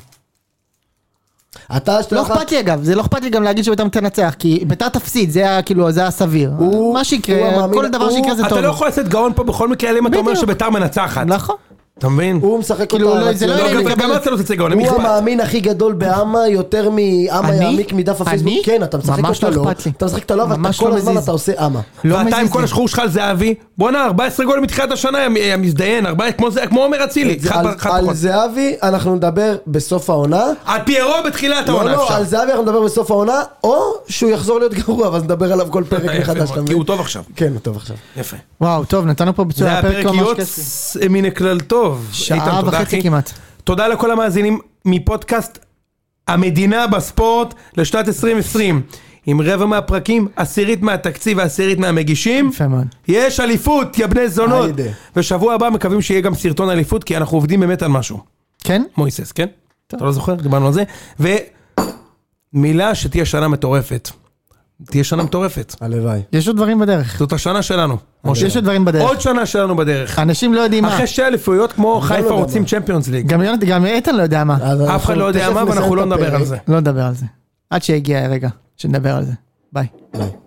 אתה, שתדע
לא
לך,
אכפת לי אגב, זה לא אכפת לי גם להגיד שביתר תנצח, כי ביתר תפסיד, זה היה כאילו, זה היה סביר.
הוא-
מה
הוא
שיקרה,
המאמין-
כל דבר
הוא-
שיקרה זה טוב.
אתה לא יכול לעשות גאון פה בכל מקרה, אלא אם אתה אומר
בדיוק.
שביתר מנצחת.
נכון.
אתה מבין?
הוא משחק
כאילו,
אותה
לא, זה לא
רציונלית.
אני
לא, גם-
מקבל-
גם אתה לא תצא גאון, למי
הוא
אכפת?
המאמין הכי גדול בעמה, יותר מעמה
אני?
יעמיק מדף הפייסבוק.
אני?
כן, אתה משחק
ממש
אותה
לא
לא.
אכפת לי.
אתה משחק אותה לא, אבל
ממש
כל
לא
הזמן
מזיז.
אתה עושה עמה.
לא
ואתה עם
מזיז
כל
לי.
השחרור שלך על זהבי, בואנה 14 גול מתחילת השנה, המ- המזדיין, 14 כמו זה- כמו עומר אצילי,
אה,
זה-
אחד
על-
פ- אחד
על
פחות.
זהבי אנחנו נדבר בסוף העונה.
על פיירו בתחילת
לא,
העונה
לא,
אפשר.
על זהבי אנחנו נדבר בסוף העונה, או שהוא יחזור להיות גרוע, ואז נדבר עליו כל פרק
אה, יפה
מחדש.
מאוד,
אתה מבין?
כי הוא טוב עכשיו.
כן, הוא טוב עכשיו.
יפה.
וואו, טוב, נתנו פה ביצוע
זה היה
לפרק
פרק
ממש כיפי.
יוצא מן הכלל טוב. איתן,
שעה
תודה,
וחצי
אחי.
כמעט.
תודה לכל המאזינים מפודקאסט המדינה בספורט לשנת 2020. עם רבע מהפרקים, עשירית מהתקציב ועשירית מהמגישים.
יפה מאוד.
יש אליפות, יא בני זונות.
היידה.
ושבוע הבא מקווים שיהיה גם סרטון אליפות, כי אנחנו עובדים באמת על משהו.
כן?
מויסס, כן? אתה לא זוכר? דיברנו על זה. ומילה שתהיה שנה מטורפת. תהיה שנה מטורפת.
הלוואי.
יש עוד דברים בדרך.
זאת השנה שלנו. משה.
יש עוד דברים בדרך.
אה, עוד שנה שלנו בדרך.
אנשים לא יודעים מה. לא
אחרי שתי אליפויות כמו חיפה
יודע מה.
רוצים צ'מפיונס ליג.
גם יונת- גם איתן לא יודע מה.
אז
אף
אנחנו
אחד לא יודע
תכף
מה ואנחנו
נסיים
לא
את
נדבר על
הפרק.
זה.
לא נדבר על זה. עד שיגיע הרגע שנדבר על זה. ביי.
ביי.